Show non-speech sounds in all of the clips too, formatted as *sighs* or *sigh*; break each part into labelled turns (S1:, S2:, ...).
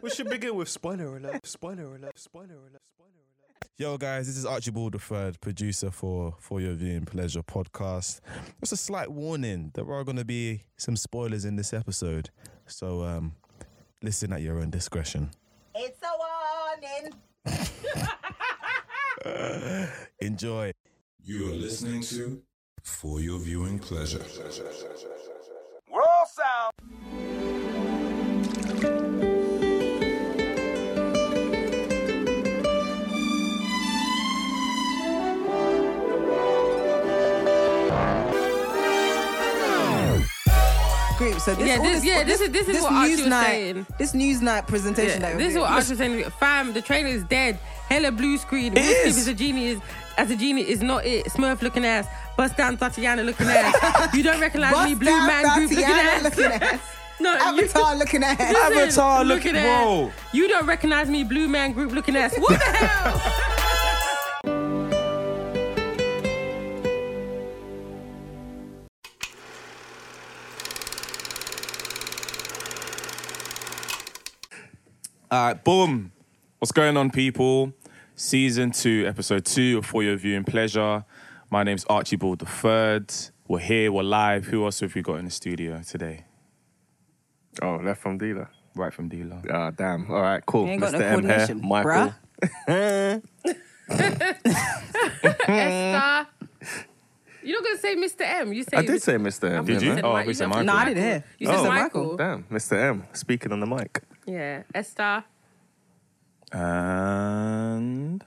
S1: we should begin with spoiler alert, spoiler alert, spoiler alert, spoiler alert.
S2: Yo, guys, this is Archibald the Third, producer for For Your Viewing Pleasure podcast. Just a slight warning there are going to be some spoilers in this episode, so um, listen at your own discretion.
S3: It's a warning.
S2: *laughs* Enjoy.
S4: You are listening to For Your Viewing Pleasure.
S5: Roll sound.
S6: group. So this,
S7: Yeah,
S6: all
S7: this- yeah, this is- this is what Archie was
S6: Newsnight-
S7: saying.
S6: This Newsnight presentation.
S7: Yeah,
S6: that
S7: this
S6: *laughs*
S7: is what Archer's saying. Fam, the trailer is dead. Hella blue screen. Will Smith
S2: is.
S7: is a genius. As a genie is not it. Smurf looking ass. Bust down Tatiana looking ass. you don't recognize me.
S6: Bust
S7: Blue
S6: down
S7: man group looking
S6: Tatiana
S7: ass.
S6: looking ass.
S7: no, *laughs* you-
S6: Avatar looking ass.
S7: Listen,
S2: Avatar looking-
S7: ass.
S2: whoa.
S7: You don't recognize me. Blue man group looking ass. What the hell?
S1: All right, boom. What's going on, people? Season two, episode two of For Your Viewing Pleasure. My name's Archibald the Third. We're here, we're live. Who else have we got in the studio today?
S8: Oh, left from dealer.
S1: Right from Dealer.
S8: Ah, damn. All right, cool.
S6: You ain't got
S8: Mr.
S6: no
S8: M here,
S6: coordination,
S8: Michael.
S6: bruh.
S7: Esther. You're not going to say Mr. M. You say
S8: I did say Mr. M.
S1: Did
S8: you?
S1: you?
S8: know?
S1: Oh,
S7: Mi-
S1: we
S7: you
S1: said
S7: know-
S1: Michael.
S6: No, I didn't hear.
S7: You said
S6: Oh.
S7: Michael.
S8: Damn, Mr. M speaking on the mic.
S7: Yeah. Esther.
S1: And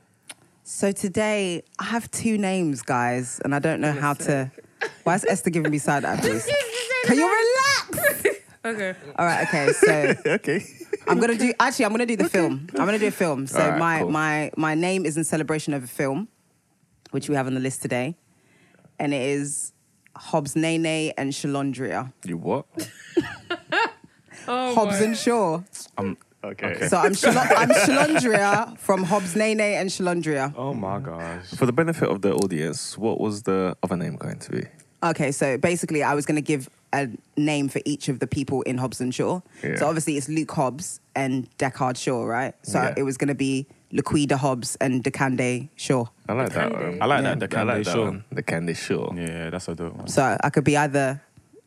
S6: So today I have two names, guys, and I don't know how to. Why is Esther giving me side
S7: *laughs*
S6: eye, please? Can you relax?
S7: Okay.
S6: All right, okay. So
S8: *laughs* Okay.
S6: I'm gonna do. Actually, I'm gonna do the film. I'm gonna do a film. So
S8: All right,
S6: my
S8: cool.
S6: my my name is in celebration of a film, which we have on the list today, and it is Hobbs Nene and Shalondria.
S8: You what?
S7: Oh,
S6: Hobbs
S7: my.
S6: and Shaw.
S8: Okay.
S6: So I'm Shal- I'm Shalondria from Hobbs Nene and Shalondria.
S1: oh my gosh.
S8: For the benefit of the audience, what was the other name going to be?
S6: Okay, so basically, I was going to give a name for each of the people in Hobbs and Shaw.
S8: Yeah.
S6: So obviously, it's Luke Hobbs and Deckard Shaw, right? So
S8: Yeah.
S6: it was going to be Laquida Hobbs and Decande Shaw.
S8: I like that one.
S1: I like that, the
S8: I like
S1: Candy
S8: that
S1: Show.
S8: one. The Candy Show.
S1: Yeah, that's a dope one.
S6: So I could be either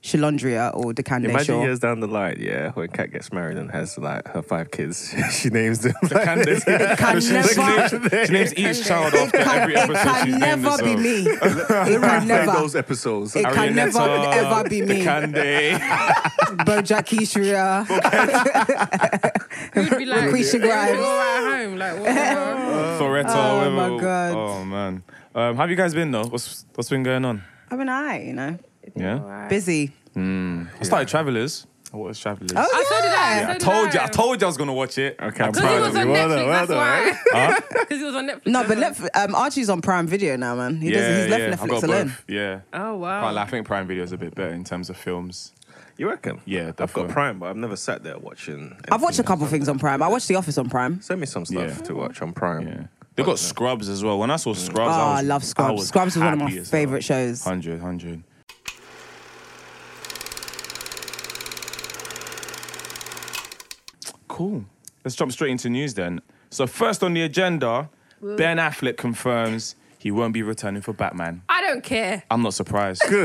S6: Shalondria or Decande
S8: Imagine
S6: Shaw.
S8: years down the line, yeah, when Kat gets married and has like her five kids, *laughs* she names them.
S1: *laughs*
S8: like-
S1: Candace.
S6: *laughs* Can
S1: she,
S6: never-
S1: she names, she names each child after every
S6: *laughs* It
S1: episode
S6: can
S1: she's named
S6: never be
S1: herself.
S6: me.
S1: *laughs*
S6: It can
S8: Like
S6: never.
S8: those episodes.
S6: It can never
S1: Arianetta,
S6: ever be me. *laughs*
S1: Candy.
S6: Bojack Ishria,
S7: You'd be like,
S6: Lucretia Grimes.
S7: All right,
S6: *laughs*
S7: home. Like, what?
S1: Floretta.
S6: Oh,
S1: whatever.
S6: my God.
S1: Oh man. Um, how have you guys been though? What's what's been going on?
S6: I've been alright, you know,
S1: Yeah.
S6: busy.
S1: I started Travelers. I watched Travelers.
S6: Oh,
S7: I told you that.
S6: yeah.
S1: I told you. I told you I was gonna watch it.
S8: Okay, I'm
S7: Because
S8: proud
S7: he
S8: of
S7: was
S8: you.
S7: on
S8: Well done,
S7: Netflix,
S8: well
S7: that's
S8: done.
S7: *laughs* why. Because he was on Netflix.
S6: No,
S7: that's
S6: but
S7: why.
S6: Netf- um, Archie's on Prime Video now, man. He doesn't. He's left
S1: I
S6: Netflix
S1: got
S6: alone.
S1: both. Yeah.
S7: Oh, wow.
S1: Can't lie, I think Prime Video is a bit better in terms of films.
S8: You reckon?
S1: Yeah,
S8: I've
S1: definitely.
S8: got Prime, but I've never sat there watching.
S6: I've watched a
S8: anything.
S6: couple things on Prime. I watched The Office on Prime.
S8: Send me some stuff
S1: Yeah.
S8: to watch on Prime.
S1: Yeah. They got Scrubs as well. When I saw
S6: Oh,
S1: Scrubs, I,
S6: I,
S1: was,
S6: love Scrubs.
S1: was
S6: Scrubs was one of my
S1: happy as hell.
S6: favorite shows.
S1: 100, 100. Cool. Let's jump straight into news then. So, first on the agenda, Ben Affleck confirms he won't be returning for Batman.
S7: I don't care.
S1: I'm not surprised.
S6: No,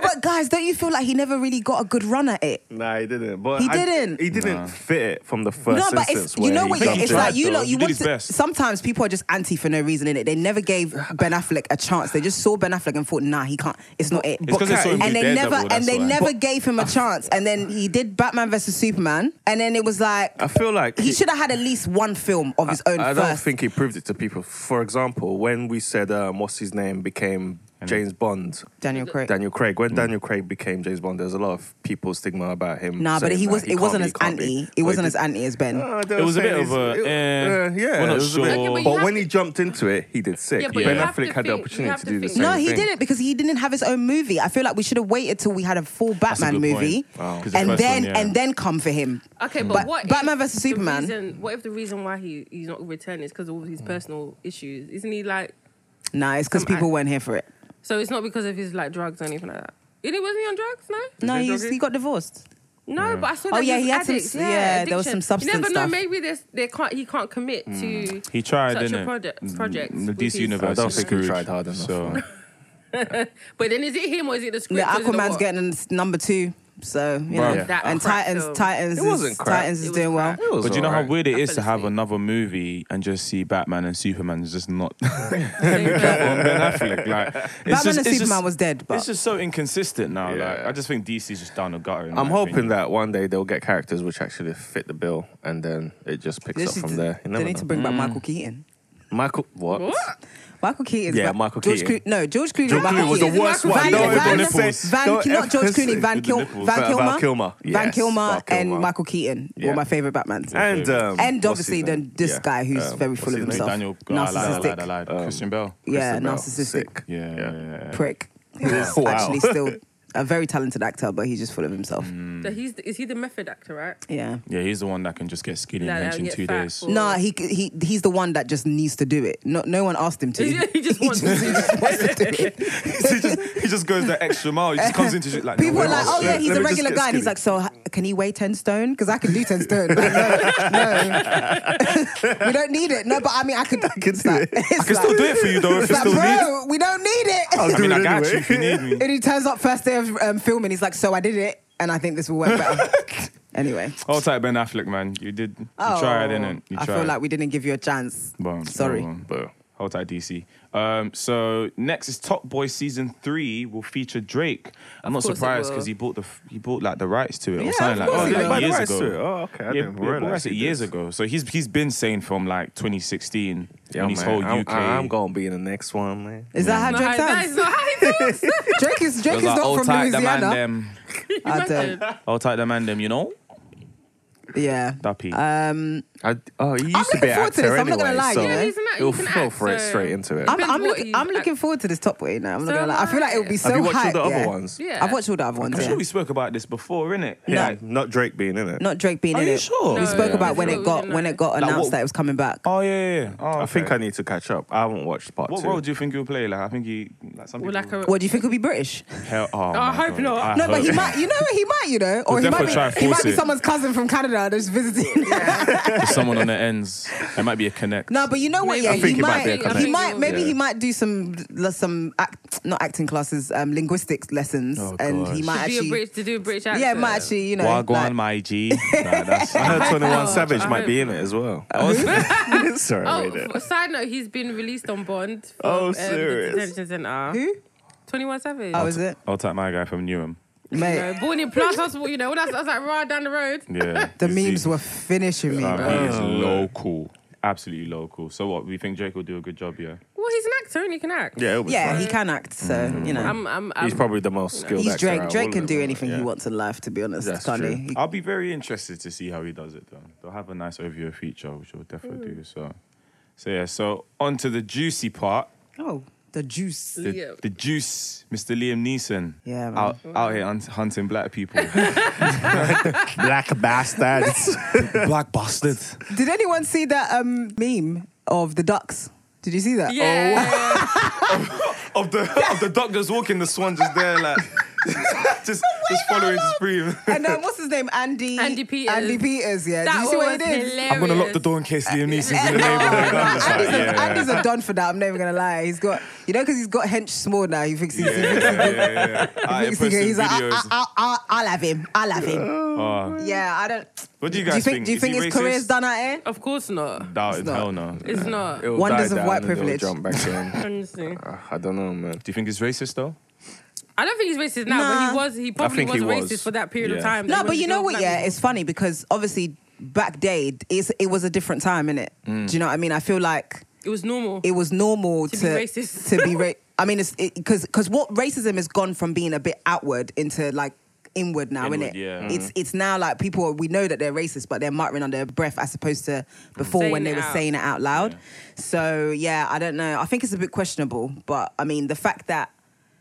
S6: but guys, don't you feel like he never really got a good run at it?
S8: Nah, he didn't. But
S6: He
S8: I-
S6: didn't.
S8: he didn't fit it from the first.
S6: no, but it's
S8: instance
S6: you know
S8: where
S6: what?
S8: he
S6: yeah,
S8: jumped
S6: It's
S8: in.
S6: like you
S1: though.
S6: know
S1: He
S6: you
S1: did
S6: want
S1: his
S6: to.
S1: best.
S6: Sometimes people are just anti for no reason in it. They never gave Ben Affleck a chance. They just saw Ben Affleck and thought, nah, he can't. It's not it.
S1: 'cause they saw him do
S6: and they
S1: Daredevil,
S6: never and
S1: that's
S6: they
S1: why.
S6: never gave him a chance. And then he did Batman versus Superman. And then it was like
S8: I feel like
S6: he should have had at least one film of his own
S8: I
S6: first.
S8: don't think he proved it to people. For example, when we said um, what's his name became James Bond,
S6: Daniel Craig.
S8: Daniel Craig. When Daniel Craig became James Bond, there's a lot of people stigma about him.
S6: Nah, but
S8: saying
S6: he
S8: that
S6: was. It
S8: can't
S6: wasn't
S8: be,
S6: as
S8: can't be.
S6: anti.
S8: But
S6: It
S8: he
S6: wasn't
S8: did-
S6: as anti as Ben.
S8: Uh, they
S1: It
S8: were
S1: was a bit
S8: saying
S1: of
S8: he's-
S1: a, eh,
S8: uh, yeah,
S1: we're not
S8: it was a bit-
S1: sure. Okay,
S7: but you
S8: but
S7: have
S8: when
S7: to-
S8: he jumped into it, he did sick.
S7: Yeah, but
S1: you
S8: ben
S1: have
S7: to
S8: Affleck had the
S7: think- you
S8: opportunity
S7: have
S8: to
S7: to
S8: do the
S7: think.
S8: same
S6: No,
S8: thing.
S6: he didn't because he didn't have his own movie. I feel like we should have waited till we had a full Batman
S1: good
S6: movie,
S1: point. Wow. 'Cause the
S6: and
S1: first
S6: then
S1: one, yeah.
S6: and then come for him.
S7: Okay, but,
S6: But
S7: what
S6: Batman
S7: if
S6: versus
S7: the
S6: Superman- Mm.
S7: Reason, what if the reason why he, he's not returning is because of all his personal issues? Isn't he like?
S6: No, it's because
S7: Some
S6: people
S7: act-
S6: weren't here for it.
S7: So it's not because of his like drugs or anything like that. It wasn't he on drugs? No.
S6: No,
S7: Is he
S6: he's,
S7: druggy?
S6: he got divorced.
S7: No, but I saw
S6: Oh,
S7: that
S6: yeah,
S7: he
S6: he had
S7: was
S6: some-
S7: addicts.
S6: yeah, there was
S7: addiction.
S6: some
S7: You never
S6: substance
S7: know.
S6: stuff. Mm.
S7: Maybe there's, they can't. He can't commit to.
S1: He tried,
S7: such
S1: didn't
S7: a project. Project.
S1: The
S7: with
S1: DC
S7: his-
S1: universe.
S8: I don't
S1: is
S8: think he
S1: screwed,
S8: tried hard enough,
S1: So
S8: man.
S7: But then is it him or is it the script?
S6: The
S7: or is it the
S6: Aquaman's
S7: what?
S6: getting in number two, so you
S1: Bruh.
S6: know.
S7: That
S6: And
S7: crap
S6: Titans,
S7: film.
S6: Titans,
S8: It
S6: is,
S8: wasn't crap.
S6: Titans
S7: It
S6: is
S7: was
S6: doing well.
S7: crap.
S8: It was
S1: But you know
S8: alright.
S1: how weird it
S7: I
S1: is to
S7: fell
S1: have
S7: asleep.
S1: another movie and just see Batman and Superman is just not *laughs*
S7: Same film.
S1: Ben Affleck. Like, it's
S6: Batman
S1: just-
S6: and
S1: it's
S6: Superman
S1: just-
S6: was dead, but
S1: It's just so inconsistent now.
S8: Yeah.
S1: Like, I just think DC's just down the gutter. in
S8: I'm
S1: my
S8: hoping
S1: opinion.
S8: that one day they'll get characters which actually fit the bill, and then it just picks
S6: This
S8: up
S6: is-
S8: from there.
S6: they
S8: You never
S6: need to
S8: know.
S6: bring back Michael Keaton.
S8: Michael, what?
S7: What?
S6: Michael Keaton.
S8: Yeah, Michael
S6: George
S8: Keaton.
S6: Clo- no, George Clooney. Michael
S7: Clooney was the
S6: Keaton.
S7: worst one.
S6: Van,
S7: Don't
S6: Van,
S7: ever
S6: Van,
S1: nipples.
S6: Van,
S8: Don't
S6: not George
S8: ever say
S6: Clooney. Van,
S1: with the
S6: Kil-
S1: nipples.
S6: Van
S8: Val-
S6: Kilmer.
S8: Val Kilmer,
S6: Van
S8: yes,
S6: Kilmer
S8: Val Kilmer.
S6: and Michael Keaton
S8: Yeah.
S6: were my favorite Batmans.
S8: And um,
S6: And
S8: what's
S6: obviously
S8: his
S6: then
S8: name?
S6: this
S8: Yeah,
S6: guy who's
S8: um,
S6: very
S8: what's
S6: full of
S8: his name?
S6: himself.
S1: Daniel, ah, I lied, I lied, I
S6: narcissistic. um,
S1: lied. Christian Bale.
S6: Yeah,
S8: Christian Bale.
S6: narcissistic
S8: Sick.
S1: Yeah, yeah, yeah. yeah.
S6: prick. Who's
S8: *laughs* Wow.
S6: actually still a very talented actor, but he's just full of himself.
S8: Mm.
S7: So he's is he the method actor, right?
S6: Yeah.
S1: Yeah, he's the one that can just get skinny
S7: Nah,
S1: and hench
S7: nah,
S1: in
S7: get
S1: two
S7: fat
S1: days. *laughs*
S7: for-
S6: No, he he he's the one that just needs to do it. No, no one asked him to.
S7: *laughs* He just wants
S6: *laughs*
S7: to.
S6: he just wants to do it.
S1: he, just, he just goes that extra mile. He just comes into shit like
S6: People
S1: no,
S6: are like, oh
S1: wait,
S6: yeah,
S1: wait,
S6: he's
S8: let
S6: a
S8: me just
S6: regular
S8: get
S6: guy. And he's
S8: skinny.
S6: like, so h- can he weigh ten stone? Because I can do ten stone. Like, no, no,
S8: *laughs*
S6: *laughs* we don't need it. No, but I mean, I could. I
S8: can do it.
S1: I can still do it for you though if you still need.
S6: bro, we don't need it. *laughs*
S1: I mean,
S8: do
S1: I
S8: it
S1: got
S8: anyway.
S1: you if you need me.
S6: and he turns up first day of um, filming. He's like, so I did it, and I think this will work
S1: *laughs*
S6: better. anyway,
S1: Hold tight, Ben Affleck, man. You did. You
S6: Oh,
S1: tried, didn't you?
S6: I
S1: tried.
S6: feel like we didn't give you a chance.
S1: Boom.
S6: Sorry.
S1: Boom, boom. Hold tight, DC. Um, so next is Top Boy season three will feature Drake. I'm not
S7: course it
S1: surprised
S7: will.
S1: because he bought the he bought like the rights to it
S6: Oh, Yeah,
S1: or
S6: of
S1: something like
S6: course
S1: that
S6: he
S1: like,
S6: bought
S8: the
S1: years
S8: rights
S1: ago.
S8: to it. Oh, okay, I
S1: yeah,
S8: didn't
S1: he bought the
S8: realise
S1: rights to it
S8: he
S1: years
S8: did.
S1: ago. So he's he's been saying from like 2016
S8: Yeah,
S1: on his
S8: man,
S1: whole
S8: I'm,
S1: UK.
S8: I'm gonna be in the next one, man.
S6: Is that how
S7: No,
S6: Drake
S7: that
S6: sounds?
S7: is not how he talks. *laughs*
S6: Drake is Drake
S1: It was like,
S6: is not
S1: "Hold
S6: from
S1: tight, the man
S6: Louisiana.
S1: them.
S6: I don't.
S1: Hold tight, the man them. You know,
S6: Yeah.
S1: Dappy.
S6: Um,
S8: I, oh, he used
S6: I'm
S8: to be
S6: looking
S8: an
S6: forward
S8: actor
S6: to this, I'm
S8: anyway,
S6: not gonna lie,
S8: so
S6: you know?
S7: Yeah, he's an act-
S8: he'll
S7: he's an
S8: throw
S7: actor.
S8: for it straight into it.
S6: I'm,
S7: Depends
S6: I'm,
S7: what
S6: look,
S7: you
S6: I'm
S7: act-
S6: looking forward to this Top Boy now. I'm not
S7: So
S6: gonna lie. I feel like it will be so
S7: am I.
S8: Have you watched
S6: hype,
S8: all the
S6: yeah.
S8: other ones?
S7: Yeah.
S6: I've watched all the other ones.
S1: I'm
S6: yeah.
S1: sure we spoke about this before, innit?
S8: Yeah,
S1: Like,
S8: not Drake being in it.
S6: Not Drake being
S1: Are
S6: in
S1: you
S6: it.
S1: sure?
S6: We
S1: No,
S6: spoke
S1: yeah,
S6: about
S1: yeah.
S6: when
S7: We
S6: it got
S7: didn't
S6: when
S7: know.
S6: it got
S1: what-
S6: announced that it was coming back.
S1: oh yeah, yeah. yeah. Oh,
S8: I think
S1: okay.
S8: I need to catch up. I haven't watched part
S1: What
S8: two.
S1: role do you think he'll play? Like, I think he like some
S7: Well, like
S1: people.
S7: a-
S6: What do you think will be British?
S1: Hell, oh,
S7: I
S1: my
S7: hope
S1: God.
S7: not.
S1: I
S6: No, but he
S1: hope-
S6: might. You know, he might. You know, or
S1: We'll
S6: he might
S1: definitely
S6: be.
S1: try and
S6: He might
S1: force
S6: be
S1: it.
S6: someone's cousin from Canada that's visiting.
S1: There's *laughs* someone on the ends. It might be a connect.
S6: *laughs* no, but you know what?
S7: Maybe-
S6: Yeah,
S7: I
S6: he,
S8: think he might
S6: might.
S8: be a
S6: he
S7: connect.
S6: might. Maybe
S8: Yeah.
S6: he might do some some act, not acting classes, um, linguistics lessons,
S1: Oh,
S6: and he
S1: gosh.
S6: might
S7: To do a
S6: actually.
S7: British, to do a British accent.
S6: Yeah, might actually. You know,
S1: Wagwan,
S6: like-
S1: my G. Nah, that's-
S8: *laughs* I
S6: *laughs*
S8: heard
S6: Oh,
S8: 21 Savage
S7: I
S8: might be in it as well. *laughs* Sorry, I
S7: Oh,
S8: read it.
S7: f- side note, he's been released on bond. From,
S8: Oh,
S7: um,
S8: serious?
S7: The detention center.
S6: who?
S7: 21 Savage.
S6: Oh, is it?
S1: I'll take my guy from Newham.
S7: You
S6: Mate,
S7: know, born in Plus Hospital, you know, when I was, I was like right down the road.
S1: Yeah.
S6: *laughs* the
S1: He's-
S6: memes
S1: he-
S6: were finishing me,
S1: um,
S6: bro.
S1: he is
S8: Oh.
S1: local. Absolutely local. So what? We think Drake will do a good job, yeah?
S7: Well, he's an actor and he can act.
S8: Yeah, it'll be
S6: Yeah,
S8: fine.
S6: he can act, so you know.
S7: I'm, I'm, I'm,
S8: He's probably the most skilled
S6: He's
S8: actor out
S6: Drake.
S8: of all
S6: Drake
S8: of
S6: can do
S8: them.
S6: anything
S8: Yeah.
S6: he wants in life, to be honest,
S8: That's
S6: can't
S8: true.
S6: he?
S1: I'll be very interested to see how he does it, though. They'll have a nice overview feature, which we'll definitely do. So, so yeah. So on to the juicy part.
S6: Oh, the juice.
S1: The,
S7: Yeah.
S1: the juice, Mr. Liam Neeson.
S6: Yeah, man.
S1: Out, out here hunt- hunting black
S6: *laughs*
S1: people.
S8: Black bastards.
S2: Black bastard.
S6: Did anyone see that um, meme of the ducks? Did you see that? "Oh,
S7: Yeah.
S1: of the of the duck just walking, the swan just there, like *laughs* just just following, just
S6: *laughs*
S1: breathing.
S6: And um, what's his name? Andy.
S7: Andy Peters.
S6: Andy Peters. *laughs* Yeah. Did
S7: That
S6: you see
S7: was
S6: what he did?
S7: hilarious.
S1: I'm gonna lock the door in case Liam Neeson's in the
S6: *laughs* No,
S1: neighborhood.
S6: no,
S1: I'm just like,
S6: Andy's, a,
S1: yeah.
S6: Andy's a don for that. I'm never gonna lie. He's got, you know, because he's got hench small now. He thinks he's, he
S1: *laughs*
S6: thinks
S1: yeah, yeah, yeah. I
S6: he's, he's like, I,
S1: videos. Oh.
S6: I, I, I'll have him. I'll have him. Oh, Yeah, I don't.
S1: What do you
S6: Do
S1: guys
S6: you
S1: think?
S6: think? Do you
S1: Is
S6: think
S1: he
S6: his
S1: racist?
S6: career's done out here?
S7: of course not.
S1: Doubt it,
S6: not.
S1: hell no. Do
S7: It's not.
S8: It'll
S6: Wonders
S8: die
S6: of
S8: down
S6: white
S8: and it'll
S6: privilege. *laughs*
S8: Jump back in.
S7: Honestly.
S8: Uh, I don't know, man.
S1: you think it's racist though?
S7: I don't think he's racist now, but
S6: Nah.
S7: he was. He probably
S8: think
S7: was
S8: he
S7: racist
S8: was.
S7: for that period of
S8: Yeah.
S7: time.
S6: No,
S7: He
S6: but
S7: was
S6: you know
S7: still
S6: what?
S7: black
S6: Yeah,
S7: people.
S6: it's funny because obviously back day, it's, it was a different time, innit?
S1: Mm.
S6: it? Do you know what I mean? I feel like
S7: it was normal.
S6: it was normal to
S7: be racist.
S6: to
S7: *laughs*
S6: be ra- I mean, it's because because what racism has gone from being a bit outward into like inward now,
S1: Inward,
S6: innit?
S1: yeah. Mm-hmm.
S6: It's it's now like people are- we know that they're racist, but they're muttering under their breath as opposed to
S1: Mm.
S6: before
S7: Saying
S6: when they
S7: it
S6: were
S7: out.
S6: saying it out loud. So yeah, I don't know. I think it's a bit questionable, but I mean, the fact that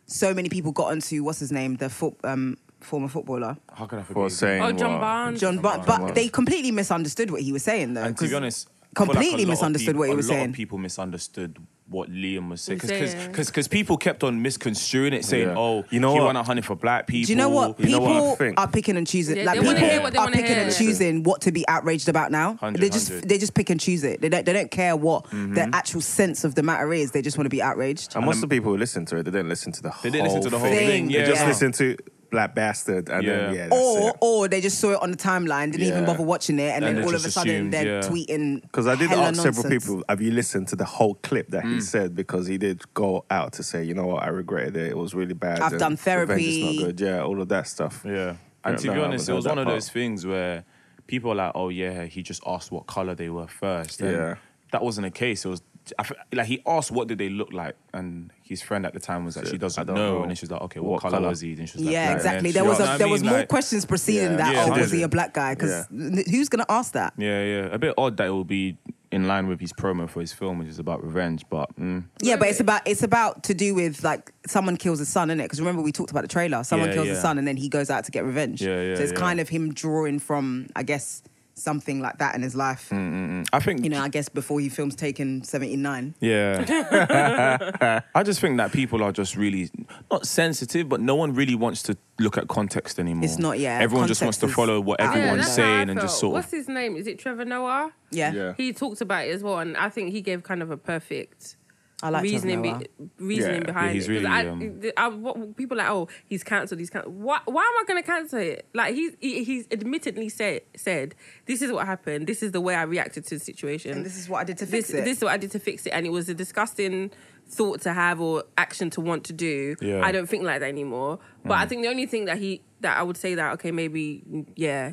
S6: so many people got onto what's his name, the foot um, former footballer.
S1: How can I forget?
S8: For
S1: his
S8: saying
S7: oh, John
S8: what?
S7: Barnes.
S6: John, but, but they completely misunderstood what he was saying, though.
S1: And to
S6: Oh, 'cause-
S1: be honest, I feel like a lot
S6: completely
S1: of
S6: misunderstood
S1: people-
S6: what he was
S1: A lot
S6: saying.
S1: of people misunderstood what Liam was saying
S7: Saying.
S1: because because people kept on misconstruing it, saying,
S8: Yeah.
S1: "Oh,
S8: You know
S1: he
S8: what?
S1: want to hunt it for black people."
S6: Do you know what?
S1: You know
S6: People
S1: what?
S8: I think?
S6: are picking and choosing.
S7: Yeah,
S6: like
S7: they wanna
S6: people
S7: hear what they
S6: are
S7: wanna
S6: picking and
S7: hear.
S6: choosing what to be outraged about now.
S1: Hundred,
S6: they just
S1: hundred. Mm-hmm.
S6: they just pick and choose it. They don't they don't care what the actual sense of the matter is. They just want to be outraged.
S8: And most of the people who listen to it, they didn't listen to the whole
S1: They didn't listen to the whole
S6: thing.
S1: thing.
S6: They
S1: Yeah.
S8: They just listen to Black Bastard and
S1: Yeah.
S8: then, yeah, that's
S6: Or
S8: it.
S6: or they just saw it on the timeline, didn't even
S8: Yeah.
S6: bother watching it,
S1: And
S6: and, then
S1: they
S6: all of
S1: just
S6: a sudden
S1: assumed,
S6: they're
S1: yeah.
S6: tweeting.
S8: Because I did
S6: hella
S8: ask several
S6: nonsense.
S8: people, have you listened to the whole clip that
S1: Mm.
S8: he said? Because he did go out to say, you know what, I regretted it. It was really bad.
S6: I've
S8: and
S6: done
S8: revenge is
S6: therapy."
S8: not good. Yeah, all of that stuff.
S1: Yeah. And
S8: Yeah,
S1: to
S8: no,
S1: be
S8: I
S1: honest,
S8: haven't
S1: it was
S8: heard
S1: one
S8: that
S1: of
S8: part.
S1: those things where people are like, "Oh yeah, he just asked what color they were first. And
S8: Yeah.
S1: That wasn't the case. It was I f like he asked what did they look like, and his friend at the time was like, she doesn't
S8: I don't
S1: know,
S8: know.
S1: and then she was like, okay, what,
S8: What
S1: color,
S8: colour?
S1: was he? And she was like,
S6: Yeah,
S1: black. And
S6: exactly.
S1: then-
S6: There
S1: you
S6: was
S1: know
S6: a,
S1: what I
S6: there was
S1: mean?
S6: more
S1: Like,
S6: questions preceding
S8: Yeah.
S6: that.
S1: Yeah,
S6: oh,
S1: she
S6: was
S1: did.
S6: he a black guy? Because who's gonna ask that?
S1: Yeah, yeah. A bit odd that it would be in line with his promo for his film, which is about revenge, but. Mm.
S6: Yeah, but it's about it's about to do with like someone kills his son, is it? Because remember we talked about the trailer. Someone
S1: Yeah,
S6: kills
S1: yeah.
S6: his son, and then he goes out to get revenge.
S1: Yeah, yeah,
S6: So it's
S1: yeah.
S6: kind of him drawing from, I guess, something like that in his life.
S1: Mm, I think
S6: You know, I guess before he films Taken seventy nine.
S1: Yeah. *laughs* I just think that people are just really not sensitive, but no one really wants to look at context anymore.
S6: It's not- yeah,
S1: Everyone just wants
S6: context
S1: to
S6: is
S1: follow what
S6: out. Yeah,
S1: everyone's
S6: that's
S7: how I
S1: saying and
S7: felt.
S1: just sort *laughs*
S7: What's
S1: of.
S7: his name? Is it Trevor Noah?
S6: Yeah.
S8: Yeah.
S7: He talked about it as well, and I think he gave kind of a perfect
S6: I like
S7: reasoning
S6: Trevor Noah.
S7: reasoning
S8: Yeah,
S7: behind
S1: yeah, he's
S7: it. 'Cause
S1: really,
S7: I,
S1: um,
S7: the- I- what- people are like, oh, he's cancelled. He's cancelled. Why, why am I going to cancel it? Like he's he, he's admittedly said said this is what happened. This is the way I reacted to the situation.
S6: And this is what I did to
S7: this,
S6: fix it.
S7: This is what I did to fix it, and it was a disgusting thought to have or action to want to do.
S1: Yeah.
S7: I don't think like that anymore. But
S6: Hmm.
S7: I think the only thing that he that I would say that okay maybe yeah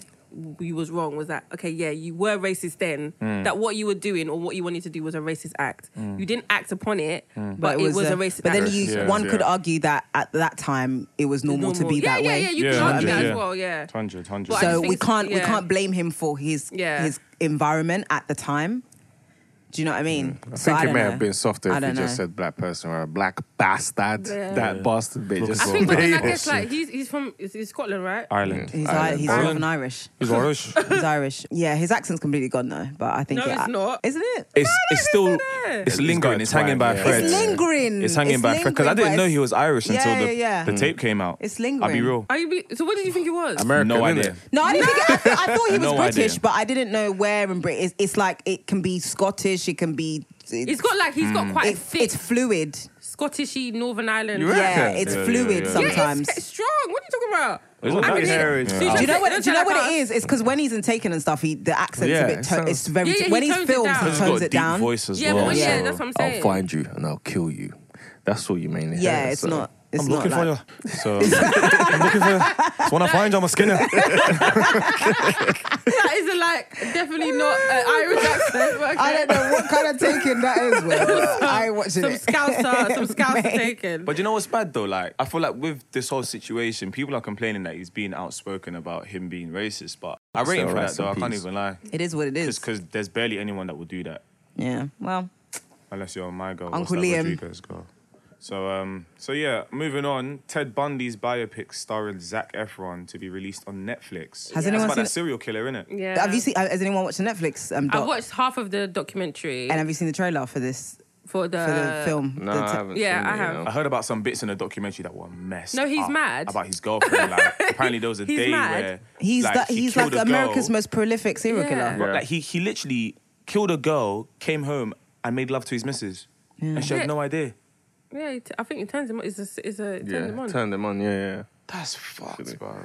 S7: you was wrong was that okay yeah you were racist then
S6: Hmm.
S7: that what you were doing or what you wanted to do was a racist act you didn't act upon it but, it was, a, racist
S6: Hmm. But then
S7: act.
S6: you,
S1: Yeah,
S6: one could
S1: yeah.
S6: argue that at that time it was normal, to be
S7: yeah,
S6: that
S7: yeah,
S6: way.
S7: Yeah, you
S1: Yeah,
S7: can argue
S1: hundred,
S7: that
S1: yeah.
S7: as well. Yeah.
S1: 100, 100.
S7: But I
S6: So
S7: just think
S6: we
S7: it's-
S6: can't we
S7: yeah.
S6: can't blame him for his
S7: Yeah.
S6: his environment at the time. Do you know what I mean?
S8: I
S6: So
S8: think it
S6: don't
S8: may
S6: know.
S8: have been softer
S6: I
S8: if he
S6: don't
S8: just
S6: know.
S8: said black person or a black bastard.
S7: Yeah.
S8: That bastard bit just
S7: I think, but then I
S8: made
S7: guess
S8: it.
S7: like he's he's from he's, he's Scotland, right?
S1: Ireland.
S6: He's, I- he's
S1: Ireland.
S6: Northern Irish.
S1: He's
S6: *laughs*
S1: Irish.
S6: He's Irish. Yeah, his accent's completely gone though, but I think
S7: No,
S6: it-
S7: it's not.
S6: isn't it?
S1: It's, it's still
S7: it.
S1: it's lingering. It's hanging by a
S8: It's
S1: thread.
S6: It's lingering.
S1: It's hanging by a thread because I
S6: lingering,
S1: didn't
S6: but
S1: know he
S6: it's-
S1: was Irish
S6: Yeah,
S1: until the,
S6: yeah, yeah.
S1: the tape came out.
S6: It's
S1: I'll be
S6: lingering.
S1: real.
S7: Are you? be- So what did you think it was?
S8: American,
S1: no
S8: innit?
S1: idea.
S6: No, I didn't think. I, th- I thought he was
S1: No idea.
S6: British, but I didn't know where in Britain. It's, it's like it can be Scottish. It can be. It's,
S7: He's got like he's got quite a
S6: it-
S7: thick
S6: Hmm. it's fluid.
S7: Scottishy Northern Ireland.
S8: reckon?
S6: Yeah, it's
S1: Yeah, yeah,
S6: fluid
S1: yeah. Yeah,
S7: Yeah, it's
S6: sometimes.
S7: quite strong. What are you talking about?
S1: It's not
S7: I
S1: that
S7: mean,
S1: scary.
S7: so
S1: Yeah. Do
S7: you
S6: do you know
S7: just-
S6: what? Do you know
S7: don't
S6: what
S7: tell
S6: it is? It's because when he's in Taken and stuff, he the accent's
S8: Yeah,
S6: a bit.
S8: it
S6: To- it's
S8: sounds-
S6: very.
S7: Yeah, yeah, he
S6: when he's
S7: tones it
S6: filmed,
S7: down.
S6: he
S1: He's
S6: tones
S1: got a
S6: it
S1: deep
S6: down.
S1: voice as
S7: Yeah, but
S1: well.
S7: when- yeah,
S1: so
S7: that's what I'm saying.
S8: I'll find you and I'll kill you. That's what you mainly
S6: yeah,
S8: hear,
S6: it's
S8: so-
S6: not. It's
S1: I'm
S6: not
S1: looking
S6: like,
S1: for you. So I'm looking for you. So when I find you, I'm a
S6: *laughs*
S1: skinner.
S7: *laughs* That is a, like
S6: *laughs*
S7: definitely not an Irish accent. But okay.
S6: I don't know what *laughs* kind of taken that is. Will. I ain't watching
S7: Some
S6: it. *laughs*
S7: scouser, some scouser taken.
S1: But you know what's bad though? Like, I feel like with this whole situation, people are complaining that he's being outspoken about him being racist. But I rate him
S8: So
S1: for that
S8: rest
S1: though.
S8: in
S1: I can't
S8: peace.
S1: even lie.
S6: It is what it is.
S1: Because there's barely anyone that would do that
S6: Yeah. Well,
S1: unless you're my girl.
S6: Uncle
S1: what's that
S6: Liam.
S1: Rodriguez girl. So, um, so yeah, moving on. Ted Bundy's biopic starring Zach Efron to be released on Netflix.
S6: Has
S1: That's
S6: anyone
S1: about
S6: seen
S1: that
S6: it?
S1: serial killer, innit?
S7: yeah.
S6: have you seen? Has anyone watched the Netflix? Um,
S7: I
S6: doc?
S7: watched half of the documentary
S6: And have you seen the trailer for this
S7: for the
S6: for the film?
S8: No,
S6: The
S8: I
S6: t-
S8: haven't.
S7: Yeah,
S8: seen
S7: I
S8: it,
S7: have.
S1: I
S8: no.
S1: heard about some bits in a documentary that were messed.
S7: No, he's
S1: up
S7: mad.
S1: about his girlfriend.
S6: *laughs*
S1: Like, apparently there was a
S7: He's
S1: day
S7: mad.
S1: where
S6: He's
S1: like,
S6: like,
S1: he
S6: he's
S1: killed a
S6: like
S1: girl.
S6: America's most prolific serial
S7: Yeah.
S6: killer.
S1: But
S8: Yeah.
S1: like he he literally killed a girl, came home and made love to his missus, and she
S7: Yeah.
S1: had no idea.
S7: Yeah, it- I think it turns him on. It's a, it's a it turns him
S8: Yeah,
S7: on.
S8: turn them on. Yeah, yeah.
S1: That's fucked, bro.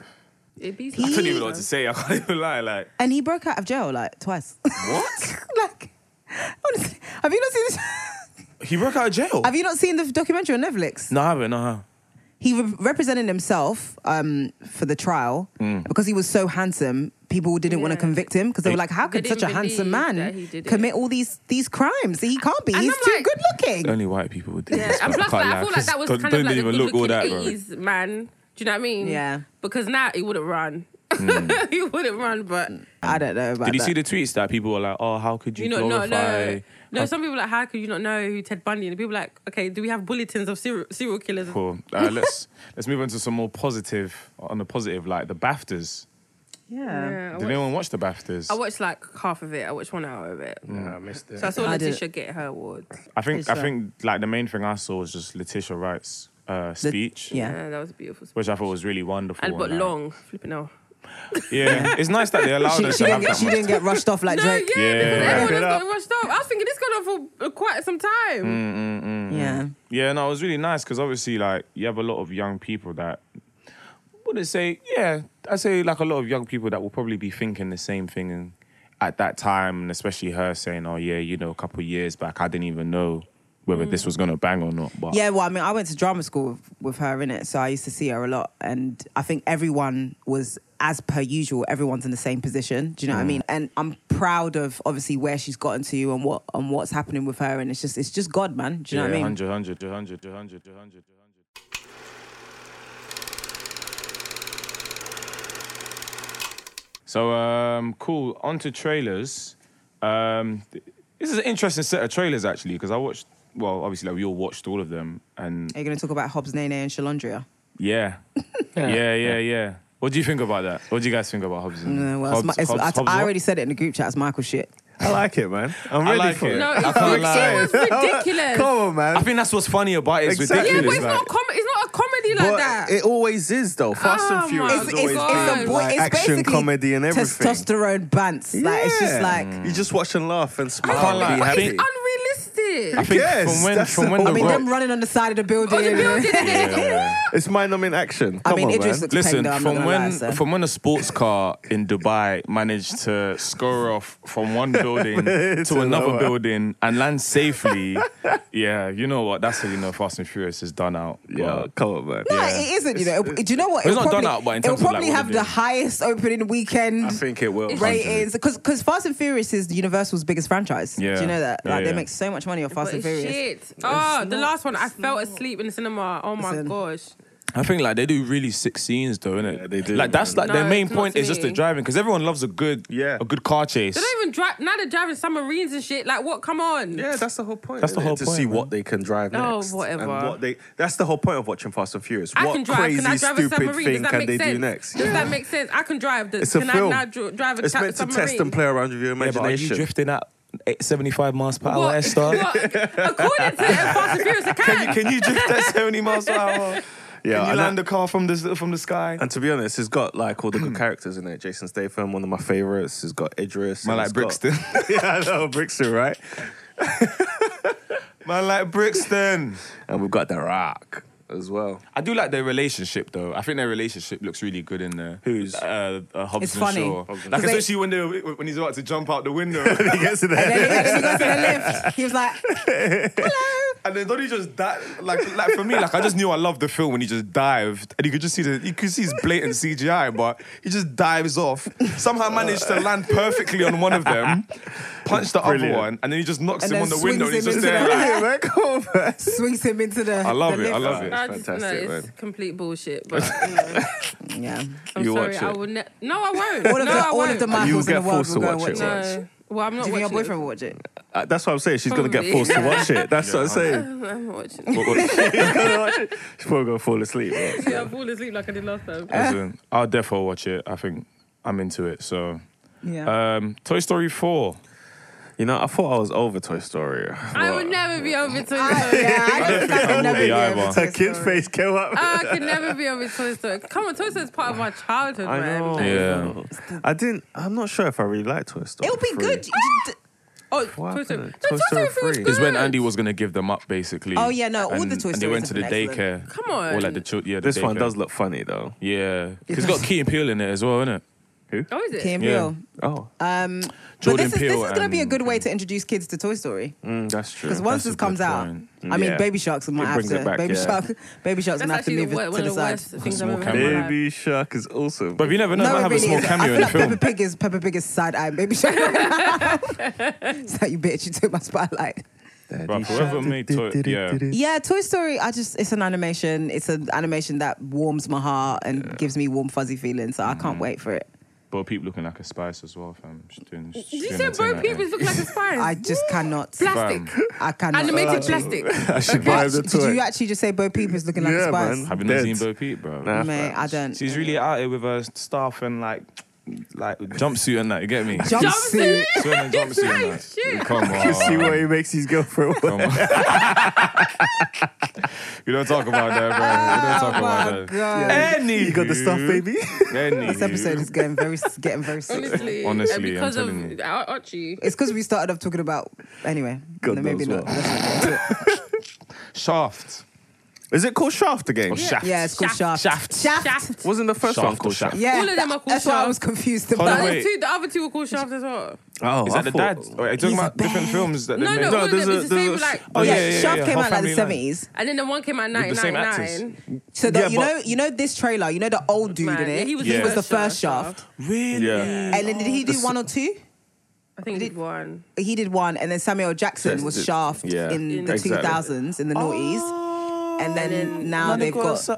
S7: It beats
S1: I
S7: him.
S1: couldn't even know what to say. *laughs* I can't even lie. Like
S6: And he broke out of jail like twice. *laughs*
S1: what?
S6: like, honestly, have you not seen this? *laughs*
S1: he broke out of jail.
S6: have you not seen the documentary on Netflix?
S1: no, I haven't. No, I haven't.
S6: He re- represented himself um, for the trial
S1: Mm.
S6: because he was so handsome. People didn't want to
S7: Yeah.
S6: convict him because they were like, "How
S7: They
S6: could such a
S7: didn't
S6: handsome
S7: believe that he
S6: man
S7: did it.
S6: commit all these these crimes? He can't be.
S7: And
S6: He's
S7: I'm
S6: too
S7: like-
S6: good looking."
S1: Only white people would do
S7: Yeah,
S1: this.
S7: and
S1: bro.
S7: plus,
S1: I
S7: like,
S1: can't lie.
S7: I feel like that was
S1: Don't-
S7: kind
S1: don't
S7: of like the
S1: even look all
S7: good-looking
S1: that, bro.
S7: 80s man. Do you know what I mean?
S6: Yeah.
S7: Because now he wouldn't run.
S1: Hmm.
S7: *laughs* he wouldn't run, but
S6: I don't know about
S1: Did you
S6: that.
S1: see the tweets that people were like, "Oh, how could you,
S7: you know, no,
S1: glorify?"
S7: no, no. Some people are like, how could you not know who Ted Bundy? And people are like, okay, do we have bulletins of serial, serial killers?
S1: Cool. Uh, let's let's move on to some more positive on the positive, like the Baftas.
S6: Yeah.
S7: Yeah, I
S1: Did
S7: watched,
S1: anyone watch the BAFTAs?
S7: I watched like half of it. I watched one hour of it.
S8: Yeah, I missed it.
S7: So I saw
S6: I
S7: Letitia get her award.
S1: I think I
S6: Letitia.
S1: think like the main thing I saw was just Letitia Wright's uh, speech,
S6: yeah.
S7: Yeah, that was a beautiful. Speech.
S1: which I thought was really wonderful.
S7: And but
S1: like-
S7: long, flipping out.
S1: Yeah, *laughs* it's nice that they allowed
S6: She,
S1: us
S6: she
S1: to have
S6: didn't get,
S1: that
S6: she
S1: much.
S6: didn't get rushed off like
S7: *laughs* No,
S6: Drake.
S7: yeah, because
S1: Yeah.
S7: everyone
S8: Wrap it
S7: was
S8: up.
S7: got rushed off. I was thinking this going on for uh, quite some time.
S6: yeah.
S1: Yeah, no, it was really nice because obviously, like, you have a lot of young people that wouldn't say, yeah, I say like a lot of young people that will probably be thinking the same thing and at that time, and especially her saying, "Oh yeah, you know, a couple of years back, I didn't even know whether this
S6: Mm.
S1: was gonna bang or not." But
S6: Yeah, well, I mean, I went to drama school with, with her in it, so I used to see her a lot, and I think everyone was, as per usual, everyone's in the same position. Do you know
S8: Mm.
S6: what I mean? And I'm proud of obviously where she's gotten to and what and what's happening with her, and it's just it's just God, man. Do you know what I mean?
S1: 100, 100, 100, 100, 100. So um, cool. On to trailers. Um, th- this is an interesting set of trailers actually because I watched. Well, obviously, like, we all watched all of them, and
S6: Are you going to talk about Hobbs, Nene, and Uh, Shalondria?
S1: yeah,
S6: *laughs*
S1: yeah, yeah, yeah. What do you think about that? What do you guys think about Hobbs? and-
S6: No, well,
S1: Hobbs,
S6: it's, my- it's,
S1: Hobbs-
S6: I,
S1: Hobbs
S6: I
S1: what?
S6: already said it in the group chat. It's Michael shit.
S8: I like it, man. I'm
S1: I
S8: ready
S1: like
S8: for
S1: it.
S8: it.
S7: No,
S1: I
S7: it
S1: can't
S7: was-
S1: lie.
S7: it was ridiculous.
S8: Come on, man.
S1: I think that's what's funny about it. It's
S8: Exactly.
S7: yeah,
S1: ridiculous.
S7: but it's not a
S1: like-
S7: com- It's not a comedy like
S8: But
S7: that.
S8: it always is though. Fast
S7: Oh
S8: and
S7: my
S8: Furious has
S7: God.
S8: always
S7: It's- it's
S8: been
S7: a boy-
S8: like
S6: it's
S8: action
S6: basically
S8: comedy and everything.
S6: Testosterone bants. Like it's just
S8: Yeah.
S6: like
S8: you just watch and laugh and smile.
S1: I can't lie.
S8: and be
S1: I
S8: happy.
S1: think-
S7: it's
S1: I
S7: unrealistic.
S1: think
S8: Yes,
S1: from when
S8: that's
S1: from
S8: the
S1: when
S8: whole-
S1: the
S6: I mean
S1: rock,
S6: them running on the side of the building.
S7: On the building, and then
S8: It's mind numbing action.
S6: I
S8: Come
S6: mean,
S8: on,
S6: Idris
S8: man.
S6: looks
S1: Listen,
S6: peng though, I'm not
S1: from
S6: gonna lie,
S1: when
S6: so.
S1: from when a sports car in Dubai managed to score off from *laughs* one building to
S8: To
S1: another
S8: another.
S1: building and land *laughs* safely, yeah, you know what? That's how you know Fast and Furious is done out.
S8: Yeah,
S1: But
S8: come on, man.
S6: No,
S8: Yeah.
S6: it isn't. You know, It- do you know what?
S1: It's
S6: It'll
S1: not done out, but in terms
S6: it'll
S1: of, like,
S6: probably
S1: what
S6: have
S1: they
S6: the
S1: do.
S6: highest opening weekend.
S8: I think it will.
S6: ratings because because Fast and Furious is Universal's biggest franchise.
S1: Yeah.
S6: Do you know that?
S1: Yeah,
S6: Like
S1: yeah.
S6: they make so much money off Fast
S7: But
S6: and Furious.
S7: shit. Oh, the last one, I fell asleep in the cinema. Oh my
S6: Listen.
S7: gosh.
S1: I think like they do really sick scenes though, innit?
S8: Yeah, they do,
S1: Like that's like
S8: man.
S1: their
S7: No,
S1: main
S7: it's not
S1: point
S7: to
S1: is just the
S7: me.
S1: driving because everyone loves a good
S8: Yeah.
S1: a good car chase.
S7: They don't even drive. Now they're driving submarines and shit. Like, what? Come on.
S8: Yeah, that's the whole point.
S1: That's the
S8: isn't it?
S1: whole
S8: to
S1: point,
S8: see
S1: man.
S8: what they can drive
S7: Oh,
S8: next.
S7: whatever.
S8: And what they, that's the whole point of watching Fast and Furious.
S7: I
S8: what
S7: can drive.
S8: crazy,
S7: can I drive a
S8: stupid
S7: submarine? Does
S8: thing
S7: that
S8: can
S7: make
S8: they
S7: sense?
S8: do next?
S7: Does that make sense? I can drive. The,
S8: It's a
S7: can
S8: film.
S7: I now dr- drive a
S8: It's
S7: ta-
S8: meant to
S7: submarine?
S8: test and play around with
S1: yeah,
S8: your
S1: but are you
S8: imagination.
S1: drifting at 75 miles per hour,
S7: What?
S1: Esther?
S7: *laughs* What? According
S8: *laughs*
S7: to Fast and Furious, I can.
S1: *laughs* Can you drift at 70 miles per hour?
S8: Yeah,
S1: Can you
S8: and
S1: land a car from the from the sky?
S8: And to be honest, it's got like all the
S1: *clears throat*
S8: good characters in it. Jason Statham, one of my favorites. It's got Idris.
S1: Man,
S8: and
S1: like
S8: it's got-
S1: Brixton.
S8: *laughs* yeah, I know Brixton, right?
S1: Man, like Brixton.
S8: And we've got The Rock as well.
S1: I do like their relationship though. I think their relationship looks really good in there.
S8: Who's?
S1: uh, uh, Hobbs
S6: It's
S1: and
S6: funny.
S1: Shaw?
S6: Hobbs and
S1: Like
S6: Shaw.
S1: especially when they are when he's about to jump out the *laughs* window,
S8: he gets in
S6: And
S8: there.
S6: then he goes to
S1: *laughs*
S6: the lift. He was like,
S1: and then not he just that like like for me like I just knew I loved the film when he just dived and you could just see the you could see his blatant CGI, but he just dives off. Somehow managed to land perfectly on one of *laughs* them, punch the
S8: Brilliant.
S1: other one, and then he just knocks
S6: And
S1: him
S6: then
S1: on the window. And
S6: swings
S1: he's
S6: him
S1: just
S6: into
S1: there. Like,
S6: the-
S8: Yeah,
S1: *laughs*
S8: man, come on, man.
S6: swings him into the.
S1: I love
S6: the
S1: it. I
S6: lift.
S1: love it.
S7: I just, no,
S8: Fantastic,
S7: it's
S8: man.
S7: complete bullshit.
S8: *laughs*
S7: But you know,
S6: Yeah.
S7: I'm
S8: You
S7: sorry,
S8: watch
S7: I
S8: it.
S7: will. Ne- no, I won't.
S6: All of
S7: no,
S6: the
S7: I
S6: all
S7: won't.
S6: of the
S8: You'll
S6: Michaels in
S8: get
S6: the world
S8: forced to
S6: will go
S8: watch
S6: and
S8: it.
S6: watch it.
S7: no. Well, I'm not
S6: Do you think your
S7: watching.
S6: boyfriend will watch it?
S8: Uh, That's what I'm saying. She's gonna
S7: Probably.
S8: get forced to watch it. That's what I'm
S7: *laughs*
S8: saying.
S7: it. I'm not watching.
S1: What- what-
S8: *laughs* She's gonna watch it. She's probably gonna fall asleep. bro.
S7: yeah, I've fallen asleep like I did last time.
S1: Listen, I'll definitely watch it. I think I'm into it. So,
S6: Yeah.
S1: um, Toy Story 4.
S8: You know, I thought I was over Toy Story. *laughs*
S7: I will never be over
S1: *laughs*
S7: Toy
S6: I,
S7: Story.
S6: Oh, yeah, I don't think I
S1: will
S6: could never
S1: be
S6: be
S1: either.
S6: able to.
S8: Her kid's face came up.
S6: Oh,
S7: I could never be over Toy Story. Come on, Toy Story is part of my childhood,
S8: I
S7: man.
S8: know.
S7: Like,
S8: I didn't. I'm not sure if I really like Toy Story.
S6: It'll be
S8: three.
S6: good.
S7: Oh,
S8: What
S7: Toy Story.
S8: happened?
S7: No, Toy Story three was
S8: three.
S7: good.
S1: It's when Andy was going to give them up, basically.
S6: Oh, yeah, no, all
S1: and,
S6: the Toy
S1: And they
S6: Stories
S1: went
S6: have
S1: to the
S6: been excellent.
S1: daycare.
S7: Come on.
S1: Or like the children. Yeah, the
S8: This one
S1: daycare.
S8: does look funny though.
S1: Yeah. Because it's got Key and Peele in it as well, isn't it?
S7: Oh, is it?
S6: Key and
S1: Yeah.
S6: Peele.
S8: Oh,
S6: But
S1: Jordan
S6: this is, this
S1: Peele
S6: is going to be a
S1: and-
S6: good way to introduce kids to Toy Story.
S8: mm, that's true.
S6: Because once
S1: That's a
S6: this comes
S1: good
S6: out,
S1: point.
S6: I mean,
S8: Yeah.
S6: Baby Sharks might
S8: It
S6: have
S8: brings
S6: to.
S8: it back,
S6: baby
S8: yeah.
S6: Shark, Baby Sharks
S7: That's
S6: gonna have to
S7: actually
S6: move
S7: the,
S6: it
S7: one
S6: to the
S7: of the
S6: side.
S7: worst things I've
S1: Small
S7: ever
S1: camera.
S7: heard.
S8: Baby Shark is awesome.
S1: But you never know, I might
S6: it
S1: have a small
S6: is.
S1: cameo
S6: I
S1: in
S6: feel
S1: the
S6: like *laughs*
S1: film.
S6: Peppa Pig is Peppa Pig is side eye Baby
S7: *laughs*
S6: Shark. *laughs* it's like you bitch, you took my spotlight.
S1: Bruh, whoever made Toy. Yeah.
S6: Yeah, Toy Story. I just it's an animation. It's an animation that warms my heart and gives me warm fuzzy feelings. So I
S1: Mm.
S6: can't wait for it.
S1: Bo Peep looking like a spice as well, fam. She's doing, she's
S7: Did you
S1: doing
S7: say
S1: her thing
S7: Bo
S1: like
S7: Peep
S1: that.
S7: is look like a
S1: *laughs*
S7: spider?
S6: I just cannot.
S7: Plastic.
S6: I cannot.
S7: Animated plastic.
S6: *laughs*
S8: I should buy the
S6: Did you
S8: toy.
S6: actually just say Bo Peep is looking like
S8: Yeah,
S6: a spice?
S8: man.
S1: Have you not
S8: Dead.
S1: seen Bo Peep, bro?
S8: Nah.
S6: Mate, I don't.
S1: She's really out here with her stuff and like like jumpsuit and that. You get
S7: *laughs*
S1: me?
S6: Jumpsuit.
S1: Swim and jumpsuit and that.
S7: Shit.
S1: Come on.
S8: See what he makes his
S1: *laughs*
S8: girlfriend wear.
S1: Come on. *laughs* we don't talk about that,
S7: Oh
S1: bro. We don't talk
S6: my
S1: about that.
S6: God.
S1: Any
S8: You got the stuff, baby.
S1: Any
S6: This episode is getting very getting
S7: *laughs*
S6: very serious.
S7: Honestly,
S1: Honestly,
S7: and
S1: I'm
S7: because
S1: telling
S7: of
S1: you.
S7: our Archie,
S6: It's because we started off talking about anyway.
S8: God
S6: no, maybe
S8: knows
S6: not.
S8: what.
S6: Let's not get into it.
S1: Shaft.
S8: Is it called Shaft again?
S1: Shaft.
S6: Yeah, it's called Shaft.
S7: Shaft.
S6: Shaft. Shaft.
S7: Shaft.
S8: Wasn't the first
S1: Shaft
S8: one
S1: or
S8: called Shaft?
S1: Shaft?
S6: Yeah,
S7: All of them are called
S6: That's why I
S7: Shaft.
S6: was confused
S1: Hold on,
S6: about.
S7: The
S1: wait.
S7: other two, the other two were called Shaft as well.
S8: Oh,
S1: Is
S8: I
S1: that the dad?
S8: thought-
S1: Oh, Are you talking
S6: He's a
S1: about different
S6: bear.
S1: films that
S7: No,
S1: they
S7: no,
S1: made?
S7: all of them.
S8: there's a-
S7: It's the same.
S8: there's a-
S7: Like,
S1: Oh,
S6: yeah,
S1: yeah, yeah,
S6: Shaft
S1: yeah.
S6: came
S1: Whole
S6: out like the
S1: family line.
S6: seventies.
S7: and then the one came out in
S1: With the same
S7: 1999.
S6: So the,
S8: Yeah,
S6: you
S8: but-
S6: know, you know this trailer. You know the old dude
S7: Man,
S6: in it.
S7: he was
S1: the Yeah.
S6: the
S1: first
S6: first
S7: Shaft.
S6: Shaft.
S1: Really?
S8: Yeah.
S6: And then did he do one or two?
S7: I think it one.
S6: He did one, and then Samuel Jackson was Shaft
S8: Yeah,
S6: in the two
S8: exactly.
S6: thousands in the noughties, and then
S7: Oh.
S6: now
S1: Monica
S6: they've got. Ah.
S1: was-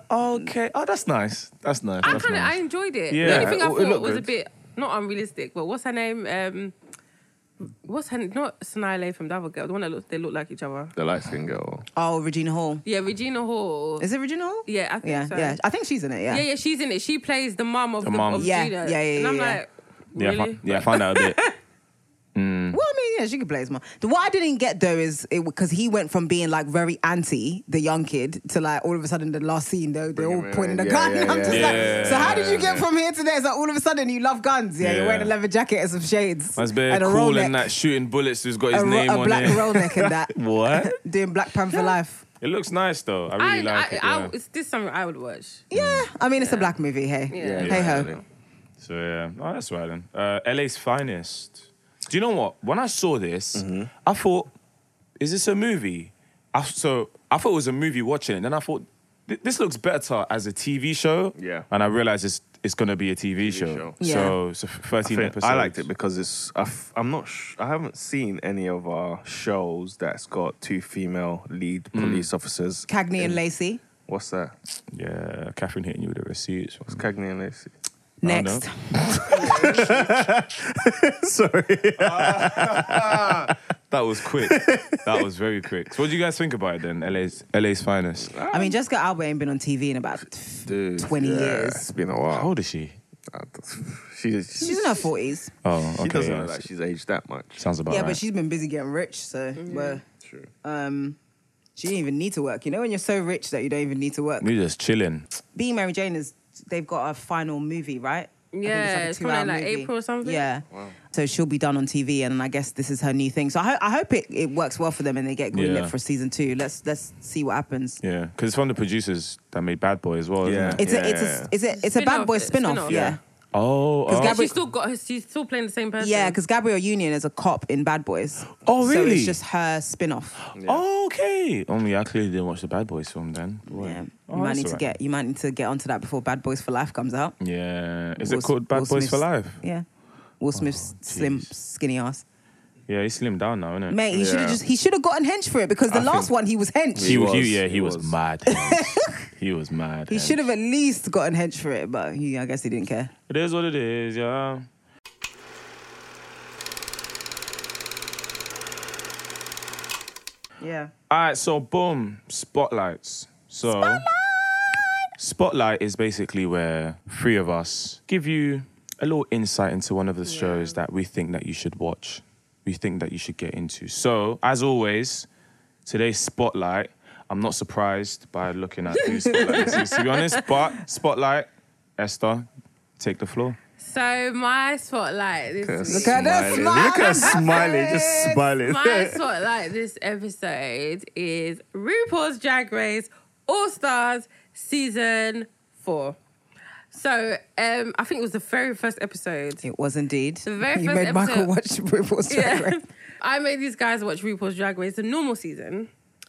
S1: okay. Oh, that's nice. That's nice.
S7: I
S1: That's
S7: kind of I
S1: nice.
S7: enjoyed it.
S1: Yeah. Oh,
S7: The only thing I
S8: It- it
S7: thought
S8: looked
S7: was a
S8: good.
S7: bit not unrealistic, but what's her name? Um, what's her not Sanaa from the other girl, the one that looked, they look like each other.
S8: The light skin girl.
S6: oh, Regina Hall.
S7: Yeah, Regina Hall.
S6: Is it Regina Hall?
S7: yeah, I think
S6: Yeah,
S7: so.
S6: yeah. I think she's in it. Yeah.
S7: yeah, yeah, she's in it. She plays the mum of the,
S1: mum.
S7: Of
S6: Yeah,
S7: Judas.
S6: yeah, yeah,
S7: And I'm
S6: yeah,
S7: like,
S1: Yeah, I
S7: really?
S1: fin- yeah, I found out a bit.
S6: Well, I mean, yeah, she could play as mom. The, what I didn't get though is because he went from being like very anti the young kid to like all of a sudden the last scene they they're
S8: Bring
S6: all
S8: him in,
S6: pointing the
S8: yeah,
S6: gun. *laughs*
S8: yeah,
S6: and I'm
S8: yeah.
S6: just like, so how did you get
S1: Yeah.
S6: from here to there? It's like all of a sudden you love guns. Yeah, you're
S1: Yeah.
S6: wearing a leather jacket and some shades
S1: That's bare
S6: and a roll
S1: cool
S6: neck,
S1: and that shooting bullets who's got his
S6: a, ro-
S1: name
S6: a
S1: on
S6: black
S1: it. *laughs*
S6: roll neck and that
S1: What?
S6: doing Black Panther life.
S1: It looks nice though. I
S7: I,
S1: really like
S7: I,
S1: it.
S7: I,
S1: yeah.
S7: Is this something I would watch?
S6: Yeah, I mean it's a black movie. Hey,
S7: Yeah.
S6: hey ho.
S1: So yeah, oh, that's right then. Uh, LA's finest. Do you know what? When I saw this,
S8: Mm-hmm.
S1: I thought, is this a movie? I, so I thought it was a movie watching it. Then I thought, "Th- this looks better as a TV show.
S8: Yeah.
S1: And I realized it's it's gonna be a TV, show.
S8: show.
S6: Yeah.
S1: So so thirteen
S8: I, think
S1: episodes.
S8: I liked it because it's. I f- I'm not. Sh- I haven't seen any of our shows that's got two female lead police officers.
S6: Cagney and Lacey.
S8: What's that?
S1: Yeah, Catherine hitting you with the receipts.
S8: It's Cagney and Lacey.
S1: don't
S6: Next,
S8: Sorry.
S1: That was
S8: *laughs*
S1: quick. that was very quick. So what do you guys think about it then? LA's LA's finest.
S6: I mean Jessica Alba ain't been on TV in about
S8: Dude,
S6: twenty
S8: yeah, It's
S6: years.
S8: been a
S1: How
S8: while.
S1: old is she?
S8: She's,
S6: She's in her forties.
S1: Oh, okay.
S8: She doesn't
S1: yeah.
S8: look like she's aged that much.
S1: Sounds about
S6: yeah,
S1: right.
S6: but she's been busy getting rich, so
S7: Mm-hmm.
S6: we're-
S8: True.
S6: um, she didn't even need to work. You know, when you're so rich that you don't even need to work.
S1: we just chilling.
S6: Being Mary Jane is they've got a final movie, right? I think
S7: Yeah,
S6: a
S7: it's coming out
S6: two-hour
S7: like April or something.
S6: Yeah, so she'll be done on TV, and I guess this is her new thing. So I, ho- I hope it, it works well for them and they get greenlit
S1: Yeah.
S6: for season two. Let's let's see what happens.
S1: Yeah, because it's from the producers that made Bad Boy as well. Isn't
S8: Yeah.
S1: it?
S6: It's
S8: Yeah,
S6: a it's
S8: yeah, yeah.
S6: a it's a it's a
S7: Spin-off,
S6: bad boy
S7: it's a
S6: spin off.
S7: spin-off.
S6: Yeah,
S1: oh, oh.
S7: But
S6: Gabri-
S7: she's still got her. She's still playing the same person.
S6: yeah, because Gabrielle Union is a cop in Bad Boys.
S1: Oh,
S6: So
S1: really?
S6: it's just her spin off.
S1: oh, okay. Only I clearly didn't watch the Bad Boys film then.
S6: Yeah, you
S1: Oh,
S6: might
S1: that's
S6: need to
S1: alright.
S6: get you might need to get onto that before Bad Boys for Life comes out.
S1: Yeah, is
S6: Will-
S1: it called Bad
S6: Will
S1: Boys for
S6: Smith's-
S1: Life? Oh,
S6: Yeah, Will Smith's slim skinny ass.
S1: Yeah, he slimmed down now, isn't it?
S6: Mate, he should
S8: Yeah.
S6: have just he should have gotten hench for it because the
S8: I
S6: last
S8: think-
S6: one he was hench.
S1: he,
S6: He,
S8: He
S1: was,
S8: was,
S1: yeah, he,
S8: he
S1: was,
S8: was.
S1: mad.
S6: *laughs*
S1: he was mad.
S6: should have at least gotten hench for it, but he, I guess he didn't care.
S1: It is what it is, yeah.
S6: Yeah.
S1: All right, so boom, spotlights. So spotlight. is basically where three of us give you a little insight into one of the shows that we think that you should watch, we think that you should get into. So as always, today's spotlight. I'm not surprised by looking at who spotlight this is, to be honest. But spotlight, Esther, take the floor.
S7: So my spotlight. This week-
S6: Look at that smile.
S8: Look at her smiling, just smiling.
S7: My sort like this episode is RuPaul's Drag Race All Stars season four. So um, I think it was the very first episode.
S6: It was indeed.
S7: The very
S6: you
S7: first
S6: made Michael
S7: episode-
S6: watch RuPaul's Drag
S7: *laughs* Yeah.
S6: Race.
S7: I made these guys watch RuPaul's Drag Race, the normal season,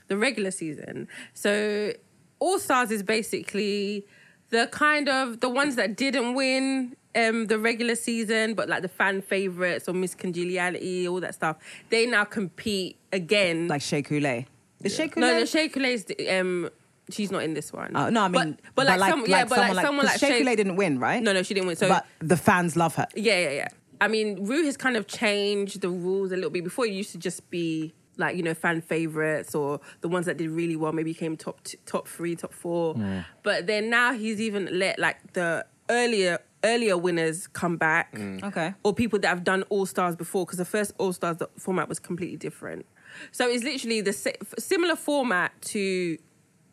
S7: the regular season. So All Stars is basically the kind of the ones that didn't win um, the regular season, but like the fan favorites or Miss Congeniality, all that stuff. They now compete again.
S6: Like Shea Coulee. Is Shea Coulee?
S7: No, no, Shea Coulee's um, she's not in this one.
S6: Oh, no, I mean,
S7: but, but like, some, yeah, but like someone
S6: 'cause
S7: like
S6: Shea Coulee didn't win, right?
S7: No, no, she didn't win. So
S6: but the fans love her.
S7: yeah, yeah, yeah. I mean, Rue has kind of changed the rules a little bit. Before it used to just be like you know fan favorites or the ones that did really well, maybe came top t- top three, top four. But then now he's even let like the earlier earlier winners come back
S6: Okay.
S7: or people that have done All Stars before, because the first All Stars the format was completely different. So it's literally the sa- f- similar format to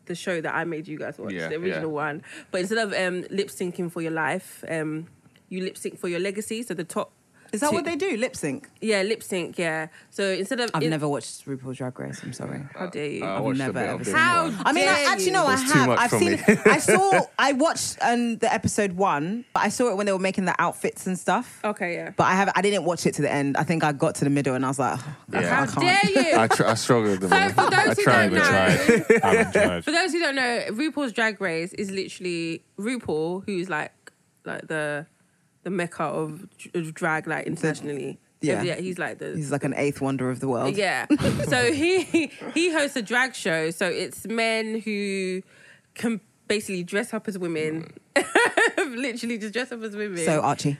S7: the show that I made you guys watch,
S8: Yeah,
S7: the original
S8: yeah.
S7: one. But instead of um, lip syncing for your life, um, you lip sync for your legacy. So the top.
S6: Is that
S7: two-
S6: what they do? Lip sync?
S7: Yeah, lip sync. Yeah. So instead of
S6: I've
S7: in-
S6: never watched RuPaul's Drag Race. I'm sorry.
S7: How dare you?
S8: I
S6: I've
S8: watched a
S6: never
S8: bit
S6: ever
S8: of
S6: seen
S8: it.
S7: How
S6: I mean, I,
S7: dare
S6: actually,
S7: you?
S6: no, I
S8: That's too
S6: have.
S8: much
S6: I've
S8: for
S6: seen.
S8: me.
S6: I saw. *laughs* I watched um, the episode one. But I saw it when they were making the outfits and stuff.
S7: Okay, yeah.
S6: But I have. I didn't watch it to the end. I think I got to the middle and I was like, I
S8: Yeah.
S7: How
S6: can't. I can't.
S7: dare
S6: *laughs*
S7: you?
S8: I, tr- I
S7: *laughs*
S8: struggled with
S7: So
S8: it.
S7: for
S8: I
S7: those who
S8: tried,
S7: don't
S8: I tried.
S7: know, *laughs*
S1: I haven't tried.
S7: for those who don't know, RuPaul's Drag Race is literally RuPaul, who's like like the the mecca of dr- of drag, like internationally.
S6: yeah.
S7: yeah, he's like the *laughs*
S6: He's like an eighth wonder of the world.
S7: yeah. so he he hosts a drag show. So it's men who can basically dress up as women, *laughs* literally just dress up as women.
S6: So Archie.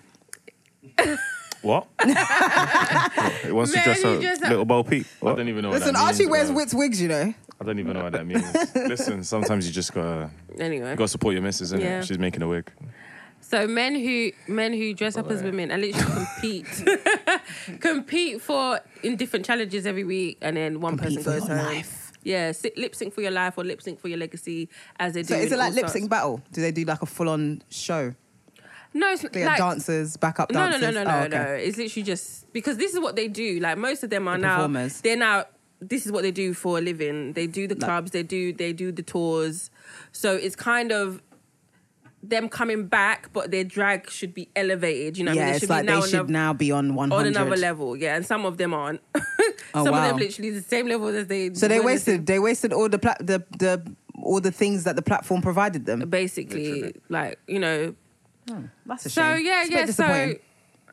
S1: What?
S8: It wants
S7: Man,
S8: to dress
S7: you
S8: up
S7: just-
S8: little Bo Peep.
S1: I don't even know.
S6: Listen,
S1: what that
S6: Archie
S1: means,
S6: wears
S1: bro.
S6: Wits wigs, you know.
S1: I don't even know
S7: *laughs*
S1: what that means. Listen, sometimes you just gotta
S7: anyway,
S1: you gotta support your missus, innit?
S7: Yeah.
S1: She's making a wig.
S7: So men who men who dress up as women and literally
S6: *laughs*
S7: compete compete for in different challenges every week, and then one
S6: Compete for
S7: person goes
S6: your
S7: home.
S6: life.
S7: Yeah, si- lip sync for your life or lip sync for your legacy, as they do.
S6: So is
S7: in
S6: it like
S7: All
S6: lip
S7: Stars.
S6: sync battle? Do they do like a full on show?
S7: No, it's
S6: They
S7: like,
S6: have dancers, backup
S7: No, no,
S6: dancers.
S7: no, no, no,
S6: Oh,
S7: no.
S6: okay.
S7: It's literally just because this is what they do. Like most of them are
S6: The
S7: now
S6: performers.
S7: They're now. This is what they do for a living. They do the clubs. They do they do the tours. So it's kind of them coming back, but their drag should be elevated. You know, what I
S6: Yeah,
S7: mean,
S6: it's
S7: should
S6: like
S7: be now
S6: they should
S7: on a-
S6: now be on one
S7: on
S6: hundred.
S7: another level. Yeah, and some of them aren't. *laughs*
S6: Oh,
S7: some of
S6: wow.
S7: them literally the same level as they.
S6: So they
S7: were the same-
S6: wasted. They wasted all the pla- the the all the things that the platform provided them.
S7: basically like you know.
S6: That's a
S7: So
S6: shame.
S7: yeah,
S6: It's a bit
S7: yeah. So
S6: disappointing.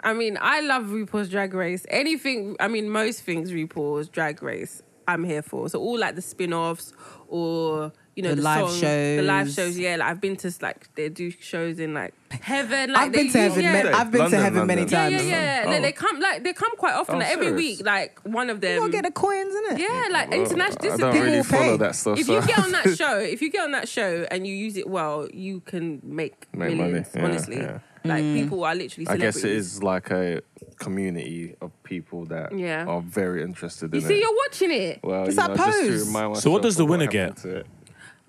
S7: I mean, I love RuPaul's Drag Race. Anything, I mean, most things RuPaul's Drag Race, I'm here for. So all like the spin-offs or. You know
S6: The
S7: the,
S6: live
S7: songs, the live
S6: shows.
S7: shows. Yeah, like I've been to like they do shows in like heaven. Like
S6: I've
S7: they
S6: been to
S7: use-
S6: heaven.
S7: yeah.
S6: ma- I've been
S8: London,
S6: to heaven many
S8: London.
S7: Yeah,
S6: times.
S7: yeah, yeah.
S8: Oh.
S7: They, they come like they come quite often.
S8: Oh,
S7: like, every
S8: serious?
S7: week, like one of them.
S6: You'll get the coins, innit?
S7: Yeah, like
S8: Well,
S7: international. This
S8: I
S7: is
S8: don't
S7: people
S8: really
S6: will pay.
S8: follow that stuff.
S7: if
S8: so-
S7: you get on that show, if you get on that show and you use it well, you can make,
S8: Make money,
S7: millions.
S8: yeah,
S7: honestly,
S8: yeah.
S7: like people are literally.
S8: *laughs* I guess it
S7: celebrities.
S8: is like a community of people that
S7: Yeah.
S8: are very interested
S7: You
S8: in
S7: see,
S8: it.
S7: you're watching it.
S8: well,
S6: It's
S8: you
S6: that
S8: know, just to
S6: pose.
S8: remind
S1: So what
S8: myself
S1: does the
S8: of what
S1: winner get?
S8: happened to it.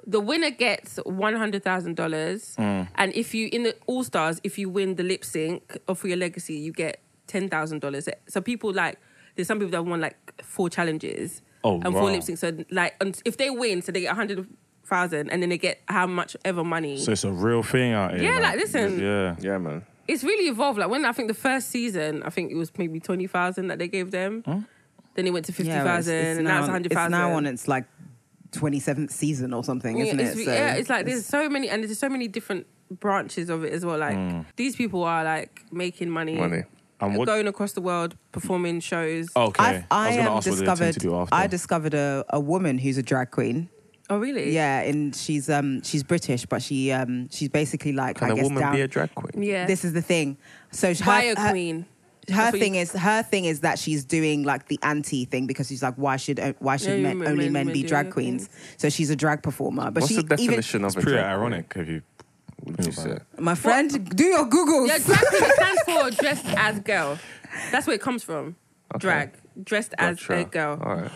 S7: The winner gets one hundred thousand dollars,
S8: Mm.
S7: and if you in the All Stars, if you win the lip sync or for your legacy, you get ten thousand dollars. So people like there's some people that won like four challenges
S1: Oh,
S7: and four
S1: wow.
S7: lip syncs. So like and if they win, so they get a hundred thousand, and then they get how much ever money.
S1: So it's a real thing out here.
S7: Yeah, like, listen.
S1: Yeah.
S8: Yeah, man.
S7: it's really evolved. Like when I think the first season, I think it was maybe twenty thousand that they gave them. Then it went to fifty
S6: Yeah,
S7: thousand, and now it's
S6: on-
S7: hundred thousand.
S6: It's now on its like twenty seventh season or something, isn't
S7: it's,
S6: it?
S7: yeah, it's like there's so many, and there's so many different branches of it as well. Like
S6: Hmm.
S7: these people are like making money,
S8: Money.
S1: And what?
S7: going across the world performing shows.
S8: Oh,
S1: Okay.
S6: I've, I,
S1: was
S6: um,
S1: gonna ask what they intend
S6: discovered.
S1: to do after.
S6: I discovered a, a woman who's a drag queen.
S7: Oh, really?
S6: Yeah, and she's um she's British, but she um she's basically like
S8: Can
S6: I
S8: a
S6: guess
S8: woman
S6: down.
S8: be a drag queen?
S7: yeah.
S6: This is the thing. So her,
S7: Bio
S6: her-
S7: Queen.
S6: her
S7: That's what
S6: thing
S7: you-
S6: is her thing is that she's doing like the anti thing because she's like why should uh, why should
S7: Yeah,
S6: men,
S7: men-
S6: only men,
S7: men- men
S6: be
S7: do
S6: drag
S7: drag
S6: queens so she's a drag performer but
S8: What's
S6: she
S8: the definition of a
S1: Pretty
S8: drag queen,
S1: ironic. Have you?
S8: would you say?
S6: even my friend do your googles
S7: Yeah, drag queen stands for dressed as girl. That's where it comes from. Drag, dressed as a
S8: Gotcha.
S7: girl.
S8: All right.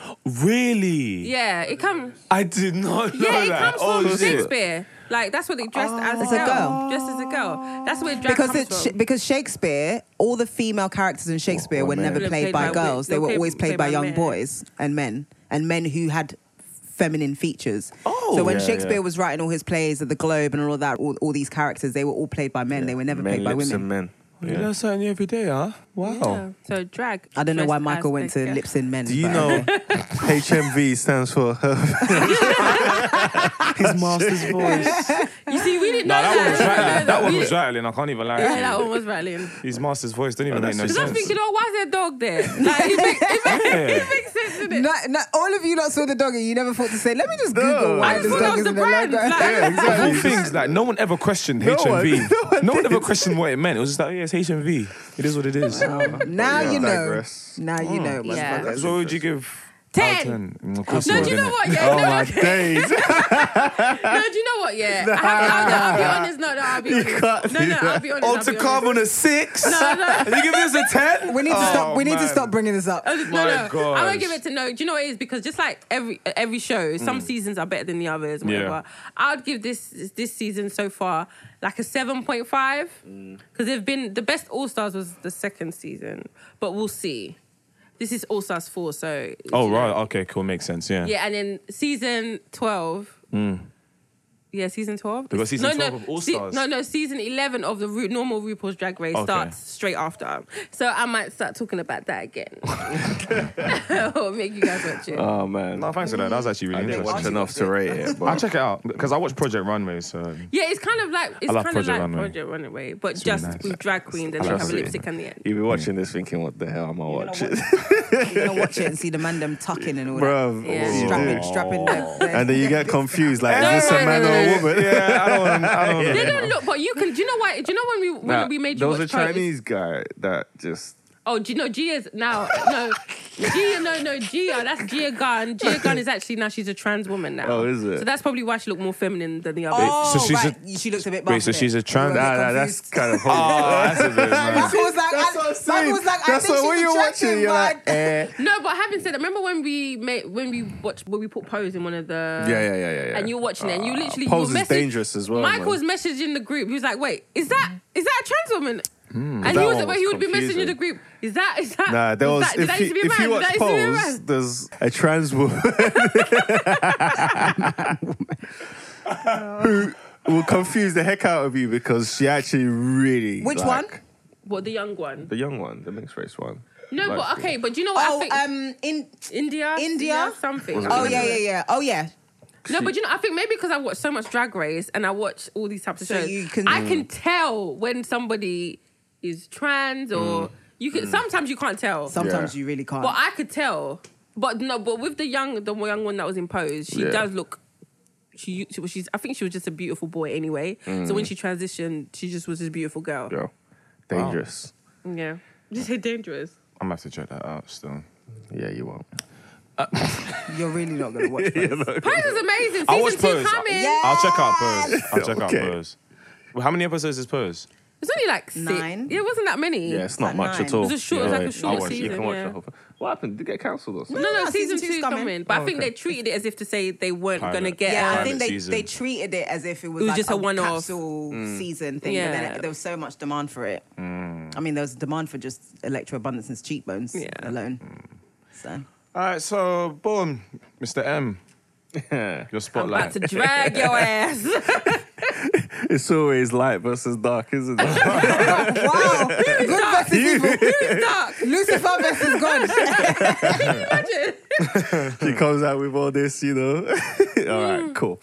S1: Really?
S7: Yeah, it comes.
S1: I did not know
S7: Yeah, it
S1: that.
S7: comes
S1: oh
S7: from
S1: shit.
S7: Shakespeare. Like that's what they dressed as
S6: Oh. As
S7: a
S6: a
S7: girl.
S6: girl.
S7: Dressed as a girl. That's where drag
S6: because
S7: comes
S6: it's
S7: from.
S6: because Shakespeare, all the female characters in Shakespeare
S8: Oh,
S6: were
S8: man.
S6: never
S8: They were
S6: played,
S7: played
S6: by,
S7: by
S6: girls;
S7: wi-
S6: they
S7: they
S6: were
S7: were
S6: always played, by, young
S7: men.
S6: boys and men, and men who had feminine features.
S1: Oh.
S6: so when
S8: Yeah,
S6: Shakespeare
S8: yeah.
S6: was writing all his plays at the Globe and all of that, all, all these characters, they were all played by men. They were never
S8: men
S6: played by
S8: lips
S6: women.
S8: and *laughs* men.
S1: You
S8: Yeah.
S1: learn something every day, huh? Wow.
S7: Yeah. So drag.
S6: I don't know why
S7: dressed
S6: Michael
S7: as
S6: went
S7: a
S6: to
S7: girl.
S6: lips in men.
S8: Do you
S6: but
S8: know
S7: *laughs*
S6: okay.
S8: HMV stands for his master's
S7: *laughs*
S8: voice?
S7: You see, we didn't
S1: Nah,
S7: know
S1: that one was rattling.
S7: that.
S1: That one
S7: We
S1: was
S7: didn't-
S1: rattling. I can't even lie.
S7: Yeah, oh. that
S1: to
S7: one was
S1: *laughs*
S7: rattling.
S1: you. His master's voice didn't even
S8: Oh,
S1: make no
S8: that's
S1: sense.
S7: Because I'm thinking, oh, why is there a dog there? Like, it, make, it, make, it makes sense,
S1: *laughs*
S7: doesn't it?
S6: No, no, all of you lot saw the dog and you never thought to say, let me just
S8: No.
S6: Google why
S8: I just
S6: this
S7: thought that
S6: dog
S7: was
S6: is
S7: the
S6: in the logo.
S7: brand,
S8: *laughs*
S7: like-
S8: yeah,
S1: Of all
S8: exactly.
S1: things, like no one ever questioned
S8: No one-
S1: HMV.
S8: no one
S1: No one *laughs*
S8: did.
S1: ever questioned what it meant. It was just like, yeah, it's HMV. It is what it is.
S6: now
S8: Yeah.
S6: you know.
S8: *laughs* Digress.
S6: Now you know,
S7: Yeah.
S6: motherfuckers.
S1: so what would you give
S7: Ten.
S1: Of course
S7: No,
S1: it
S7: do you
S1: was, innit?
S7: know what? Yeah,
S1: oh
S7: no,
S1: my
S7: okay.
S8: *laughs*
S1: days.
S7: No, do you know
S1: *laughs*
S7: what? Yeah, I have to, I'll, I'll be honest. No, no, I'll be honest.
S8: can't *laughs*
S7: no,
S8: do
S7: no, I'll
S8: that.
S7: be honest.
S2: Oh,
S7: I'll
S2: to
S7: be
S2: come
S7: honest.
S2: on a six?
S7: No, no.
S2: You give this a ten?
S6: We need to stop. We need to
S8: Oh, man.
S6: stop bringing this up.
S7: no, *laughs*
S8: My
S7: no. I'm gonna
S8: gosh.
S7: give it to no. Do you know what it is? Because just like every every show, some seasons are better than the others. Whatever. I'd give this this season so far like a seven point five because they've been the best All Stars was the second season, but we'll see. This is All Stars four, so
S1: Oh right, okay, cool, makes sense. Yeah.
S7: yeah. And then season twelve. Yeah, season 12.
S1: They've Mm. got season
S7: no,
S1: 12
S7: no,
S1: of All
S7: se-
S1: Stars.
S7: no, no, season 11 of the Ru- normal RuPaul's Drag Race
S1: Okay.
S7: starts straight after. So I might start talking about
S1: *laughs*
S7: that again. or make you guys watch it.
S1: Uh,
S8: Oh man,
S1: No, thanks for that. That was actually
S8: I
S1: really
S8: didn't watch
S1: interesting.
S8: enough to rate it. *laughs*
S1: I'll
S8: But
S1: check it out because I watch Project Runway. So
S7: yeah, it's kind of like it's
S1: love
S7: kind of
S1: Project
S7: like
S1: Runway.
S7: Project Runway, but
S1: really
S7: just
S1: nice.
S7: with drag queen, then they
S1: love
S7: have
S1: it.
S7: a lipstick on the end.
S8: you be watching this thinking, what the hell am I *laughs* watching?
S6: You're gonna watch it and see the man them tucking and all
S7: Yeah.
S8: Bruv, what
S6: that.
S8: you
S6: Strapping,
S8: do?
S6: strapping. the- the-
S8: And then you get confused, like, is this
S7: No,
S8: a man
S7: no,
S8: or
S7: no,
S8: a woman?
S1: yeah, I don't. I *laughs* don't.
S7: They don't look, but you can. Do you know why? Do you know when we when
S8: Nah,
S7: we made you
S8: there was a
S7: watch Project-
S8: Chinese guy that just
S7: Oh, do you know Gia's now? No, Gia, no, no, Gia. That's Gia Gunn. Gia Gunn is actually now she's a trans woman now.
S8: Oh, is it?
S7: So that's probably why she looked more feminine than the other.
S6: Oh,
S1: So she's
S6: right. she looks a bit.
S1: Wait, so
S6: buff,
S1: she's a
S6: innit?
S1: trans-
S6: You were
S8: nah,
S6: a bit
S8: nah, that's
S6: confused.
S8: *laughs* kind of horrible.
S1: that's a bit. man.
S6: Michael was like,
S8: That's
S6: I-
S8: what I'm saying.
S6: Michael was like, I
S8: That's
S6: think
S8: what when
S6: she's
S8: you're
S6: attractive,
S8: watching, you're like,
S6: but-
S8: eh. *laughs*
S7: No, but having said that, remember when we made when we watched when we put pose in one of the
S8: Yeah, yeah, yeah, yeah, yeah.
S7: and you're watching it and you literally
S8: Pose
S7: you were
S8: is
S7: messag-
S8: dangerous as well,
S7: Michael
S8: man.
S7: was messaging the group. He was like, "Wait, is that is that a trans woman?" And
S8: Hmm, That
S7: he was,
S8: one
S7: but he
S8: was
S7: would be messaging
S8: confusing.
S7: the group. Is that is that?
S8: Nah, there
S7: is
S8: was.
S7: that, did
S8: if,
S7: that
S8: you,
S7: used to be a man?
S8: if you
S7: Did
S8: watch
S7: that used to be a
S8: Pose,
S7: man?
S8: there's a trans woman
S7: *laughs*
S8: *laughs* who will confuse the heck out of you because she actually really.
S6: Which
S8: like-
S6: one?
S7: What the young one?
S8: The young one, the mixed race one.
S7: No,
S8: Like-
S7: but okay, but do you know what I
S6: Oh,
S7: think?
S6: um, in.
S7: India,
S6: India?
S7: Yeah, something.
S6: Oh yeah, yeah, yeah. Oh yeah.
S7: No, but you know, I think maybe because I watch so much Drag Race and I watch all these types of
S6: So
S7: shows,
S6: you can-
S7: I can tell when somebody is trans or you can. Sometimes you can't tell,
S6: Sometimes
S8: Yeah.
S6: you really can't.
S7: but I could tell. But no, but with the young, the young one that was imposed, she
S8: Yeah.
S7: does look. She, she was- she's. I think she was just a beautiful boy anyway. So when she transitioned, she just was a beautiful girl. Yeah.
S8: Yo, dangerous.
S7: Did you say dangerous?
S1: I'm gonna have to check that out still.
S8: Yeah, you *laughs* won't.
S6: You're really not gonna watch. Pose.
S7: Pose is amazing. Season
S1: I watched
S7: two
S1: Pose.
S7: coming.
S6: Yeah.
S1: I'll check out Pose. I'll check out
S8: Okay.
S1: Pose. Well, how many episodes is Pose?
S7: It's only like six.
S6: Nine.
S7: Yeah, it wasn't that many.
S8: Yeah, it's not
S6: At
S8: much
S6: nine.
S8: at all.
S7: It was a short- it was like a short
S8: I'll watch it. You
S7: season,
S8: can watch
S7: yeah.
S8: the whole thing. What happened? Did it get
S7: *laughs*
S8: cancelled or something?
S7: No, no,
S6: no,
S7: season,
S6: season
S7: two's
S6: two's
S7: coming. Oh,
S6: coming.
S7: But I think they treated it as if to say they weren't
S1: Pilot.
S7: going to get
S6: Yeah,
S7: out.
S6: I think
S1: Pilot
S6: they,
S1: season.
S6: they treated it as if it was,
S7: It was
S6: like
S7: just a one-off.
S6: capsule season thing. Yeah.
S7: Yeah.
S6: then it- there was so much demand for it. I mean, there was demand for just Electro Abundance and Cheekbones
S7: Yeah.
S6: alone. So
S1: All right, so boom, Mr. M,
S8: Yeah.
S1: your
S7: I'm about
S1: spotlight.
S7: to drag your ass.
S8: *laughs*
S7: *laughs*
S8: It's always light versus dark, isn't *laughs* it?
S6: *laughs* wow, *laughs* good versus evil.
S8: *laughs*
S7: Dark.
S6: Lucifer versus *laughs* God.
S8: *laughs*
S7: Imagine.
S8: she comes out with all this, you know. *laughs* all right, cool.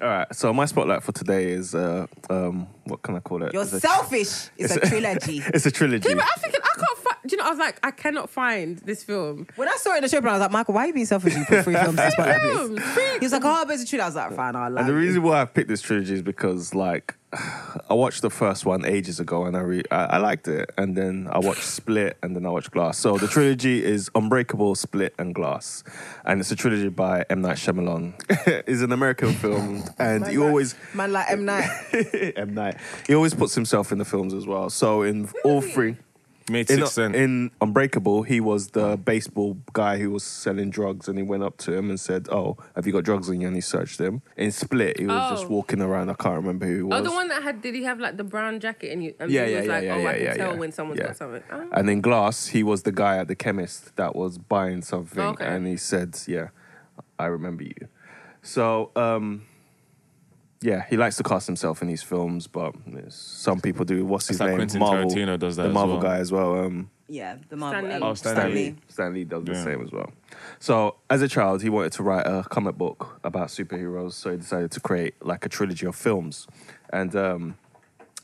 S8: All right, so my spotlight for today is uh, um, what can I call it?
S6: You're
S8: It's a-
S6: selfish. It's a trilogy.
S8: *laughs* It's a trilogy.
S7: Yeah, but I'm thinking, I can't find. Do you know, I was like, I cannot find this film.
S6: When I saw it in the show, I was like, Michael, why are you being selfish? You put three films in Spotlight, *laughs* please.
S7: Film. Free-
S8: *laughs*
S6: He was like, oh, but it's a trilogy. I was like, fine, I'll allow
S8: And the
S6: it.
S8: reason why I picked this trilogy is because, like, *sighs* I watched the first one ages ago and I, re- I I liked it. And then I watched Split and then I watched Glass. So the trilogy is Unbreakable, Split, and Glass. And it's a trilogy by M. Night Shyamalan. *laughs* it's an American film. And you always. *laughs*
S6: Man, like M. Night.
S8: M. Night. He always puts himself in the films as well. So in all three.
S1: Made
S8: In,
S1: six cents.
S8: in Unbreakable, he was the baseball guy who was selling drugs, and he went up to him and said, "Oh, have you got drugs on you?" And he searched him. In Split, he was
S7: Oh.
S8: just walking around. I can't remember who he was.
S7: Oh, the one that had, did he have like the brown jacket and you? And
S8: Yeah,
S7: he
S8: yeah,
S7: was
S8: yeah,
S7: like,
S8: yeah,
S7: oh,
S8: yeah,
S7: I can
S8: yeah,
S7: tell
S8: yeah.
S7: when someone's
S8: Yeah.
S7: got something. Oh.
S8: And in Glass, he was the guy at the chemist that was buying something,
S7: Okay.
S8: and he said, "Yeah, I remember you." So, um, yeah, he likes to cast himself in these films, but some people do. What's his
S1: like
S8: name?
S1: Quentin Tarantino does that
S8: The
S1: as
S8: Marvel
S1: well.
S8: guy as well. Um,
S6: Yeah, the Marvel.
S7: Stan Lee.
S6: um,
S7: Oh,
S1: Stan
S6: Stan
S1: Lee.
S6: Lee.
S8: Stan Lee does the
S1: Yeah.
S8: same as well. So as a child, he wanted to write a comic book about superheroes. So he decided to create like a trilogy of films, and um,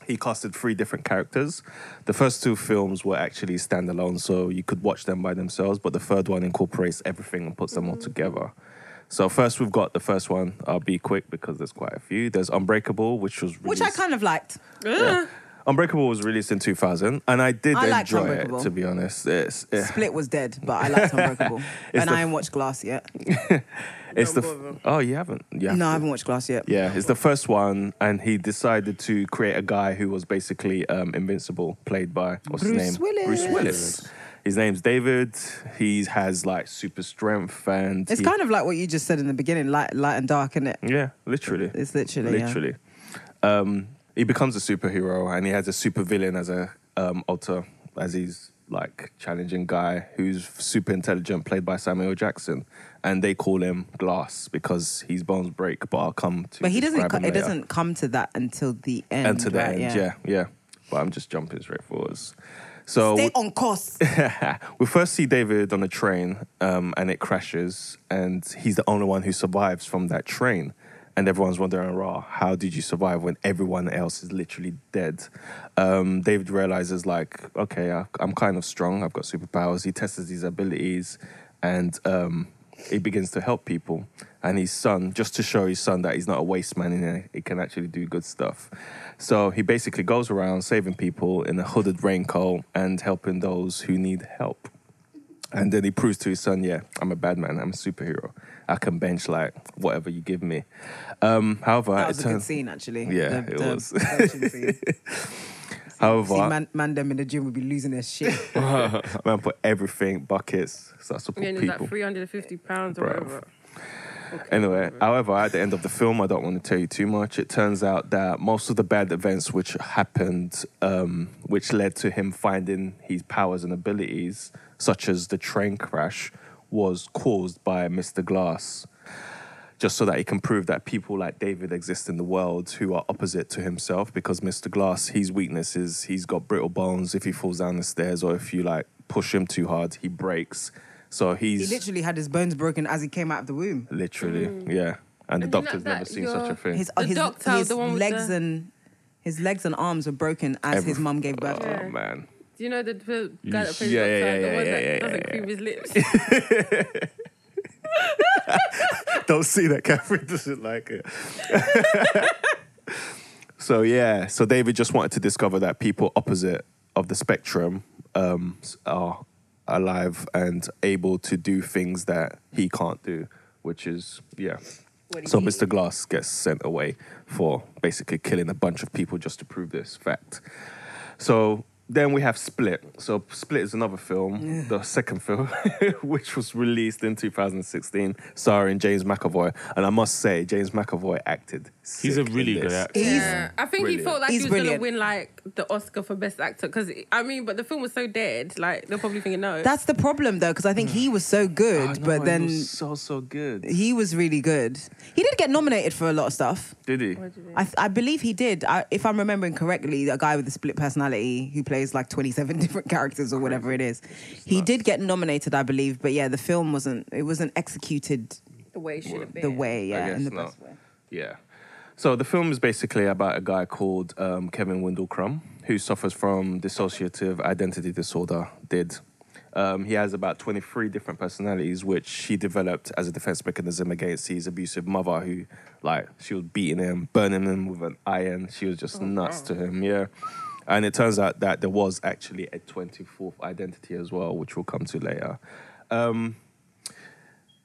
S8: he casted three different characters. The first two films were actually standalone, so you could watch them by themselves. But the third one incorporates everything and puts them all together. So first, we've got the first one. I'll be quick because there's quite a few. There's Unbreakable, which was
S6: Which I
S8: released-
S6: kind of liked.
S7: Ugh.
S8: Unbreakable was released in 2000, and I did
S6: I liked
S8: enjoy it.
S6: Unbreakable.
S8: To be honest, it's eh, it-
S6: Split was dead, but I liked Unbreakable. and
S8: the-
S6: I haven't watched Glass yet.
S8: it's the f- oh you haven't yeah
S6: No, I haven't watched Glass yet.
S8: yeah it's the first one, and he decided to create a guy who was basically um, invincible, played by what's his
S6: Bruce
S8: name Bruce
S6: Willis.
S8: Willis. His name's David. He has like super strength and
S6: It's
S8: he- Mm.
S6: kind of like what you just said in the beginning, light, light and dark, isn't it?
S8: yeah literally
S6: It's literally, yeah.
S8: literally. Um, he becomes a superhero and he has a supervillain as a um, alter, as he's like challenging guy who's super intelligent, played by Samuel Jackson, and they call him Glass because his bones break. But I'll come to.
S6: But he doesn't.
S8: describe
S6: Co-
S8: him
S6: it
S8: later.
S6: doesn't come to that until the end.
S8: And to the
S6: right?
S8: end, yeah. yeah, But I'm just jumping straight forwards. So
S6: Stay on
S8: *laughs*
S6: course.
S8: we first see David on a train, um, and it crashes, and he's the only one who survives from that train. And everyone's wondering, "Rah, how did you survive when everyone else is literally dead?" Um, David realizes, like, okay, I, I'm kind of strong. I've got superpowers. He tests his abilities, and um, he begins to help people. And his son, just to show his son that he's not a waste man and he can actually do good stuff. So he basically goes around saving people in a hooded raincoat and helping those who need help. And then he proves to his son, yeah, I'm a bad man. I'm a superhero. I can bench like whatever you give me. Um, however,
S6: That
S8: it
S6: was a good
S8: turns-
S6: scene, actually.
S8: Yeah, it was.
S6: action
S8: *laughs*
S6: scene.
S8: however,
S6: See, man, man, them in the gym would be losing their
S8: *laughs*
S6: shit.
S8: man put everything buckets. So that's what
S7: Yeah, and it's
S8: people.
S7: like 350 pounds or
S8: Bruv.
S7: whatever.
S8: Anyway, however, at the end of the film, I don't want to tell you too much. It turns out that most of the bad events which happened, um, which led to him finding his powers and abilities, such as the train crash, was caused by Mr. Glass. Just so that he can prove that people like David exist in the world who are opposite to himself, because Mr. Glass, his weakness is he's got brittle bones. If he falls down the stairs or if you like push him too hard, he breaks. So
S6: he
S8: he's
S6: literally had his bones broken as he came out of the womb.
S8: Literally, yeah. And, the
S7: Mm. And then
S8: doctor's
S7: that-
S8: never
S7: that
S8: seen
S7: your-
S8: such a thing.
S6: His,
S7: The
S6: his,
S7: doctor,
S6: his
S7: the one with
S6: legs
S7: the-
S6: and his legs and arms were broken as his
S8: Everything.
S6: mum gave birth. to him.
S8: oh man,
S7: Do you know the, the guy that plays
S8: Yeah,
S7: Doctor,
S8: yeah,
S7: the
S8: yeah,
S7: one
S8: yeah,
S7: that
S8: yeah,
S7: doesn't
S8: yeah,
S7: cream his
S8: *laughs*
S7: lips?
S8: *laughs* don't see that Catherine doesn't like it. so yeah, so David just wanted to discover that people opposite of the spectrum um, s- are alive and able to do things that he can't do, which is yeah. So Mr. Glass gets sent away for basically killing a bunch of people just to prove this fact. So then we have Split. So Split is another film, the second film, *laughs* which was released in 2016, starring James McAvoy. And I must say, James McAvoy acted.
S1: He's
S8: sick
S1: a really
S8: in
S1: good
S8: this.
S1: actor.
S7: Yeah, I think he
S8: Brilliant.
S7: felt like
S6: He's
S7: he was going to
S6: brilliant.
S7: win like the Oscar for best actor because I mean, but the film was so dead. Like they're probably thinking no.
S6: That's the problem though, because I think he was so good,
S8: I know,
S6: but
S8: he
S6: then
S8: was so so good.
S6: he was really good. He did get nominated for a lot of stuff.
S8: Did he?
S6: I, th- I believe he did. I, if I'm remembering correctly, a guy with a split personality who plays like 27 *laughs* different characters or whatever it is, he did get nominated, I believe. But yeah, the film wasn't. It wasn't executed
S7: the way it should have been.
S6: the way, yeah,
S8: guess
S6: in the
S8: not.
S6: best way.
S8: Yeah. So the film is basically about a guy called um, Kevin Wendell Crumb who suffers from dissociative identity disorder. Did um, he has about twenty three different personalities, which he developed as a defense mechanism against his abusive mother, who like she was beating him, burning him with an iron. She was just nuts to him. Yeah. And it turns out that there was actually a 24th identity as well, which we'll come to later.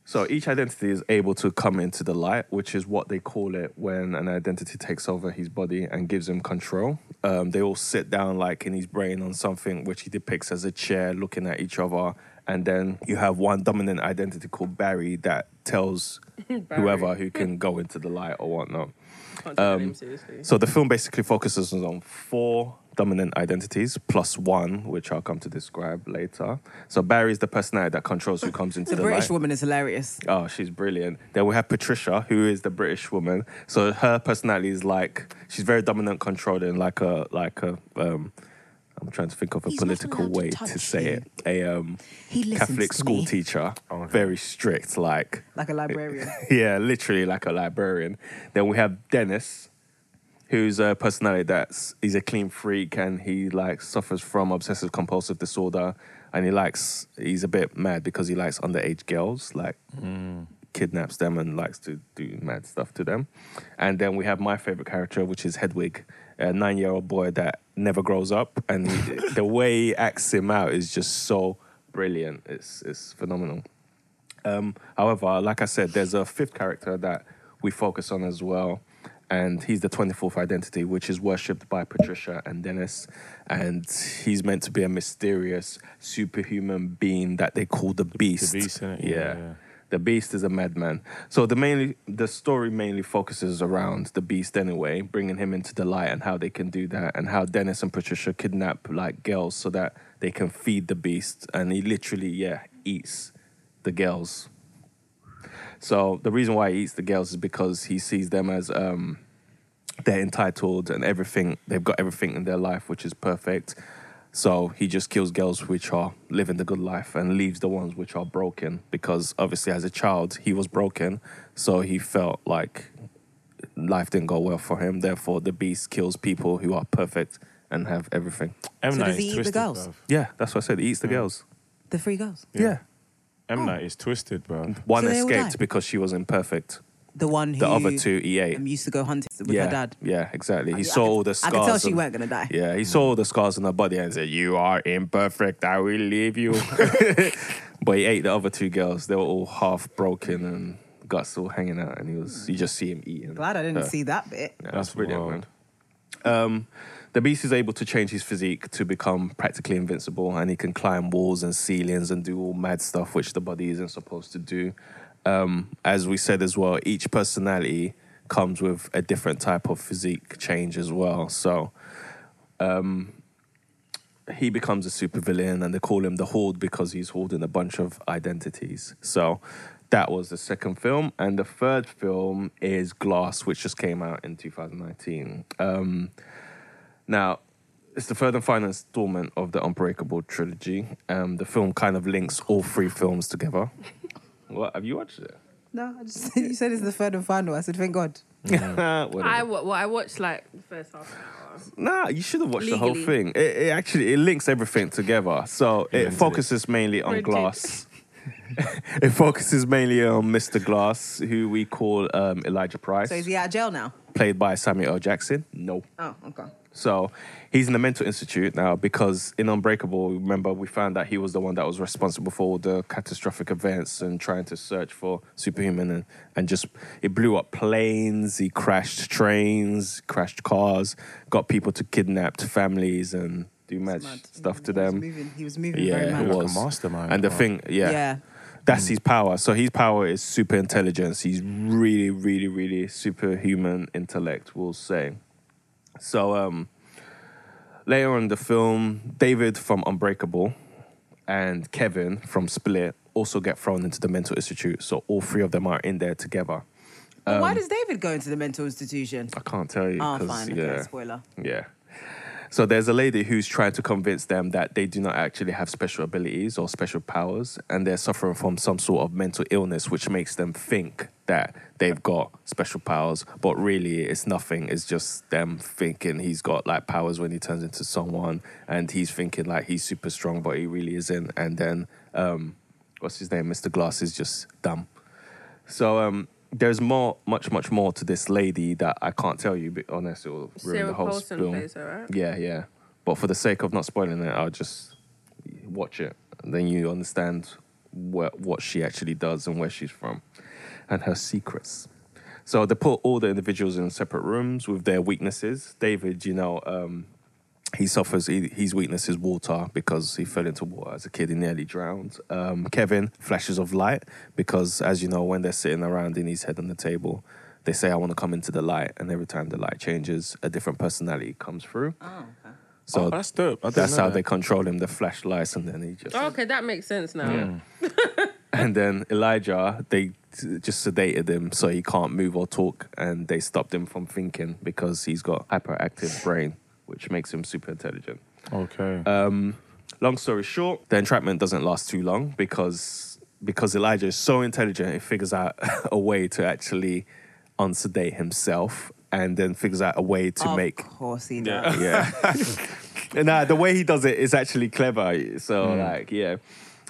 S8: So each identity is able to come into the light, which is what they call it when an identity takes over his body and gives him control. Um, they all sit down, like in his brain, on something which he depicts as a chair, looking at each other. And then you have one dominant identity called Barry that tells
S6: *laughs*
S8: whoever who can go into the light or whatnot.
S7: Can't
S8: Um,
S7: take him seriously.
S8: So the film basically focuses on four dominant identities plus one, which I'll come to describe later. So Barry is the personality that controls who comes
S6: *laughs*
S8: into
S6: The
S8: the,
S6: British
S8: light.
S6: woman is hilarious.
S8: Oh, she's brilliant. Then we have Patricia, who is the British woman. So her personality is like she's very dominant, controlling, like a like a. Um, I'm trying to think of a
S6: He's not
S8: political
S6: allowed to
S8: way to,
S6: touch
S8: say
S6: you.
S8: it. A um,
S6: He listens
S8: Catholic
S6: to
S8: school
S6: me.
S8: teacher, very strict, like *laughs*
S6: Like a librarian.
S8: yeah, literally like a librarian. Then we have Dennis, who's a personality that's he's a clean freak and he like suffers from obsessive compulsive disorder and he likes he's a bit mad because he likes underage girls, like kidnaps them and likes to do mad stuff to them. And then we have my favorite character, which is Hedwig, a nine-year-old boy that never grows up, and the way he *laughs* acts him out is just so brilliant. It's it's phenomenal. Um, however, like I said, there's a fifth character that we focus on as well, and he's the 24th identity, which is worshipped by Patricia and Dennis. And he's meant to be a mysterious superhuman being that they call the Beast.
S1: Beast, innit? Yeah,
S8: Yeah.
S1: yeah.
S8: The Beast is a madman. So the mainly the story mainly focuses around the Beast anyway, bringing him into the light and how they can do that, and how Dennis and Patricia kidnap like girls so that they can feed the Beast, and he literally yeah eats the girls. So the reason why he eats the girls is because he sees them as um, they're entitled and everything. They've got everything in their life which is perfect. So he just kills girls which are living the good life and leaves the ones which are broken because obviously as a child he was broken, so he felt like life didn't go well for him. Therefore, the beast kills people who are perfect and have everything.
S1: M
S6: So
S1: Night
S6: does he
S1: is
S6: eat the
S1: twisted.
S6: girls?
S1: bruv.
S8: Yeah, that's what I said. He eats
S6: Mm.
S8: the girls.
S6: The three girls.
S8: Yeah.
S6: Oh.
S1: M Night is twisted, bro.
S8: One
S6: So they all die?
S8: escaped because she was imperfect.
S6: The one who
S8: The other two, he ate.
S6: um, used to go hunting with
S8: yeah,
S6: her dad.
S8: Yeah, exactly. He
S6: I
S8: saw
S6: could-
S8: all the
S6: I
S8: scars.
S6: could tell she
S8: on-
S6: weren't gonna die.
S8: Yeah, he saw all the scars on her body and said, "You are imperfect. I will leave
S1: *laughs*
S8: you." but he ate the other two girls. They were all half broken and guts all hanging out, and he was. You just see him eating.
S6: Glad I didn't
S8: her.
S6: see that bit.
S8: Yeah,
S1: That's
S8: that's brilliant,
S1: wild.
S8: man. Um, the beast is able to change his physique to become practically invincible, and he can climb walls and ceilings and do all mad stuff which the body isn't supposed to do. Um, as we said as well, each personality comes with a different type of physique change as well. So he becomes a supervillain and they call him the Horde because he's holding a bunch of identities. So that was the second film. And the third film is Glass, which just came out in 2019. Um, now, it's the third and final installment of the Unbreakable trilogy. Um, the film kind of links all three films together. *laughs* what? Have you watched *laughs* it?
S6: No, I just *laughs* you said it's the third and final. I said, thank God.
S8: Whatever.
S7: I, wa- well, I watched like the first half an hour.
S8: Nah, you should have watched the whole
S7: Legally.
S8: thing. It, it actually it links everything together. So it
S1: did.
S8: focuses mainly on
S7: Rented.
S8: Glass. *laughs* it focuses mainly on Mr. Glass, who we call um, Elijah Price,
S6: So is he out of jail now?
S8: played by Samuel L. Jackson. No.
S6: Oh, okay.
S8: So he's in the mental institute now because in Unbreakable, remember we found that he was the one that was responsible for all the catastrophic events and trying to search for superhuman and, and just it blew up planes, he crashed trains, crashed cars, got people to kidnapped families and do mad,
S6: mad.
S8: stuff to
S6: He was
S8: them.
S6: moving. He was moving very much.
S8: Yeah, it
S1: Like a
S8: was
S1: mastermind,
S8: And the
S1: bro.
S8: thing,
S6: Yeah. Mm.
S8: that's his power. So his power is super intelligence. He's really, really, really superhuman intellect, we'll say. So um, later on in the film, David from Unbreakable and Kevin from Split also get thrown into the mental institute. So all three of them are in there together.
S6: But why does David go into the mental institution?
S8: I can't tell you.
S6: Oh,
S8: Um, 'cause,
S6: fine. Okay,
S8: yeah.
S6: spoiler.
S8: Yeah. So there's a lady who's trying to convince them that they do not actually have special abilities or special powers, and they're suffering from some sort of mental illness, which makes them think that they've got special powers, but really it's nothing. It's just them thinking he's got like powers when he turns into someone, and he's thinking like he's super strong, but he really isn't. And then, um, what's his name? Mr. Glass is just dumb. So um, there's more, much, much more to this lady that I can't tell you be- unless it will ruin the
S7: Sarah
S8: whole
S7: Paulson
S8: film.
S7: plays her, right?
S8: Yeah, yeah. But for the sake of not spoiling it, I'll just watch it, and then you understand what what she actually does and where she's from, and her secrets. So they put all the individuals in separate rooms with their weaknesses. David, you know, um, he suffers he, his weakness is water because he fell into water as a kid and nearly drowned um, kevin flashes of light because as you know when they're sitting around in his head on the table they say i want to come into the light and every time the light changes a different personality comes through so
S1: Oh, that's dope. I didn't
S8: that's
S1: know
S8: how
S1: that.
S8: they control him the flashlights and then he just
S7: Oh, okay, that makes sense now.
S8: and then Elijah, they t- just sedated him so he can't move or talk, and they stopped him from thinking because he's got hyperactive brain, which makes him super intelligent.
S1: Okay.
S8: Uh, Um, Long story short, the entrapment doesn't last too long because because Elijah is so intelligent, he figures out *laughs* a way to actually unsedate himself, and then figures out a way to
S6: of
S8: make
S6: course he
S8: *laughs*
S6: does.
S8: yeah. and uh, the way he does it is actually clever. So like, yeah.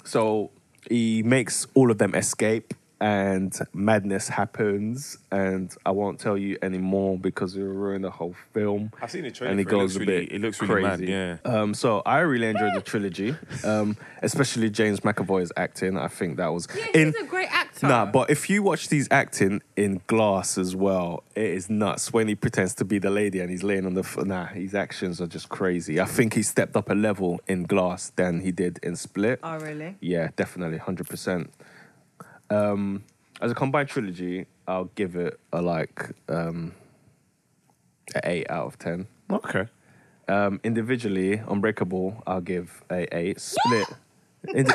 S8: So he makes all of them escape and madness happens, and I won't tell you anymore because it'll ruin the whole film.
S1: I've seen the trailer
S8: and it
S1: for it. It
S8: goes
S1: looks
S8: a
S1: really-
S8: bit.
S1: it looks
S8: crazy.
S1: really mad, yeah.
S8: Um, so I really enjoyed the trilogy, um, especially James McAvoy's acting. I think that was
S7: Yeah, he's a great actor.
S8: Nah, but if you watch these acting in Glass as well, it is nuts when he pretends to be the lady and he's laying on the. F- nah, his actions are just crazy. I think he stepped up a level in Glass than he did in Split.
S6: Oh, really?
S8: Yeah, definitely, hundred percent. Um, as a combined trilogy, I'll give it a like um, a eight out of ten.
S1: Okay.
S8: Um, individually, Unbreakable, I'll give a eight. Split. Indi-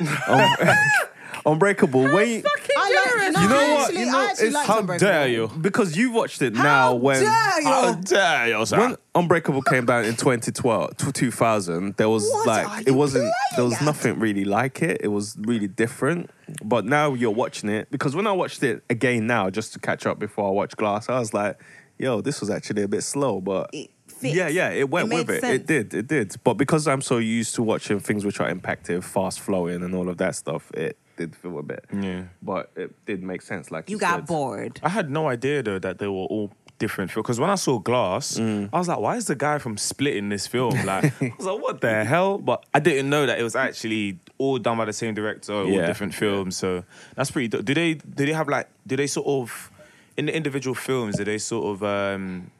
S8: *laughs* Un- *laughs* Unbreakable. When you,
S6: I like, no,
S8: You know
S6: I
S8: what?
S6: Actually,
S8: You know,
S6: I actually
S8: it's
S6: like
S8: how
S1: How
S6: Unbreakable.
S1: dare you?
S8: because you watched it now when
S6: dare you?
S1: How dare you, sir?
S8: when Unbreakable came down in 2012 tw- 2000 there was
S6: What are
S8: like
S6: you
S8: it wasn't there
S6: playing
S8: was
S6: at?
S8: nothing really like it it was really different but now you're watching it because when I watched it again now just to catch up before I watched Glass I was like yo this was actually a bit slow but
S6: It fits.
S8: yeah yeah it went
S6: It
S8: with
S6: made
S8: it
S6: sense.
S8: it did it did but because I'm so used to watching things which are impactive fast flowing and all of that stuff it did feel a bit
S1: Yeah.
S8: but it did make sense like you,
S6: You got
S8: said.
S6: bored.
S1: I had no idea though that they were all different because when I saw Glass,
S8: Mm.
S1: I was like, "Why is the guy from Split in this
S8: *laughs*
S1: film?" Like, I was like, "What the hell?" But I didn't know that it was actually all done by the same director, all
S8: Yeah.
S1: different films. So that's pretty. Do they? Do they have like? Do they sort of in the individual films? Do they sort of um,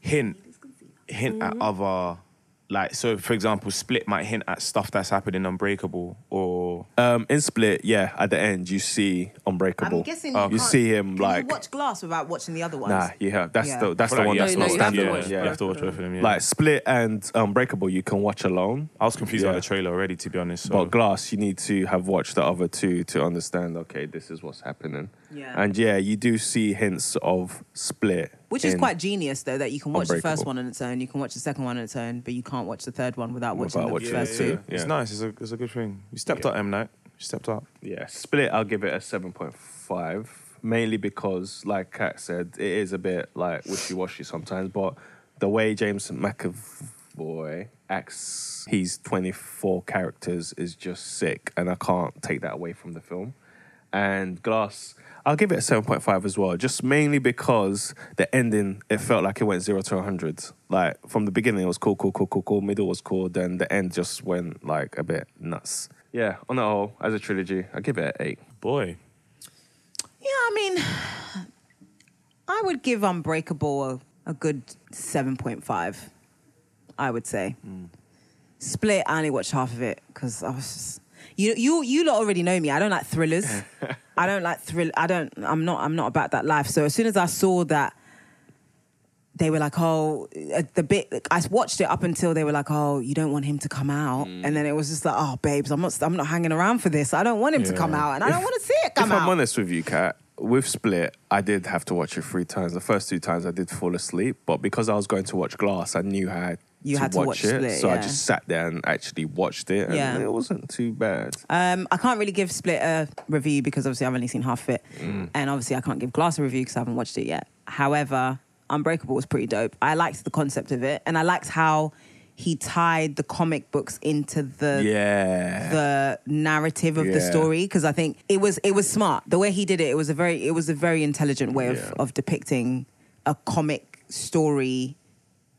S1: hint hint at
S8: Mm.
S1: other? Like so, for example, Split might hint at stuff that's happened in Unbreakable, or
S8: Um, in Split, yeah, at the end you see Unbreakable.
S6: I'm guessing
S1: Oh.
S8: you,
S6: you, can't-
S8: see him
S6: can
S8: like
S6: You watch Glass without watching the other ones.
S8: nah, you have that's
S6: Yeah.
S8: the that's
S1: I
S8: the
S1: feel
S8: one
S1: like,
S8: that's
S1: yeah,
S8: not
S7: no, you have to
S8: standard.
S7: watch
S8: yeah,
S1: You have to watch both of them. Yeah.
S8: like Split and Unbreakable you can watch alone,
S1: I was confused by
S8: Yeah.
S1: the trailer already, to be honest. So.
S8: but Glass you need to have watched the other two to understand. Okay, this is what's happening.
S6: Yeah.
S8: and yeah, you do see hints of Split,
S6: Which is
S8: in-
S6: quite genius, though, that you can watch the first
S8: Unbreakable.
S6: one on its own, you can watch the second one on its own, but you can't watch the third one without watching
S8: Without
S6: the
S8: watching
S6: first
S8: it,
S6: two.
S8: yeah.
S1: It's nice. It's a, it's a good thing. You stepped up, M Night. You stepped up.
S8: Yeah, Split, I'll give it a 7.5, mainly because, like Kat said, it is a bit like wishy washy sometimes, but the way James McAvoy acts, he's 24 characters, is just sick, and I can't take that away from the film. And Glass, I'll give it a 7.5 as well, just mainly because the ending, it felt like it went 0 to 100. Like, from the beginning, it was cool, cool, cool, cool, cool, middle was cool, then the end just went, like, a bit nuts. Yeah, on the whole, as a trilogy, I give it an eight.
S1: Boy.
S6: Yeah, I mean, I would give Unbreakable a, a good 7.5, I would say.
S8: Mm.
S6: Split, I only watched half of it because I was just. You, you, you lot already know me. I don't like thrillers.
S8: *laughs*
S6: I don't like thrill. I don't. I'm not. I'm not about that life. So as soon as I saw that, they were like, "Oh, uh, the bit." I watched it up until they were like, "Oh, you don't want him to come out,"
S8: Mm.
S6: and then it was just like, "Oh, babes, I'm not. I'm not hanging around for this. I don't want him to
S1: Yeah.
S6: come out, and I don't want to see it come
S8: if
S6: out."
S8: I'm honest with you, Kat, with Split, I did have to watch it three times. The first two times I did fall asleep, but because I was going to watch Glass, I knew I had
S6: You
S8: to
S6: had to
S8: watch,
S6: watch
S8: it.
S6: Split,
S8: so I
S6: yeah.
S8: just sat there and actually watched it, and
S6: Yeah.
S8: it wasn't too bad.
S6: Um, I can't really give Split a review because obviously I've only seen half of it,
S8: Mm.
S6: and obviously I can't give Glass a review because I haven't watched it yet. However, Unbreakable was pretty dope. I liked the concept of it, and I liked how he tied the comic books into the
S8: yeah.
S6: the narrative of the
S8: Yeah.
S6: story because I think it was it was smart the way he did it. It was a very it was a very intelligent way
S8: Yeah.
S6: of, of depicting a comic story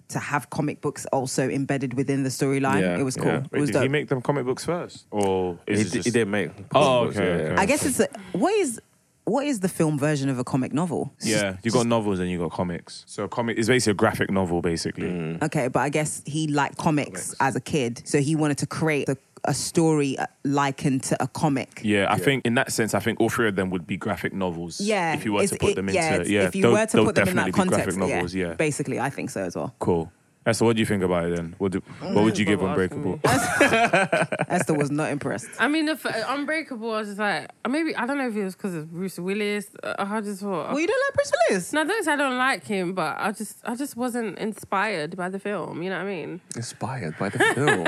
S6: to have comic books also embedded within the storyline.
S8: Yeah,
S6: It was cool.
S8: yeah.
S6: It was
S1: did
S6: dope.
S1: he make them comic books first? Or is
S8: He
S1: it
S8: di-
S1: just...
S8: he didn't make.
S1: Oh, okay, okay.
S6: I guess it's a, what is what is the film version of a comic novel?
S1: Yeah, you got novels and you got comics. So a comic is basically a graphic novel, basically.
S6: Okay, but I guess he liked comics, as a kid, so he wanted to create a, a story uh, likened to a comic.
S1: Yeah, I think in that sense, I think all three of them would be graphic novels.
S6: Yeah,
S1: if you were
S6: it's-
S1: to put
S6: it-
S1: them into,
S6: yeah,
S1: yeah,
S6: it's- if you
S1: they'll-
S6: were to
S1: they'll
S6: put them in that
S1: definitely be
S6: context,
S1: graphic
S6: yeah,
S1: novels. Yeah,
S6: basically, I think so as well.
S1: cool. And so, what do you think about it then? What, do, what
S6: Mm.
S1: would you give
S8: Don't ask
S1: Unbreakable?
S6: Esther was not
S1: *laughs*
S6: impressed.
S7: I mean, if, uh, Unbreakable, I was just like, uh, maybe, I don't know if it was because it's Bruce Willis. Uh, I just thought.
S6: Well, you don't like Bruce Willis.
S7: no, those I don't like him, but I just I just wasn't inspired by the film. You know what I mean?
S8: Inspired by the film.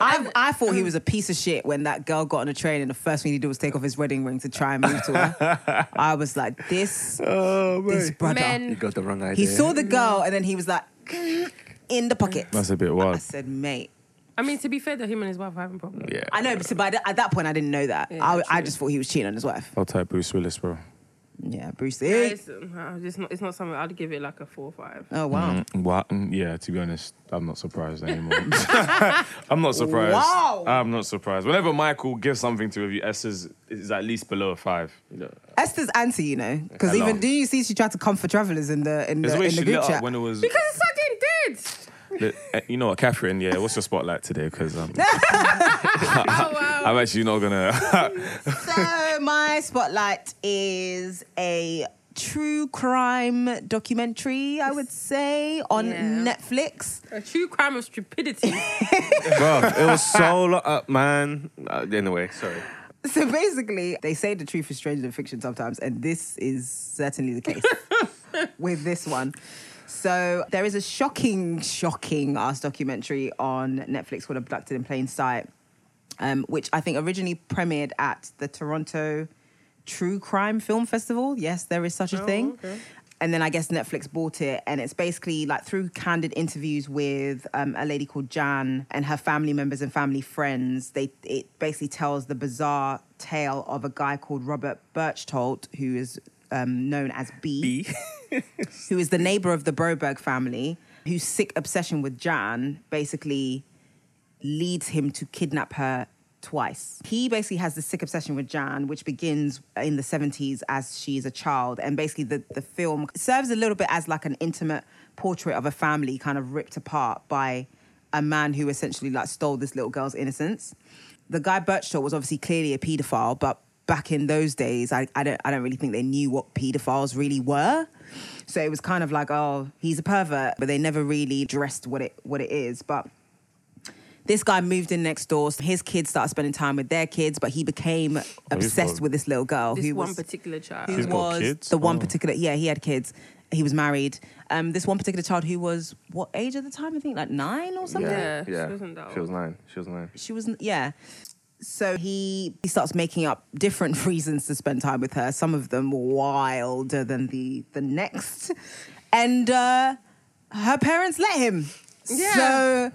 S6: I, I thought he was a piece of shit when that girl got on a train and the first thing he did was take off his wedding ring to try and move to
S1: *laughs*
S6: her. I was like, this,
S8: oh,
S6: this brother.
S7: Men,
S8: got the wrong idea.
S6: He saw the girl and then he was like, "Mm, in the pocket. *laughs*
S1: That's a bit wild.
S6: I said, mate.
S7: I mean, to be fair, the him and his wife are having problems.
S8: Yeah.
S6: I know, but by the, at that point, I didn't know that.
S7: Yeah,
S6: I, I
S7: true.
S6: just thought he was cheating on his wife.
S1: I'll type Bruce Willis, bro.
S6: Yeah, Bruce
S7: Yeah,
S6: Lee.
S7: it's, uh, it's not. It's not something I'd give it like a four or five.
S6: Oh wow!
S1: What? Mm, Yeah, to be honest, I'm not surprised
S6: *laughs*
S1: anymore. I'm not surprised.
S6: Wow.
S1: I'm not surprised. Whenever Michael gives something to review, S is, is at least below a five.
S6: Esther's anti, you know, because
S1: I
S6: even
S1: know.
S6: do you see she tried to comfort travelers in the in
S1: There's
S6: the,
S1: a way
S6: in the
S1: she
S6: group
S1: lit
S6: chat?
S1: up when it was.
S7: Because it's fucking
S1: Li- eh, you know what, Catherine? Yeah, what's your spotlight today? Because
S6: *laughs*
S1: um,
S7: dead. Oh wow.
S1: *laughs* I'm actually not gonna. *laughs*
S6: so my spotlight is a true crime documentary, I would say, on
S7: Yeah.
S6: Netflix.
S7: A true crime
S6: *laughs*
S7: of stupidity.
S8: Bro, it was so long, uh, man. Uh, anyway, sorry.
S6: *laughs* So basically, they say the truth is stranger than fiction sometimes, and this is certainly the case with this one. So there is a shocking, shocking ass documentary on Netflix called Abducted in Plain Sight, um, which I think originally premiered at the Toronto True Crime Film Festival. Yes, there is such a thing. And then I guess Netflix bought it, and it's basically like through candid interviews with um, a lady called Jan and her family members and family friends. They it basically tells the bizarre tale of a guy called Robert Birchtolt, who is um, known as B *laughs* who is the neighbor of the Broberg family, whose sick obsession with Jan basically leads him to kidnap her twice. He basically has this sick obsession with Jan, which begins in the 70s as she's a child. And basically, the, the film serves a little bit as like an intimate portrait of a family kind of ripped apart by a man who essentially like stole this little girl's innocence. The guy Birchall was obviously clearly a paedophile, but back in those days, I, I don't I don't really think they knew what paedophiles really were. So it was kind of like, oh, he's a pervert, but they never really addressed what it what it is. But this guy moved in next door. So his kids started spending time with their kids, but he became obsessed
S1: Oh, got-
S6: with this little girl
S7: this
S6: who
S7: one
S6: was,
S7: particular child.
S6: who
S1: He's got
S6: was
S1: kids?
S6: the one
S1: Oh.
S6: particular. Yeah, he had kids. He was married. Um, this one particular child who was what age at the time? I think like nine or something
S7: Yeah, she wasn't that
S8: She was
S7: old.
S8: nine. She was nine.
S6: she was yeah so he he starts making up different *laughs* reasons to spend time with her some of them wilder than the the next and uh her parents let him
S7: Yeah.
S6: so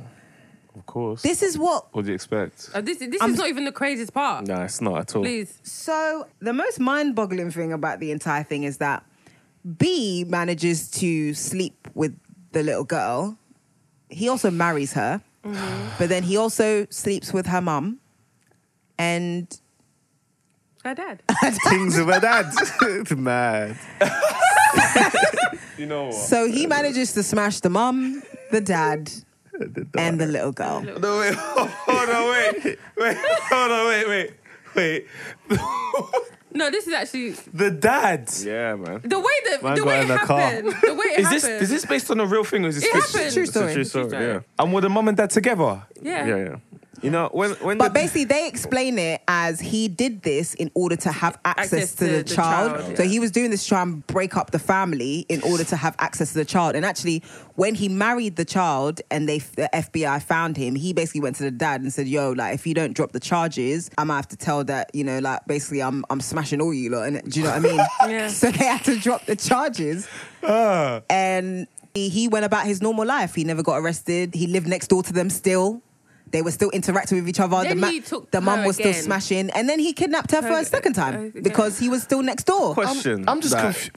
S1: of course.
S6: this is what
S1: what do you expect?
S7: Uh, this this is not even the craziest part.
S8: No, it's not at all. *laughs*
S7: Please.
S6: so the most mind-boggling thing about the entire thing is that b manages to sleep with the little girl he also marries her but then he also sleeps with her mum and
S7: Her dad.
S8: Things of a dad. Mad.
S1: You know what?
S6: So he manages to smash the mum, the dad, and the little girl.
S1: No wait, hold on, wait, wait, hold on, wait, wait, wait.
S7: No, this is actually
S1: The dad.
S8: Yeah, man.
S7: the way that
S8: Man
S7: the
S8: got
S7: way
S8: in
S7: it
S8: the car.
S7: happened. The way it
S1: Is
S7: happened.
S1: this is this based on a real thing or is this
S7: It
S1: fiction?
S7: happened.
S6: True
S8: It's a
S6: story.
S8: true story. Yeah.
S1: And were the mum and dad together?
S7: Yeah.
S8: yeah, yeah. You know when when
S6: But
S8: the,
S6: basically, they explain it as he did this in order to have access, to, the, child.
S7: child,
S6: So
S7: yeah.
S6: he was doing this to try and break up the family in order to have access to the child. And actually, when he married the child and they the FBI found him, he basically went to the dad and said, "Yo, like if you don't drop the charges, I'm gonna have to tell that you know, like basically, I'm I'm smashing all you lot." And do you know what I mean?
S7: Yeah.
S6: So they had to drop the charges. and he- he went about his normal life. He never got arrested. He lived next door to them still. They were still interacting with each other. the
S7: Then
S6: ma-
S7: he took
S6: the mum
S7: her
S6: was still
S7: again.
S6: smashing, and then he kidnapped her for
S7: Her-
S6: a second
S7: uh,
S6: time
S7: again.
S6: because he was still next door.
S8: question.
S1: I'm just
S8: that-
S1: confused.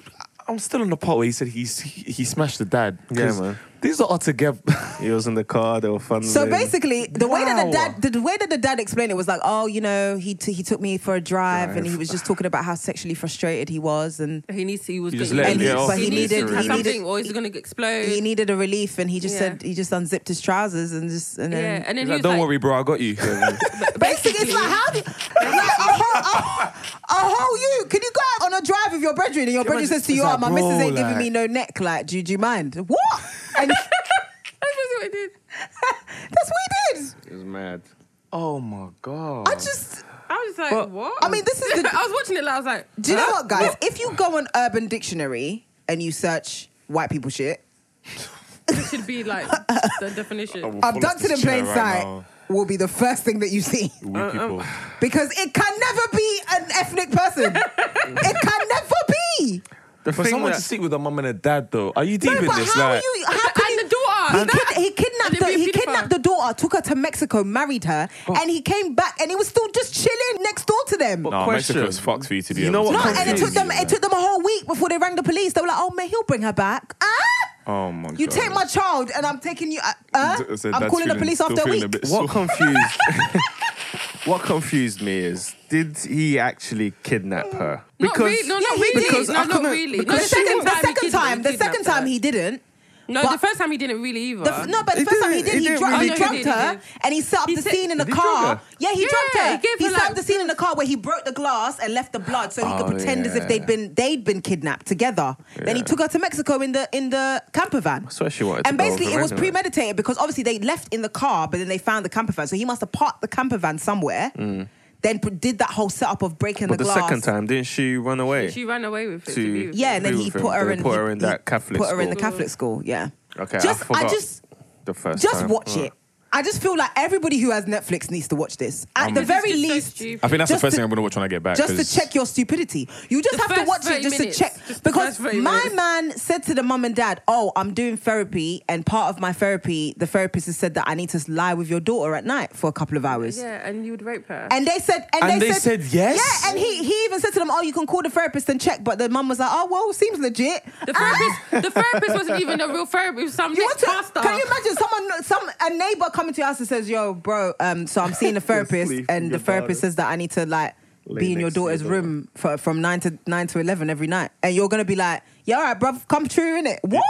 S1: I'm still on the part where he said he's, he he smashed the dad.
S8: Yeah,
S1: 'Cause
S8: man.
S1: These are all together. *laughs*
S8: He was in the car. They were fun.
S6: So basically, the way that the
S1: Wow.
S6: dad, the way that the dad explained it was like, oh, you know, he t- he took me for a drive, and he was just talking about how sexually frustrated he was, and
S7: He needs to. He was.
S1: You just
S7: gonna-
S1: let him
S7: he,
S1: get off.
S7: But he needed.
S6: he needed-
S7: something, or he's gonna explode.
S6: he needed a relief, and he just said
S7: Uh, Yeah.
S6: he just unzipped his trousers and just and
S7: yeah,
S6: then.
S7: and then
S1: He's like,
S7: he was
S1: don't
S7: like,
S1: worry, bro, I got you.
S6: Basically, it's like how do like a whole, a, a whole you? Can you go out on a drive with your brethren and your brethren says to you,
S1: it's
S6: "Oh,
S1: like,
S6: my
S1: bro,
S6: missus ain't
S1: like-
S6: giving me no neck. Like, do, do you mind? What? And *laughs*
S7: That's what he did.
S6: that's what he did.
S8: it was mad.
S1: oh my god.
S6: I just,
S7: I was just like, what?
S6: I mean, this
S7: *laughs*
S6: is the-
S7: I was watching it. Like, I was like,
S6: do you know what, guys? If you go on Urban Dictionary and you search white people shit,
S7: this should be like the
S1: *laughs*
S7: definition.
S6: abducted in plain sight will be the first thing that you see *laughs*
S1: We
S6: uh,
S1: people.
S6: because it can never be an ethnic
S1: *laughs*
S6: person. it can never be.
S8: The
S1: For
S8: thing
S1: someone
S8: that-
S1: to sleep with a mum and a dad, though, are you deep
S6: No,
S1: in
S6: but
S1: this?
S6: how
S1: like,
S6: are you? How can
S7: and
S6: you?
S7: the daughter.
S6: He, kid, he kidnapped kidnapped,
S7: They'd
S6: the,
S7: be a
S6: he
S7: paedophile.
S6: kidnapped the daughter, took her to Mexico, married her, and he came back and he was still just chilling next door to them.
S8: But
S1: No,
S8: question.
S1: Mexico's fucked for you to be
S8: You know
S1: able
S8: what
S1: to-
S6: No, and it took
S8: confused
S6: them.
S8: me,
S6: It took them a whole week before they rang the police. They were like, "Oh man, he'll bring her back." Ah,
S1: Oh my god.
S6: you take
S1: *laughs*
S6: my child, and I'm taking you. Uh, uh,
S1: I said,
S6: I'm
S1: "Dad's
S6: calling the
S1: feeling-
S6: police
S1: still
S6: after a
S1: feeling
S6: week.
S1: bit
S8: What
S1: *laughs* sore."
S8: confused What confused *laughs* me is did he actually kidnap her?
S7: Not really. No,
S6: Yeah,
S7: not
S6: he
S7: really.
S6: did.
S7: No,
S8: I
S7: not
S8: couldn't-
S6: the
S7: really. No, the
S8: because she
S6: second,
S7: second
S6: the
S7: time, he
S6: second
S7: kidnapped-
S6: time, the second
S7: kidnapped her.
S6: time he didn't.
S7: No,
S6: But-
S7: the first time he didn't really either.
S6: The f- no, but the
S8: He
S6: first time he
S8: didn't-
S6: did, he,
S8: he didn't
S6: drugged,
S7: really
S6: he
S7: do
S6: drugged
S7: it.
S6: her,
S7: He
S6: and he set up
S7: He
S6: the
S7: said-
S6: scene in the
S8: Did he drug
S6: car.
S8: her?
S6: Yeah, he
S7: Yeah,
S6: drugged her.
S7: he gave
S6: He,
S7: her,
S6: set up
S7: like,
S6: the scene in the car where he broke the glass and left the blood, so he could
S8: Oh,
S6: pretend as if
S8: yeah.
S6: they'd been they'd been kidnapped together. Then he
S8: Yeah.
S6: took her to Mexico in the in the camper van.
S8: That's why she wanted to
S6: And
S8: go
S6: basically,
S8: over
S6: it was
S8: anyway.
S6: premeditated because obviously they left in the car, but then they found the camper van, so he must have parked the camper van somewhere. Then pr- did that whole setup of breaking
S8: Mm. But
S6: the
S8: the
S6: glass.
S8: second time, didn't she run away?
S7: She ran away with it.
S8: To-
S7: To be with
S6: Yeah, and then he
S8: agree with him.
S6: put her
S8: They
S6: in.
S8: put her
S6: he-
S8: in that
S6: he
S8: Catholic
S6: Put her in the
S8: school.
S6: Catholic school. Yeah.
S8: Okay, I
S6: Just
S8: forgot
S6: just
S8: the first
S6: just
S8: time.
S6: watch
S8: Oh.
S6: it. I just feel like everybody who has Netflix needs to watch this. At the
S7: It's
S6: very
S7: just so
S6: least,
S7: stupid.
S1: I think that's the
S6: Just
S1: first
S6: to-
S1: thing I'm gonna watch when I get back.
S6: just to
S1: 'cause-
S6: check your stupidity. You just
S7: The
S6: have to
S7: first
S6: watch it
S7: 30
S6: just
S7: minutes.
S6: to check.
S7: Just the
S6: because
S7: first 30
S6: my
S7: minutes.
S6: man said to the mum and dad, Oh, I'm doing therapy, and part of my therapy, the therapist has said that I need to lie with your daughter at night for a couple of hours.
S7: Yeah, and you would rape her.
S6: And they said, and,
S2: And they said yes?
S6: Yeah, and he, he even said to them, "Oh, you can call the therapist and check." But the mum was like, "Oh, well, seems legit."
S7: the therapist, the therapist wasn't even a real therapist. It was some
S6: You
S7: next
S6: want to-
S7: pastor.
S6: Can you imagine someone, some a neighbor coming to your house and says, "Yo, bro, um, so I'm seeing a therapist,
S8: sleep
S6: and
S8: with
S6: the
S8: your
S6: therapist
S8: daughter.
S6: says that I need to like
S8: Lay
S6: be in
S8: next
S6: your
S8: to your
S6: daughter's
S8: daughter."
S6: room for, from nine to nine to eleven every night," and you're gonna be like, "Yeah, all right, bro, come true, innit? What?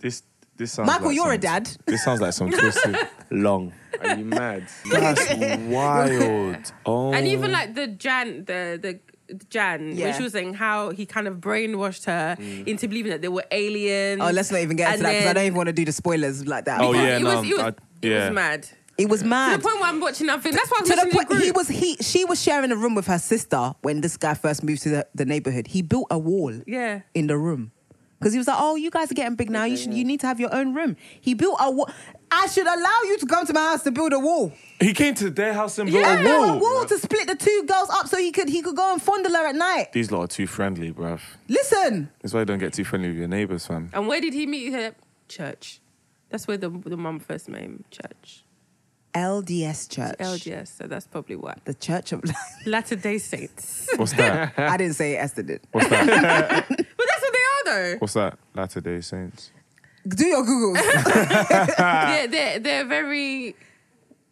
S1: This this sounds
S6: Michael,
S1: like
S6: you're a
S1: some-
S6: dad.
S1: This sounds like
S6: *laughs*
S1: some twisted long.
S8: Are you *laughs* mad?
S7: *laughs*
S1: That's
S6: *laughs*
S1: wild. Oh
S7: And even like the Jan, the the Jan,
S6: Yeah. Mm.
S7: when she was saying how he kind of brainwashed her into believing that they were aliens.
S6: Oh, let's not even get into
S7: And
S6: that because I
S7: then-
S6: don't even want to do the spoilers like that.
S1: Oh,
S7: Because
S1: yeah,
S7: it
S1: no,
S7: was, it was,
S1: I-
S7: it
S1: yeah.
S7: was mad. To
S6: It was mad.
S7: the point where I'm watching that thing. That's why I was
S6: to the
S7: listening
S6: point
S7: to the
S6: he
S7: group.
S6: was he she was sharing a room with her sister when this guy first moved to the, the neighborhood. He built a wall
S7: Yeah.
S6: in the room because he was like, "Oh, you guys are getting big now. You should you need to have your own room." He built a wall. I should allow you to come to my house to build a wall.
S1: he came to their house and built
S7: Yeah.
S1: a
S6: Build a
S1: wall.
S6: wall to split the two girls up so he could he could go and fondle her at night.
S1: These lot are too friendly, bruv.
S6: Listen,
S1: That's why you don't get too friendly with your neighbours, fam.
S7: And where did he meet her? Church. That's where the the mum first met him. Church.
S6: LDS Church,
S7: LDS. So that's probably what.
S6: the Church of.
S7: Latter Day Saints.
S1: What's that?
S6: *laughs* I didn't say it, Esther did.
S1: What's that?
S7: But that's what they are, though.
S1: What's that? Latter Day Saints.
S6: Do your Googles.
S7: they're, they're, they're very.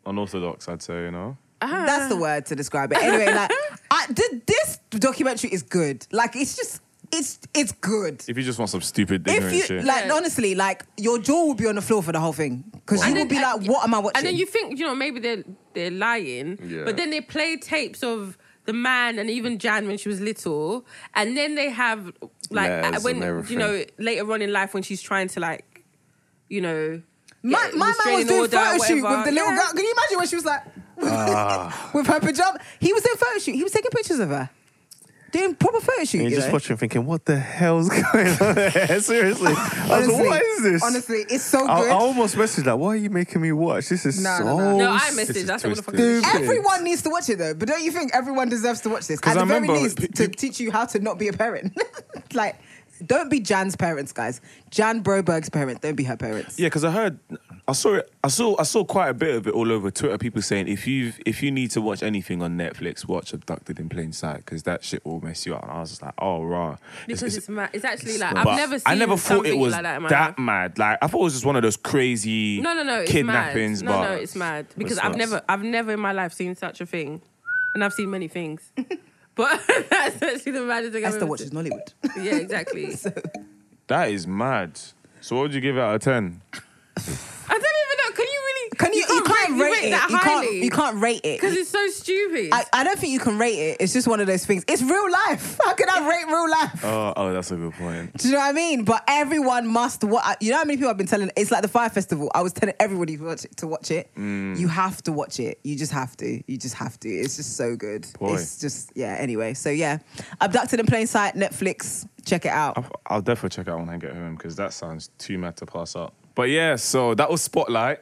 S1: Unorthodox, I'd say. You know.
S6: That's the word to describe it. Anyway,
S7: *laughs*
S6: like I, th- this documentary is good. Like it's just it's it's good.
S1: If you just want some stupid
S6: If
S1: ignorant
S6: you
S1: shit.
S6: like,
S7: Yeah.
S6: honestly, like your jaw will be on the floor for the whole thing because you
S7: And
S6: will
S7: then-
S6: be like,
S7: and-
S6: "What am I watching?"
S7: And then you think, you know, maybe they're, they're lying.
S8: Yeah.
S7: But then they play tapes of the man and even Jan when she was little. And then they have, like,
S8: Letters
S7: uh, when,
S8: and everything.
S7: you know, later on in life when she's trying to, like, you know.
S6: my
S7: get
S6: my man was
S7: restraining
S6: doing
S7: order,
S6: photo shoot
S7: whatever.
S6: with the little
S7: Yeah.
S6: girl. Can you imagine when she was like *laughs*
S8: Ah.
S6: with her pajama? He was doing photo shoot. He was taking pictures of her, doing proper photo shoot.
S8: And
S6: you
S8: you're just
S6: know?
S8: watching thinking, what the hell's *laughs* going on there? Seriously. I was like, what is this?
S6: Honestly, it's so
S8: I, I
S6: good.
S8: almost messaged like, why are you making me watch? This is
S6: No,
S8: so
S6: no, no.
S7: No, I
S1: This
S7: messaged.
S1: is
S7: That's what the fuck
S8: twisted.
S7: I-
S6: Everyone needs to watch it though, but don't you think everyone deserves to watch this? At
S1: 'Cause
S6: the
S1: I
S6: very
S1: remember-
S6: least, to teach you how to not be a parent. *laughs* like, don't be Jan's parents, guys. Jan Broberg's parents. Don't be her parents.
S1: Yeah, because I heard, I saw it, I saw, I saw quite a bit of it all over Twitter. People saying if you if you need to watch anything on Netflix, watch Abducted in Plain Sight because that shit will mess you up. And I was just like, oh rah,
S7: Because it's, mad. It's actually like,
S1: but
S7: I've never seen
S1: I never thought it
S7: something
S1: was
S7: like that in my life.
S1: that mad. Like I thought it was just one of those crazy
S7: No, no, no. It's
S1: kidnappings.
S7: Mad. No,
S1: but
S7: no, it's mad because
S1: it's
S7: I've
S1: not.
S7: never, I've never in my life seen such a thing, and I've seen many things, *laughs* but that's actually the maddest thing. I've
S6: Esther
S7: ever
S6: watches Nollywood.
S7: seen.
S6: *laughs*
S7: Yeah, exactly.
S1: That is mad. So what would you give it out of ten?
S7: I don't even know. Can you really?
S6: Can you? You, can't rate,
S7: rate
S6: it.
S7: that
S6: you
S7: highly.
S6: can't. You can't rate it.
S7: because it's so stupid.
S6: I, I don't think you can rate it. It's just one of those things. It's real life. How can I rate real life?
S1: Oh, oh, that's a good point.
S6: Do you know what I mean? But everyone must. What you know? How many people I've been telling? It's like the fire festival. I was telling everybody to watch it. To watch it.
S1: Mm.
S6: You have to watch it. You just have to. You just have to. It's just so good.
S1: Boy.
S6: It's just yeah. Anyway, so yeah, abducted in plain sight. Netflix. Check it out.
S1: I'll, I'll definitely check it out when I get home because that sounds too mad to pass up. But yeah, so that was Spotlight.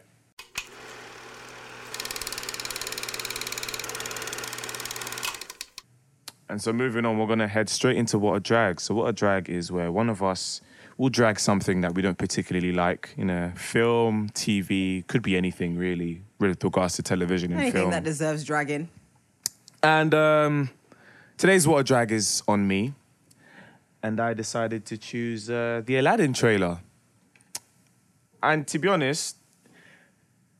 S1: And so moving on, we're gonna head straight into what a drag. So what a drag is where one of us we'll drag something that we don't particularly like in a film, TV, could be anything really, with regards to television and
S6: Anything
S1: film.
S6: that deserves dragging.
S1: And um, today's What a Drag is on me. And I decided to choose uh, the Aladdin trailer. And to be honest,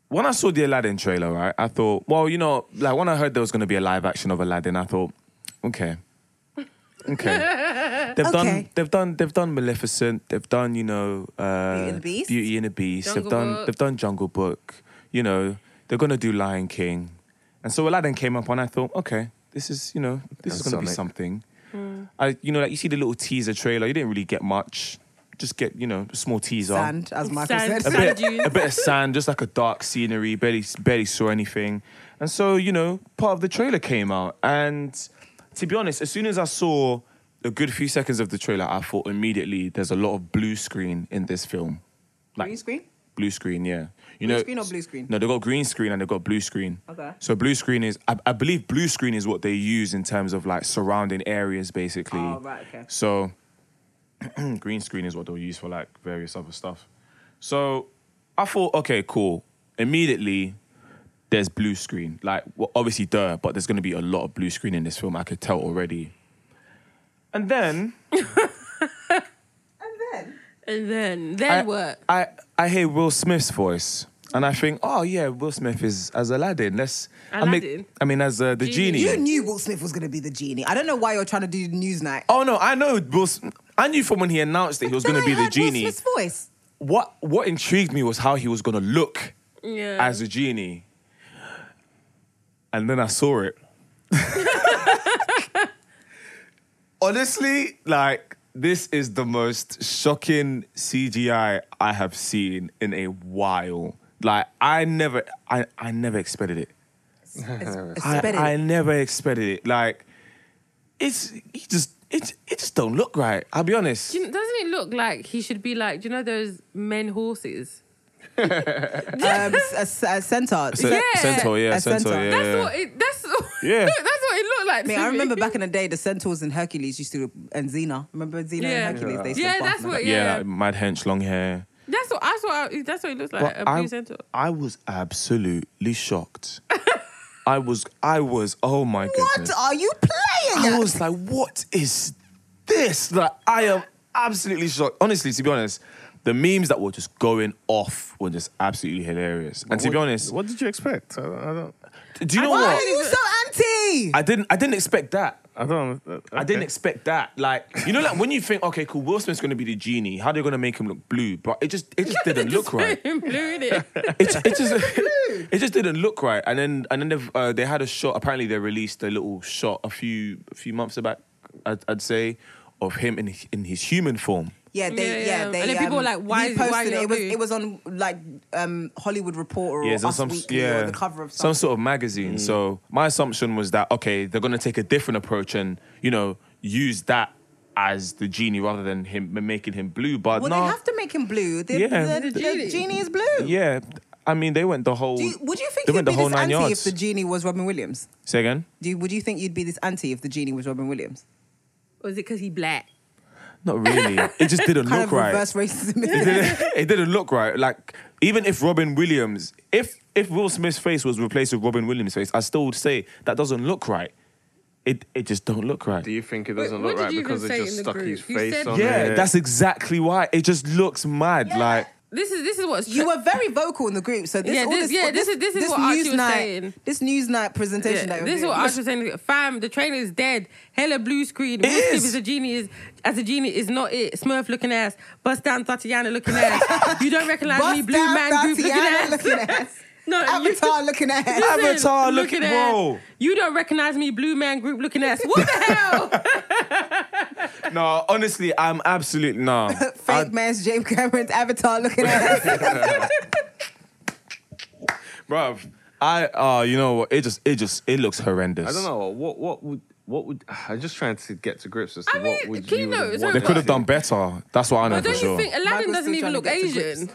S1: when I saw the Aladdin trailer, right, I thought, well, you know, like when I heard there was going to be a live action of Aladdin, I thought, okay. Okay.
S6: *laughs*
S1: They've done
S6: Okay.
S1: they've done they've done Maleficent, they've done, you know, uh,
S6: Beauty and the Beast?
S1: Beauty and the Beast,
S7: Jungle
S1: they've done
S7: Book.
S1: they've done Jungle Book, you know, they're gonna do Lion King. And so Aladdin came up and I thought, okay, this is, you know, this
S8: And
S1: is gonna be
S8: Sonic.
S1: something. I you know, like you see the little teaser trailer, you didn't really get much. Just get, you know, a small teaser.
S6: Sand, as Michael
S7: Sand.
S1: A bit,
S6: said.
S7: dunes.
S1: a bit of sand, just like a dark scenery, barely barely saw anything. And so, you know, part of the trailer came out. And to be honest, as soon as I saw a good few seconds of the trailer, I thought immediately there's a lot of blue screen in this film. Like
S6: Green screen?
S1: Blue screen, yeah. You
S6: Blue
S1: know,
S6: screen or blue screen?
S1: No, they've got green screen and they've got blue screen.
S6: Okay.
S1: So blue screen is, I, I believe blue screen is what they use in terms of like surrounding areas, basically.
S6: Oh, right, okay.
S1: So *clears throat* green screen is what they'll use for like various other stuff. So I thought, okay, cool. Immediately, there's blue screen. Like, well, obviously, duh, but there's going to be a lot of blue screen in this film. I could tell already. And then
S6: And then,
S7: And then, then
S1: I,
S7: what?
S1: I I hear Will Smith's voice, and I think, oh yeah, Will Smith is as Aladdin. Let's I mean,
S7: Aladdin?
S1: I mean as uh, the
S7: Genie.
S1: genie.
S6: you knew Will Smith was going to be the genie. I don't know why you're trying to do Newsnight.
S1: Oh no, I know Will. Sm- I knew from when he announced that he was
S6: Then
S1: going to
S6: I
S1: be the
S6: heard Will
S1: genie.
S6: Smith's
S1: *laughs*
S6: voice.
S1: what what intrigued me was how he was gonna look
S7: Yeah.
S1: as a genie, and then I saw it. Honestly, like this is the most shocking CGI I have seen in a while. Like I never, I, I never expected it. I,
S6: Expected.
S1: I never expected it. Like it's he just it it just don't look right. I'll be honest.
S7: Do you- doesn't it look like he should be like, do you know those men horses?
S6: um, s- a, a
S1: *laughs*
S6: centaur.
S1: Ce-
S7: Yeah.
S1: Centaur, yeah,
S6: A
S1: centaur,
S6: centaur.
S1: yeah.
S7: That's what *laughs* it. That's
S1: Yeah.
S7: Look, that's what it looked like.
S6: I mean,
S7: to
S6: I
S7: me.
S6: remember back in the
S7: *laughs*
S6: day, the centaurs and Hercules used to, and Xena. Remember Xena
S7: Yeah.
S6: and Hercules? They used to
S7: Yeah,
S6: bump
S7: that's
S6: them.
S7: what.
S1: yeah,
S7: Yeah,
S1: like mad hench, long hair.
S7: that's what. That's what. I, that's what it looks like.
S1: But
S7: a blue centaur.
S1: I was absolutely shocked. *laughs* I was, I was, oh my
S6: What
S1: goodness.
S6: are you playing?
S1: I
S6: at?
S1: was like, what is this? Like, I am absolutely shocked. Honestly, to be honest, the memes that were just going off were just absolutely hilarious. And to be honest,
S8: what did you expect? I, don't- I don't.
S1: do you know
S6: Why
S1: what?
S6: are you so anti?
S1: I didn't, I didn't expect that.
S8: I don't. uh, okay.
S1: I didn't expect that. Like, you know, like when you think, okay, cool, Will Smith's gonna be the genie. How they gonna make him look blue? But it just,
S8: *laughs*
S1: it just didn't look right.
S7: blue, innit?
S6: *laughs*
S1: it, ju- it just it just didn't look right. And then and then they've, uh, they had a shot. Apparently they released a little shot a few a few months back. I'd, I'd say of him in in his human form.
S6: Yeah, they, yeah,
S7: Yeah, yeah.
S6: they.
S7: And then people
S6: um,
S7: are like, why-
S6: he
S7: why
S6: posted
S7: not
S6: it? It was,
S7: me?
S6: it was on like um, Hollywood Reporter or
S1: Yeah, it's on
S6: Us
S1: some
S6: Weekly
S1: yeah
S6: or the cover of
S1: some
S6: something. Mm.
S1: sort of magazine. So my assumption was that okay, they're gonna take a different approach and you know use that as the genie rather than him making him blue. But
S6: Well,
S1: no,
S6: they have to make him blue. The,
S1: Yeah.
S6: the, the,
S1: The
S7: genie.
S6: genie is blue.
S1: yeah. I mean, they went the whole.
S6: Do you, would you think
S1: they
S6: you'd
S1: went the
S6: be
S1: whole
S6: this
S1: nine
S6: anti
S1: yards?
S6: if the genie was Robin Williams?
S1: Say again.
S6: Do you, would you think you'd be this anti if the genie was Robin Williams?
S7: Or is it because he black?
S1: Not really. It
S6: *laughs*
S1: just didn't
S6: Kind
S1: look
S6: of
S1: right. *laughs*
S6: reverse racism.
S1: it, didn't, it didn't look right. Like even if Robin Williams, if if Will Smith's face was replaced with Robin Williams' face, I still would say that doesn't look right. It it just don't look right.
S8: Do you think it
S7: Wait,
S8: doesn't
S7: what
S8: look
S7: did
S8: right
S7: you even
S8: because it
S7: say in
S8: just
S7: the
S8: stuck
S7: group?
S8: his
S7: You
S8: face
S7: said-
S8: on
S1: yeah,
S8: it?
S1: that's exactly why. It just looks mad. Like
S7: This is this is what's
S6: You were very vocal in the group, so this
S7: Yeah,
S6: all
S7: this-
S6: this,
S7: yeah, this is- this is what Archie
S6: news
S7: was
S6: night,
S7: saying.
S6: this news night presentation that you're
S7: Yeah, this is
S6: doing.
S7: what I was just saying. Fam, the trainer is dead. Hella blue screen. Will
S1: is.
S7: Smith is a genie is as a genie is not it. Smurf looking ass. Bust down Tatiana looking ass. you don't recognize me,
S6: Bust
S7: blue
S6: down
S7: man group looking
S6: Tatiana
S7: ass.
S6: looking
S7: *laughs*
S6: ass.
S7: No, you-
S6: *laughs* Avatar looking ass.
S7: Listen,
S1: Avatar looking-
S7: ass.
S1: whoa.
S7: You don't recognize me, blue man group looking ass. What
S1: *laughs*
S7: the hell?
S1: no, honestly, I'm absolutely
S7: *laughs*
S1: no.
S6: *laughs* Fake man's James Cameron's Avatar looking ass.
S1: bruv. I uh you know what? It just it just it looks horrendous.
S8: I don't know. What what would what would I'm just trying to get to grips as to
S7: I
S8: what
S7: mean,
S8: would
S7: can you
S8: you
S7: know,
S8: would
S7: it's
S8: want
S1: They
S7: not-
S8: to
S1: could have
S8: see.
S1: done better. That's what I know
S7: But
S1: for
S7: don't
S1: sure.
S7: you think Aladdin
S6: Michael's still
S7: doesn't even
S6: trying to
S7: look
S6: get to grips.
S7: Asian?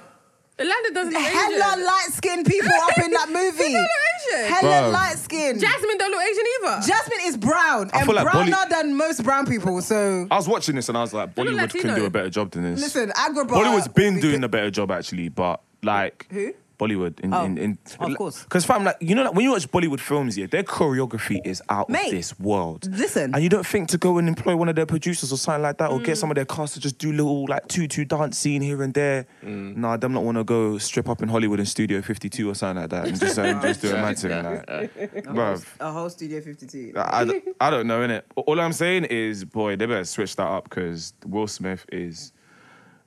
S7: Atlanta doesn't look Asian.
S6: Hella light skinned people up in
S7: *laughs*
S6: that movie.
S7: Asian.
S6: Hella
S1: Bruv.
S6: light skinned.
S7: Jasmine don't look Asian either.
S6: Jasmine is brown and
S1: feel like
S6: browner
S1: Bolly-
S6: than most brown people.
S1: *laughs*
S6: So
S1: I was watching this and I was like,
S7: look
S1: Bollywood can
S7: Latino.
S1: do a better job than this.
S6: listen, Agrabah.
S1: Bollywood's been doing a better job actually, but like
S6: uh, Who?
S1: Bollywood in,
S6: Oh.
S1: in, in
S6: Of course.
S1: because fam like you know like, when you watch Bollywood films yeah their choreography is out of
S6: Mate,
S1: this world
S6: listen.
S1: and you don't think to go and employ one of their producers or something like that or get some of their cast to just do little like two two dance scene here and there nah them not want to go strip up in Hollywood in Studio 52 or something like that and just, uh, just do a man thing like bruv
S6: a whole Studio 52.
S1: I, I-
S7: *laughs*
S1: I don't know, innit? All I'm saying is, boy, they better switch that up because Will Smith is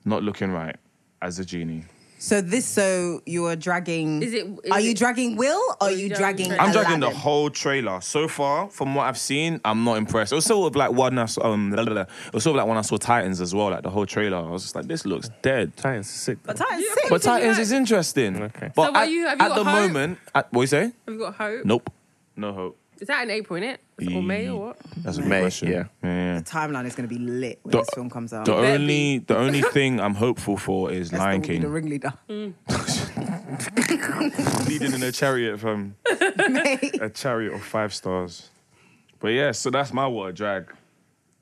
S1: not looking right as a genie.
S6: So this, so you are dragging.
S7: Is it- is
S6: are you
S7: it-
S6: dragging Will? Or are you dragging?
S1: I'm
S7: Aladdin.
S1: dragging the whole trailer. So far, from what I've seen, I'm not impressed. It was sort of like one I saw, um, la, la, la. it was sort of like when I saw Titans as well, like the whole trailer. I was just like, this looks dead.
S8: Titans is sick.
S6: But Titan's
S7: Yeah,
S6: sick.
S1: But
S7: What do you
S1: Titans
S7: like?
S1: is interesting.
S8: Okay.
S1: But
S7: So what
S1: at,
S7: you- have you
S1: at
S7: got
S1: the
S7: hope?
S1: moment, at, what you say?
S7: Have you got hope?
S1: Nope. No hope.
S7: Is that in April, innit? Or May
S1: E.
S7: or what?
S1: That's a good
S8: May,
S1: question.
S8: yeah.
S1: yeah.
S6: The timeline is going to be lit when
S1: The-
S6: this film comes out.
S1: The
S7: Better
S1: only, the
S7: *laughs*
S1: only thing I'm hopeful for is
S6: Esther
S1: Lion
S6: will be The
S1: King.
S6: ringleader. *laughs*
S7: Mm.
S1: Leading in a chariot from.
S7: *laughs*
S1: a chariot of five stars. But yeah, so that's my water drag.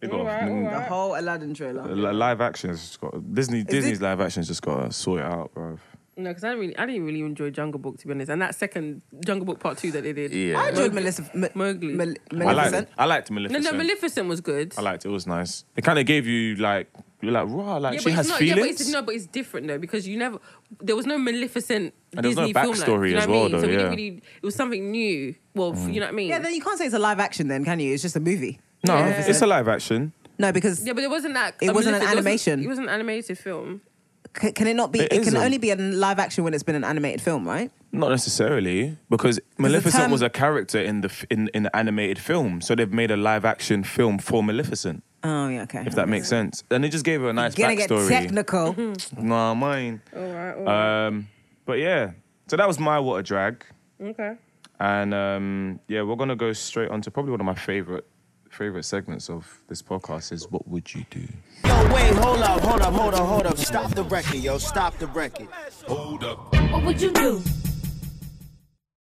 S1: It got mm.
S7: Alright,
S6: the
S7: alright.
S6: whole Aladdin trailer.
S1: li- live action's just got Disney. Disney's live action's just got to sort it out, bro.
S7: No, because I didn't really, I didn't really enjoy Jungle Book to be honest, and that second Jungle Book Part Two that they did.
S8: Yeah.
S6: I enjoyed Melissa. M-
S7: Mowgli.
S6: Mel-
S1: I liked,
S6: Maleficent.
S1: I liked
S7: No,
S1: Maleficent.
S7: no, Maleficent was good.
S1: I liked it. It was nice. It kind of gave you like you're like raw. Like
S7: yeah,
S1: she
S7: but
S1: has
S7: it's not,
S1: feelings.
S7: Yeah, but it's, no, but it's different though because you never. There was no Maleficent
S1: And there was no
S7: Disney film like,
S1: backstory
S7: you know
S1: as
S7: what
S1: well,
S7: I mean?
S1: though,
S7: So we
S1: yeah. Mm.
S7: didn't really. It was something new. Well, f you know what I mean?
S6: Yeah, then you can't say it's a live action, then can you? It's just a movie.
S1: no,
S7: Yeah.
S1: it's a live action.
S6: No, because
S7: Yeah, but it wasn't that.
S6: It
S7: a
S6: wasn't an
S7: Maleficent- there
S6: animation.
S7: It wasn't an animated film.
S6: c- can it not be?
S1: It
S6: It, can
S1: isn't.
S6: only be a live action when it's been an animated film, right?
S1: Not necessarily because Maleficent
S6: term-
S1: was a character in the f- in, in the animated film, so they've made a live action film for Maleficent.
S6: Oh yeah, okay.
S1: If that makes sense, and it just gave her a nice
S6: gonna
S1: backstory.
S6: get technical.
S7: Mm-hmm.
S1: Nah, mine.
S7: All right.
S1: Um, but yeah, so that was my water drag,
S7: okay.
S1: and um, yeah, we're gonna go straight on to probably one of my favorite favorite segments of this podcast is what would you do?
S9: Yo, wait, hold up, hold up, hold up, hold up. Stop the record, yo. Stop the record.
S4: Hold up.
S10: What would you do?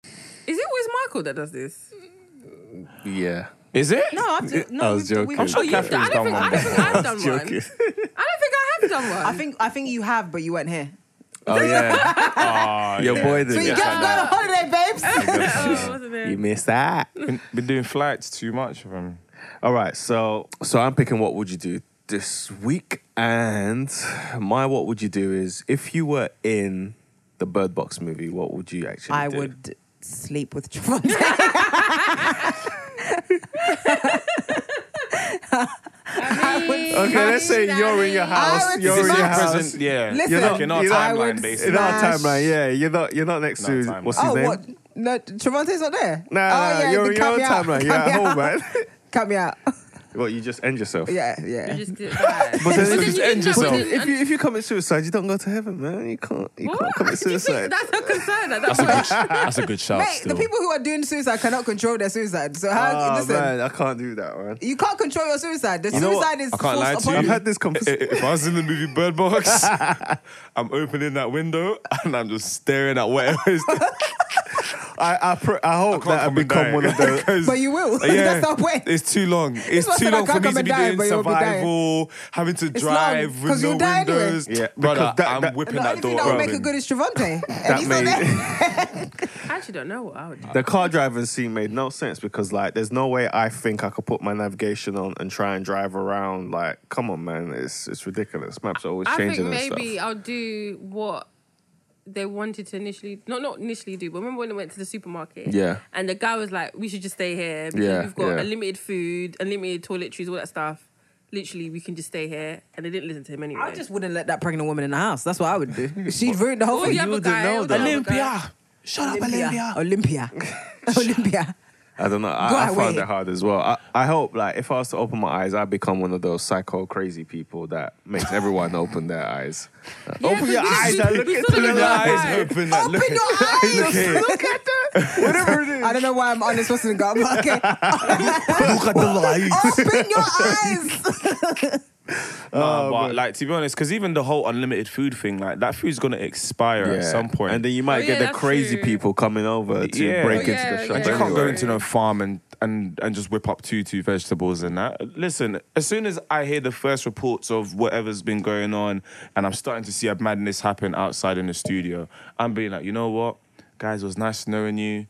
S7: Is it always Michael that does this? *laughs*
S8: Yeah.
S1: Is it?
S6: No,
S1: *laughs*
S6: I've d- no,
S8: I was
S6: we've-
S8: joking.
S6: we've-
S8: I'm sure
S7: Oh, you've
S1: Catherine's
S7: done- I
S1: done
S7: don't think,
S1: one
S7: I don't think
S1: *laughs*
S7: I've done one. I don't *laughs*
S8: joking.
S7: think I have done one.
S6: I think I think you have, but you weren't here.
S8: Oh yeah. Your boy did.
S6: So you
S8: it.
S6: guys go on
S1: *laughs*
S6: holiday, babes.
S7: oh, wasn't it?
S8: You missed that.
S7: *laughs*
S1: Been, been doing flights too much of them.
S8: All right, so so I'm picking what would you do this week, and my what would you do is if you were in the Bird Box movie, what would you actually?
S6: I
S8: do?
S6: would sleep
S7: *laughs*
S6: with Javante.
S1: Oh,
S8: Okay, let's say you're in your house.
S6: would
S8: You're in your
S6: smash-
S8: house.
S1: Present, yeah.
S6: Listen,
S1: you're not, in our
S8: you're not-
S6: I would
S1: timeline,
S8: You're
S1: basically.
S8: not on
S6: Smash.
S8: timeline. Yeah, you're not. You're not next
S1: Not
S8: to
S1: timeline.
S8: what's his
S6: Oh,
S8: name?
S6: what? No, Travante's not there.
S8: Nah,
S6: oh,
S8: nah,
S6: yeah,
S8: you're
S6: then
S8: in your
S6: cut
S8: own
S6: me out.
S8: timeline.
S6: Cut *laughs*
S8: You're at
S6: me
S8: home,
S6: out.
S8: man.
S6: Cut me out. *laughs*
S8: what? You just end yourself.
S6: Yeah,
S7: You
S6: yeah.
S7: just did that.
S8: But then,
S1: Just end yourself.
S8: But if you if you commit suicide, you don't go to heaven, man. You can't. You can't
S6: *laughs*
S8: commit suicide.
S7: That's a concern at that
S1: That's a
S7: point.
S1: good, that's a
S8: Oh,
S1: good shout.
S6: Mate,
S1: still.
S6: the people who are doing suicide cannot control their suicide. So how?
S8: Oh
S6: uh, listen,
S8: man, I can't do that, man.
S6: you can't control your suicide. The
S8: know what?
S6: suicide is
S1: I can't lie
S6: forced
S1: to
S6: upon
S1: you.
S8: I've
S6: you.
S8: had this
S1: I-
S8: conversation.
S1: if I was in the movie Bird Box, *laughs* I'm opening that window and I'm just staring at whatever is. *laughs*
S8: I I, pr- I hope that I
S1: come and
S8: become
S1: die.
S8: one of
S1: *laughs*
S8: those.
S6: But you
S8: *laughs*
S6: will. *laughs*
S1: Yeah,
S6: That's our point.
S1: It's too long. It's
S6: why I
S1: too
S6: said I
S1: long for
S6: can't
S1: me
S6: come
S1: to
S6: and
S1: be
S6: die,
S1: doing
S6: but you'll be dying.
S1: survival, having to
S6: long,
S1: drive
S6: 'cause
S1: with no
S6: you'll die anyway.
S1: windows.
S8: Yeah,
S1: brother,
S8: because that-
S1: I'm
S8: that-
S1: whipping
S6: The only
S1: that
S6: thing
S1: door
S6: that would
S1: open.
S6: make a good is Travante. and
S8: *laughs* That
S6: he's not
S8: made-
S6: there.
S7: I actually don't know what I would do.
S8: the car driving scene made no sense because like there's no way I think I could put my navigation on and try and drive around. Like, come on, man, it's it's ridiculous. Maps are always
S7: I think
S8: changing and
S7: maybe
S8: stuff.
S7: I'll do what they wanted to initially not not initially do, but remember when I went to the supermarket?
S8: Yeah.
S7: And the guy was like, We should just stay here because
S8: Yeah,
S7: we've got
S8: yeah.
S7: unlimited food, unlimited toiletries, all that stuff. Literally we can just stay here and they didn't listen to him anyway.
S6: I just wouldn't let that pregnant woman in the house. That's what I would *laughs* do. She'd ruin the whole
S7: all the
S6: thing.
S7: other guy, all the other guy-
S1: Shut
S6: Olympia. Olympia.
S8: *laughs*
S6: Olympia. *laughs*
S8: I don't know.
S6: Go
S8: I, I
S6: away.
S8: find it hard as well. I, I hope like if I was to open my eyes, I'd become one of those psycho crazy people that
S7: *laughs*
S8: makes everyone open their eyes. Uh,
S7: Yeah,
S8: open
S7: but
S8: your
S7: we-
S8: eyes
S7: we-
S8: and
S7: we
S8: look
S7: saw
S8: into
S7: the
S8: the
S7: little
S8: eyes.
S7: guy.
S1: Open that.
S6: Open
S8: *laughs*
S6: your *laughs* eyes.
S8: Look at that. *laughs* Whatever it is.
S6: I don't know why I'm on this what's in the gut, but okay. *laughs*
S1: Look at the light.
S6: Open your eyes.
S1: Nah, but like to be honest, because even the whole unlimited food thing, like that food's gonna expire at some point,
S8: And then you might
S7: Oh, yeah,
S8: get the
S7: that's
S8: crazy
S7: true.
S8: people coming over to
S1: Yeah.
S8: break
S1: Oh,
S8: into
S7: yeah,
S8: the
S7: yeah.
S8: shop.
S1: And you can't go
S7: anyway.
S1: into no farm and, and, and just whip up two two vegetables and that. Listen, as soon as I hear the first reports of whatever's been going on, and I'm starting to see a madness happen outside in the studio, I'm being like, you know what, guys, it was nice knowing you.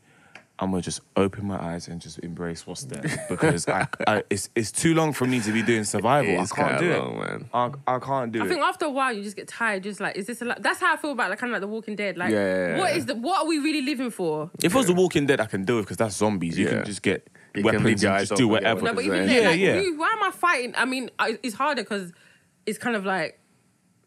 S1: I'm gonna just open my eyes and just embrace what's *laughs* there because I, I, it's it's too long for me to be doing survival.
S8: It
S1: I
S8: is
S1: can't
S8: kinda
S1: do
S8: long,
S1: it.
S8: man.
S1: I, I can't do
S7: I
S1: it.
S7: think after a while you just get tired. Just like, is this a lot? That's how I feel about like kind of like The Walking Dead. Like,
S8: Yeah, yeah, yeah.
S7: what is the what are we really living for?
S1: if it was The Walking Dead, I can do it because that's zombies. You
S8: Yeah.
S1: can just get
S8: You can leave
S1: weapons
S8: your
S1: and
S8: eyes
S1: just do
S8: open, yeah,
S1: whatever.
S7: No, but
S8: Yeah,
S7: even then, like,
S1: yeah.
S7: who- why am I fighting? I mean, I- it's harder because it's kind of like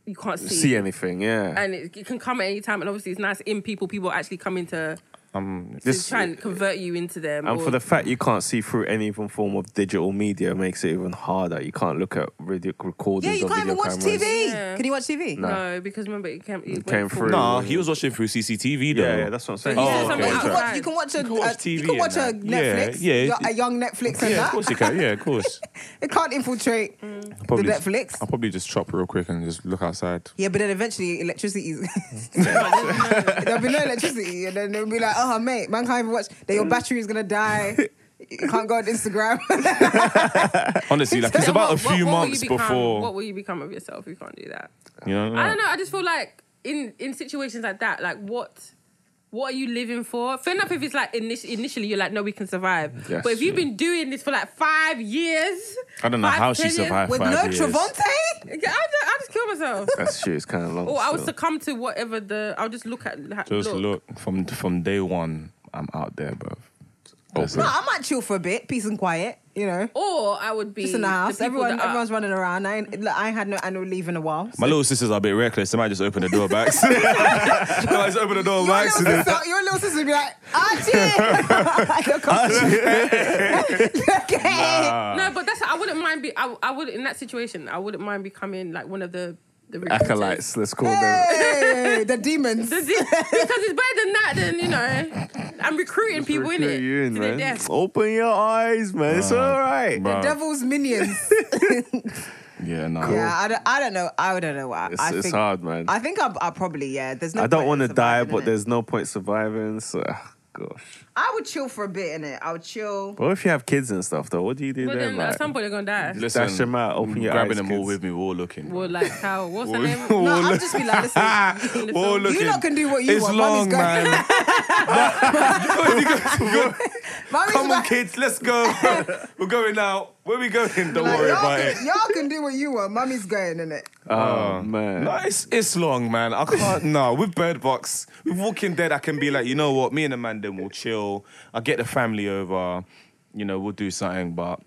S7: you can't see,
S8: See anything, yeah.
S7: and it, it can come at any time. And obviously, it's nice in people. People actually come into to
S8: Um, This-
S7: try and convert you into them.
S8: And
S7: or-
S8: for the fact you can't see through any even form of digital media makes it even harder. You can't look at radio recordings
S6: Yeah, you
S8: or
S6: can't
S8: video
S6: even watch
S8: cameras.
S6: TV.
S7: Yeah.
S6: Can you watch TV?
S7: no, because remember it came, it
S8: came
S7: went
S8: through.
S7: forward.
S1: Nah, he was watching through CCTV though.
S8: Yeah, yeah, that's what I'm saying.
S7: you
S1: Oh,
S7: said
S1: okay.
S7: something
S1: You
S6: You
S1: Sorry.
S6: can watch, you
S7: outside.
S6: can watch a,
S1: can watch
S6: a- you
S1: TV
S6: can
S1: and
S6: watch a
S1: that. Yeah,
S6: Netflix,
S1: yeah.
S6: yo- a young Netflix
S1: Yeah,
S6: and
S1: of
S6: that.
S1: course you can. Yeah, of
S7: *laughs*
S1: course.
S6: It can't infiltrate
S1: I'll probably, Oh.
S6: the Netflix.
S1: I'll probably just chop real quick and just look
S7: *laughs*
S1: outside.
S6: Yeah, but then eventually electricity
S1: *laughs*
S6: is. *laughs* There'll be no electricity, and then they'll be like, oh, mate, man can't even watch. Then
S1: Mm.
S6: your battery is going to die. You can't go on
S1: *laughs*
S6: Instagram.
S1: Honestly, like it's
S7: Then
S1: about a
S7: what- what-
S1: few
S7: what will you
S1: months
S7: become-
S1: before.
S7: What will you become of yourself if you can't do that?
S1: you know,
S7: I don't know. I just feel like in in situations like that, like what what are you living for? Fair enough if it's like init- initially you're like, no, we can survive.
S8: That's
S7: but if you've
S8: true.
S7: been doing this for like five years,
S1: I don't know
S7: five,
S1: how she
S7: ten years,
S1: survived
S6: With
S1: five
S6: no
S1: years.
S6: Travante?
S7: I just, I just
S1: *laughs*
S7: kill myself.
S8: That's true. It's kind of
S6: Oh,
S8: long.
S7: or I would
S8: still.
S7: succumb to whatever the. I'll just look at. Ha,
S1: Just look. from from day one, I'm out there, bro.
S6: No, I might chill for a bit, peace and quiet, you know.
S7: Or I would be
S6: Just in the house.
S7: people
S6: Everyone,
S7: that are-
S6: everyone's running around. I ain't, look, I ain't had no annual leave in a while.
S1: My little sisters are a bit reckless. *laughs* They might just open the door by accident. they might just open the door
S6: Your
S1: by
S6: little,
S1: accident.
S6: sister, your little sister would be like, *laughs* Auntie! Look up. *laughs* okay.
S1: Ah.
S7: No, but that's. I wouldn't mind be. I, I would in that situation. I wouldn't mind becoming like one of the the recruiters.
S8: acolytes. Let's call them.
S6: Hey, the demons.
S7: Does it- *laughs* because it's better than that. Then you know, I'm recruiting people in it.
S8: You in,
S7: to the
S8: man.
S7: death.
S8: Open your eyes, man. It's all right.
S1: Bruh.
S6: Devil's minions.
S1: Yeah, no.
S6: Yeah, I don't, I don't know. I don't know. I,
S8: It's,
S6: I
S8: it's
S6: think,
S8: hard, man.
S6: I think I'll, I'll probably, yeah. There's no
S8: I don't
S6: point
S8: want to
S6: in
S8: die,
S6: surviving,
S8: but
S6: innit?
S8: there's no point surviving. So, ah, gosh.
S6: I would chill for a bit in it. I would chill.
S8: What if you have kids and stuff, though? What do you do
S7: But
S8: then?
S7: then
S8: Like,
S7: at some point they're gonna die.
S1: Listen,
S8: Dash 'em out, open your
S1: grabbing
S8: eyes,
S1: them all
S8: kids.
S1: with me, we're all looking.
S7: Well, like how? What's the name?
S6: No, I'll *laughs* just be like,
S7: *laughs*
S6: listen,
S7: in the
S1: We're all
S7: film?
S1: looking.
S6: you lot can do what you
S1: it's
S6: want.
S1: long,
S6: Mummy's going.
S1: man.
S6: *laughs* Mummy's
S1: Come on,
S6: like,
S1: kids, let's go. *laughs* We're going out. Where we going? Don't worry
S6: y'all,
S1: about it.
S6: can, y'all can do what you want. Mummy's going in
S7: *laughs*
S6: it.
S8: oh,
S1: Uh-huh.
S8: man.
S1: No, it's, it's long, man. I can't. *laughs* no, with Bird Box, with Walking Dead, I can be like, you know what? Me and Amanda will chill. I'll get the family over. You know, we'll do something, but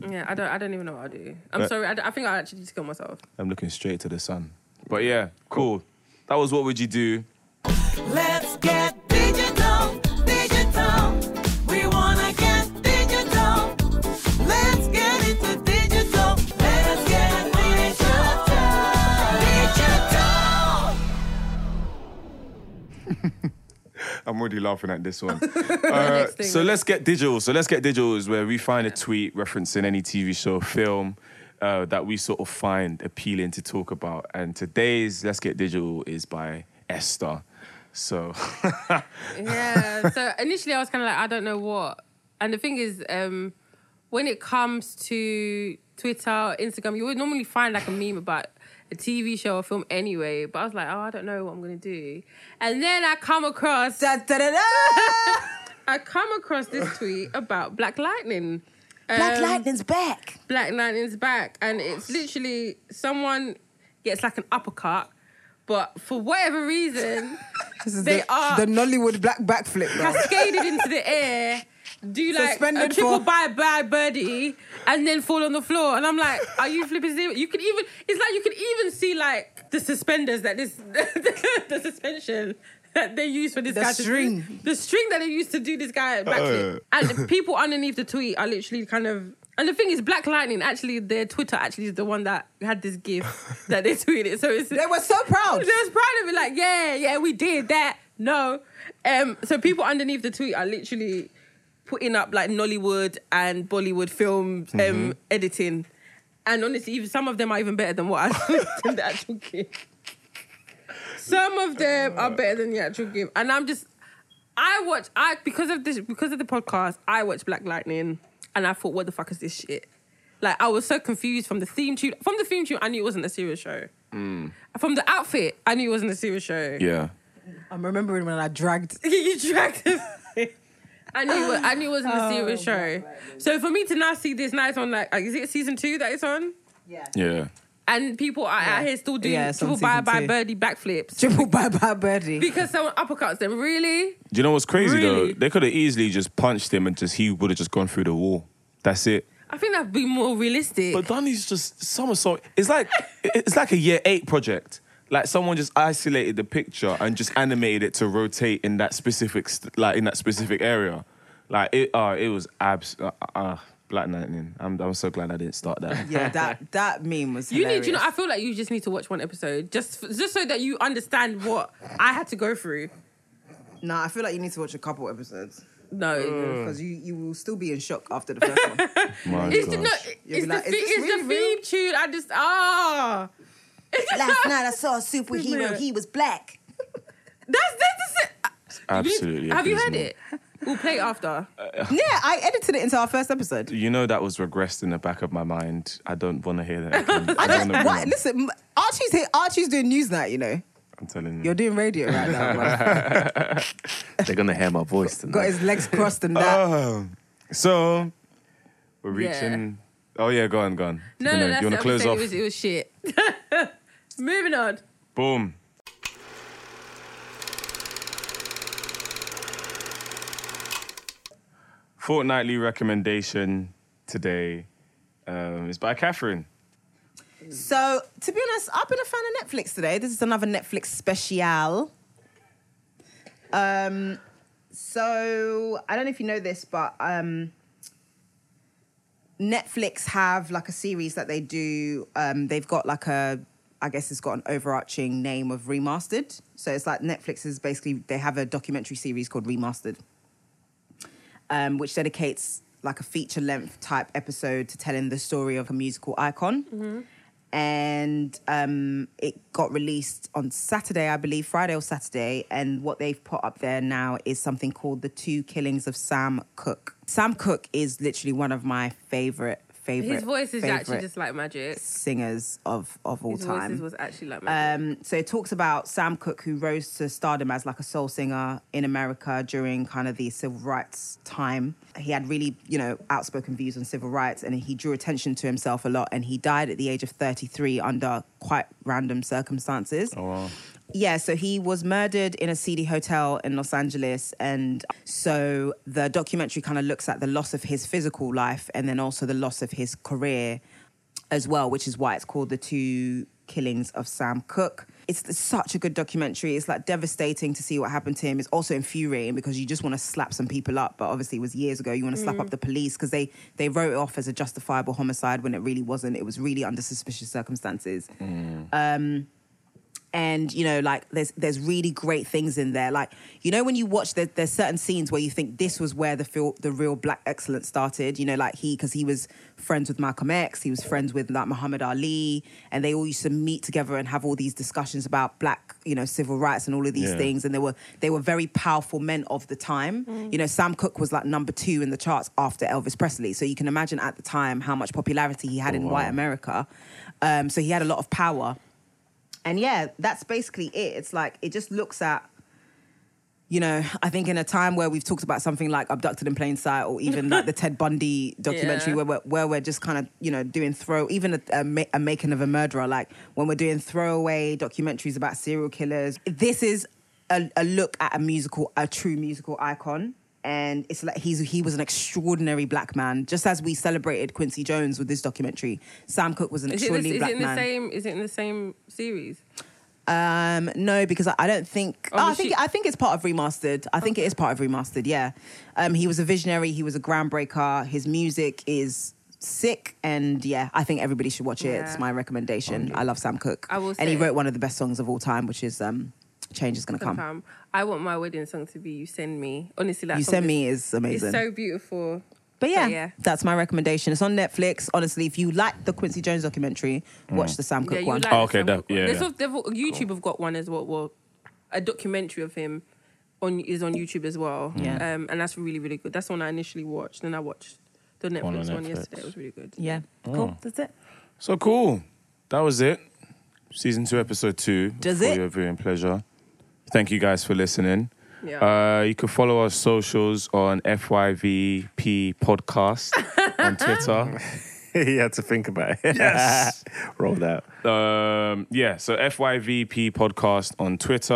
S7: Yeah, I don't. I don't even know what I'll do. I'm sorry. I, don't- I think I actually just kill myself.
S1: I'm looking straight to the sun. But yeah, cool. That was What Would You Do?
S10: Let's get digital, digital. We wanna get digital. Let's get into digital. Let's get digital. Digital.
S1: I'm already laughing at this one.
S7: next
S1: *laughs*
S7: thing.
S1: so let's get digital. So let's get digital is where we find a tweet referencing any TV show, film uh, that we sort of find appealing to talk about. And today's Let's Get Digital is by Esther. So *laughs*
S7: Yeah. so initially, I was kind of like, I don't know what. And the thing is, um, when it comes to Twitter, Instagram, you would normally find like a meme about a TV show or film anyway. But I was like, oh, I don't know what I'm gonna do. And then I come across,
S6: Da, da, da, da.
S7: I come across this tweet about Black Lightning.
S6: Black
S7: Um,
S6: Lightning's back.
S7: Black Lightning's back, and it's literally someone gets like an uppercut, but for whatever reason,
S6: *laughs* This is
S7: they
S6: the,
S7: are-
S6: the Nollywood black backflip. bro.
S7: cascaded into the air, do like
S6: Suspended
S7: a triple
S6: for-
S7: by bye birdie, and then fall on the floor. And I'm like, are you flipping zero? You can even, it's like you can even see like the suspenders that this, *laughs* the, suspension. That they use for this
S6: The
S7: guy to do,
S6: string.
S7: the string that they used to do this guy backflip, and the people underneath the tweet are literally kind of. And the thing is, Black Lightning actually their Twitter actually is the one that had this gift that they *laughs* tweeted. So it's
S6: They were so proud.
S7: they was proud of it, like, yeah, yeah, we did that. No. Um, so people underneath the tweet are literally putting up like Nollywood and Bollywood film um, editing. And honestly, even some of them are even better than what I *laughs* than the actual game. Some of them are better than the actual game, and I'm just, I watch, I because of this, because of the podcast, I watched Black Lightning, and I thought, what the fuck is this shit? Like I was so confused from the theme tune. From the theme tune, I knew it wasn't a serious show. From the outfit, I knew it wasn't a serious show. *laughs*
S1: Yeah.
S6: I'm remembering when I dragged. *laughs*
S7: you dragged him. I knew it, I knew it wasn't
S6: Oh,
S7: a serious show. So for me to now see this now it's on like, like, is it season two that it's on?
S1: Yeah.
S7: And people are out here still doing
S6: Yeah, it's on
S7: triple bye
S6: season
S7: bye
S6: two.
S7: birdie backflips.
S6: Triple bye bye birdie.
S7: Because someone uppercuts them. Really?
S1: Do you know what's crazy
S7: Really?
S1: though? They could have easily just punched him and just he would have just gone through the wall. That's it.
S7: I think that'd be more realistic.
S1: But Donny's just somersault. It's like it's like a year eight project. Like someone just isolated the picture and just animated it to rotate in that specific st- like in that specific area. Like it, uh, it was abs. Uh, uh, Black Lightning. I'm I'm so glad I didn't start that.
S6: Yeah, that that meme was.
S7: *laughs* you need,
S6: hilarious.
S7: you know, I feel like you just need to watch one episode just just so that you understand what I had to go through.
S6: No, I feel like you need to watch a couple episodes
S7: No,
S6: because you, you will still be in shock after the first
S7: *laughs*
S6: one.
S1: My
S7: it's the,
S1: gosh.
S7: no,
S6: You'll be
S7: it's
S6: like,
S7: the,
S6: is
S7: thi-
S6: this
S7: it's
S6: really
S7: the
S6: real?
S7: theme tune. I just ah.
S3: Last night I saw a superhero. He was black.
S7: That's that's the si-
S1: *laughs* absolutely
S7: Have you heard
S1: abysmal.
S7: it? We'll play it after.
S6: yeah, I edited it into our first episode.
S1: You know that was regressed in the back of my mind. I don't want to hear
S6: *laughs*
S1: that. Again. I
S6: I
S1: don't
S6: don't.
S1: wanna
S6: What?
S1: be-
S6: Listen, m- Archie's here. Archie's doing news night. You know,
S1: I'm telling
S6: you're
S1: you.
S6: doing radio right now.
S7: *laughs*
S6: bruv.
S8: They're gonna hear my voice tonight.
S6: Got his legs crossed and that.
S1: Um, so we're reaching. Oh yeah, go on, go on.
S7: No,
S1: you
S7: no,
S1: know,
S7: that's
S1: you
S7: what
S1: want
S7: I'm
S1: to close
S7: saying.
S1: off?
S7: It was, it was shit. *laughs* Moving on.
S1: Boom. Fortnightly recommendation today um, is by
S8: *laughs*
S1: Catherine.
S6: So, to be honest, I've been a fan of Netflix today. This is another Netflix special. Um, so I don't know if you know this, but um, Netflix have like a series that they do. Um, they've got like a, I guess it's got an overarching name of remastered. So it's like Netflix is basically they have a documentary series called Remastered um, which dedicates like a feature length type episode to telling the story of a musical icon.
S7: Mm-hmm.
S6: And um, it got released on Saturday, I believe, Friday or Saturday. And what they've put up there now is something called The Two Killings of Sam Cooke. Sam Cooke is literally one of my favorite, favorite,
S7: His voice is actually
S6: favorite
S7: just like magic.
S6: singers of, of all
S7: His
S6: time.
S7: voice was actually like magic.
S6: Um, so it talks about Sam Cooke, who rose to stardom as like a soul singer in America during kind of the civil rights time. He had really, you know, outspoken views on civil rights, and he drew attention to himself a lot. And he died at the age of 33 under quite random circumstances. Oh wow. Yeah, so he was murdered in a seedy hotel in Los Angeles. And so the documentary kind of looks at the loss of his physical life and then also the loss of his career as well, which is why it's called The Two Killings of Sam Cooke. It's such a good documentary. It's like devastating to see what happened to him. It's also infuriating because you just want to slap some people up, but obviously it was years ago. You want to slap up the police because they they wrote it off as a justifiable homicide when it really wasn't. It was really under suspicious circumstances and you know like there's there's really great things in there like you know when you watch there, there's certain scenes where you think this was where the fil- the real black excellence started you know like he because he was friends with malcolm x he was friends with like muhammad ali and they all used to meet together and have all these discussions about black you know civil rights and all of these
S1: Yeah.
S6: things and they were they were very powerful men of the time you know sam cooke was like number two in the charts after elvis presley so you can imagine at the time how much popularity he had in white america um, so he had a lot of power and yeah, that's basically it. It's like it just looks at, you know, I think in a time where we've talked about something like abducted in plain sight, or even like
S7: *laughs*
S6: the Ted Bundy documentary,
S7: Yeah.
S6: where we're where we're just kind of you know doing throw even a, a, ma- a making of a murderer, like when we're doing throwaway documentaries about serial killers. This is a, a look at a musical, a true musical icon. And it's like he's he was an extraordinary black man. Just as we celebrated Quincy Jones with this documentary, Sam Cooke was an
S7: Is it, in the,
S6: extraordinary
S7: is
S6: black
S7: it in the
S6: man.
S7: same? Is it in the same series?
S6: Um, no, because I, I don't think.
S7: Oh,
S6: oh, I
S7: was
S6: think
S7: she-
S6: I think it's part of remastered. I think it is part of remastered. Yeah, um, he was a visionary. He was a groundbreaker. His music is sick, and yeah, I think everybody should watch it.
S7: Yeah.
S6: It's my recommendation. I love Sam Cooke.
S7: I will
S6: and he
S7: say-
S6: wrote one of the best songs of all time, which is um, "Change Is Gonna Come."
S7: Um, I want my wedding song to be "You Send Me." Honestly, that
S6: You
S7: song
S6: send
S7: is-
S6: me is amazing.
S7: It's so beautiful.
S6: But yeah,
S7: yeah.
S6: that's my recommendation. It's on Netflix. Honestly, if you like the Quincy Jones documentary, watch the Sam Cooke
S7: Yeah, you
S6: one.
S7: like
S1: Mm. Oh, okay,
S7: Sam
S1: that-
S7: Cooke one.
S1: yeah,
S7: There's
S1: yeah.
S7: sort of- they've all- YouTube have got one as well. Well, a documentary of him on is on YouTube as well.
S6: Yeah.
S7: um, and that's really really good. That's the one I initially watched. Then I watched the Netflix
S1: on
S7: one,
S1: Netflix.
S7: yesterday. It was really good.
S6: yeah, cool. That's it.
S1: So cool. That was it. Season two, episode two.
S6: Does
S1: for
S6: it?
S1: your viewing pleasure. Thank you guys for listening.
S7: Yeah.
S1: Uh, you can follow our socials on FYVP Podcast on Twitter.
S8: he had to think about it. *laughs* Yes. Rolled out.
S1: Um, yeah, so FYVP podcast on Twitter.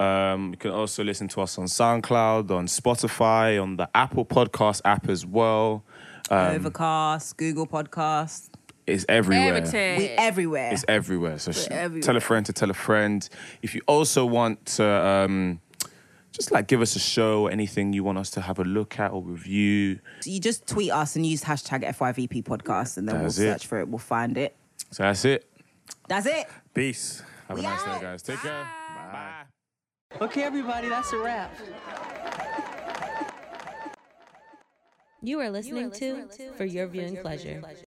S1: Um, you can also listen to us on SoundCloud, on Spotify, on the Apple Podcast app as well. Um,
S6: Overcast, Google Podcast,
S1: it's everywhere.
S7: Everything.
S6: we everywhere.
S1: It's everywhere. So sh-
S7: everywhere.
S1: tell a friend to tell a friend. If you also want to um, just like give us a show or anything you want us to have a look at or review,
S6: you just tweet us and use hashtag FYVP Podcast, and then
S1: That's
S6: we'll
S1: it.
S6: search for it. We'll find it.
S1: so that's it.
S6: That's it.
S8: Peace.
S1: Have a
S6: We
S1: nice day,
S6: out.
S1: guys. Take care. Bye.
S10: Okay, everybody, that's a wrap.
S11: You are listening to For Your Viewing Pleasure.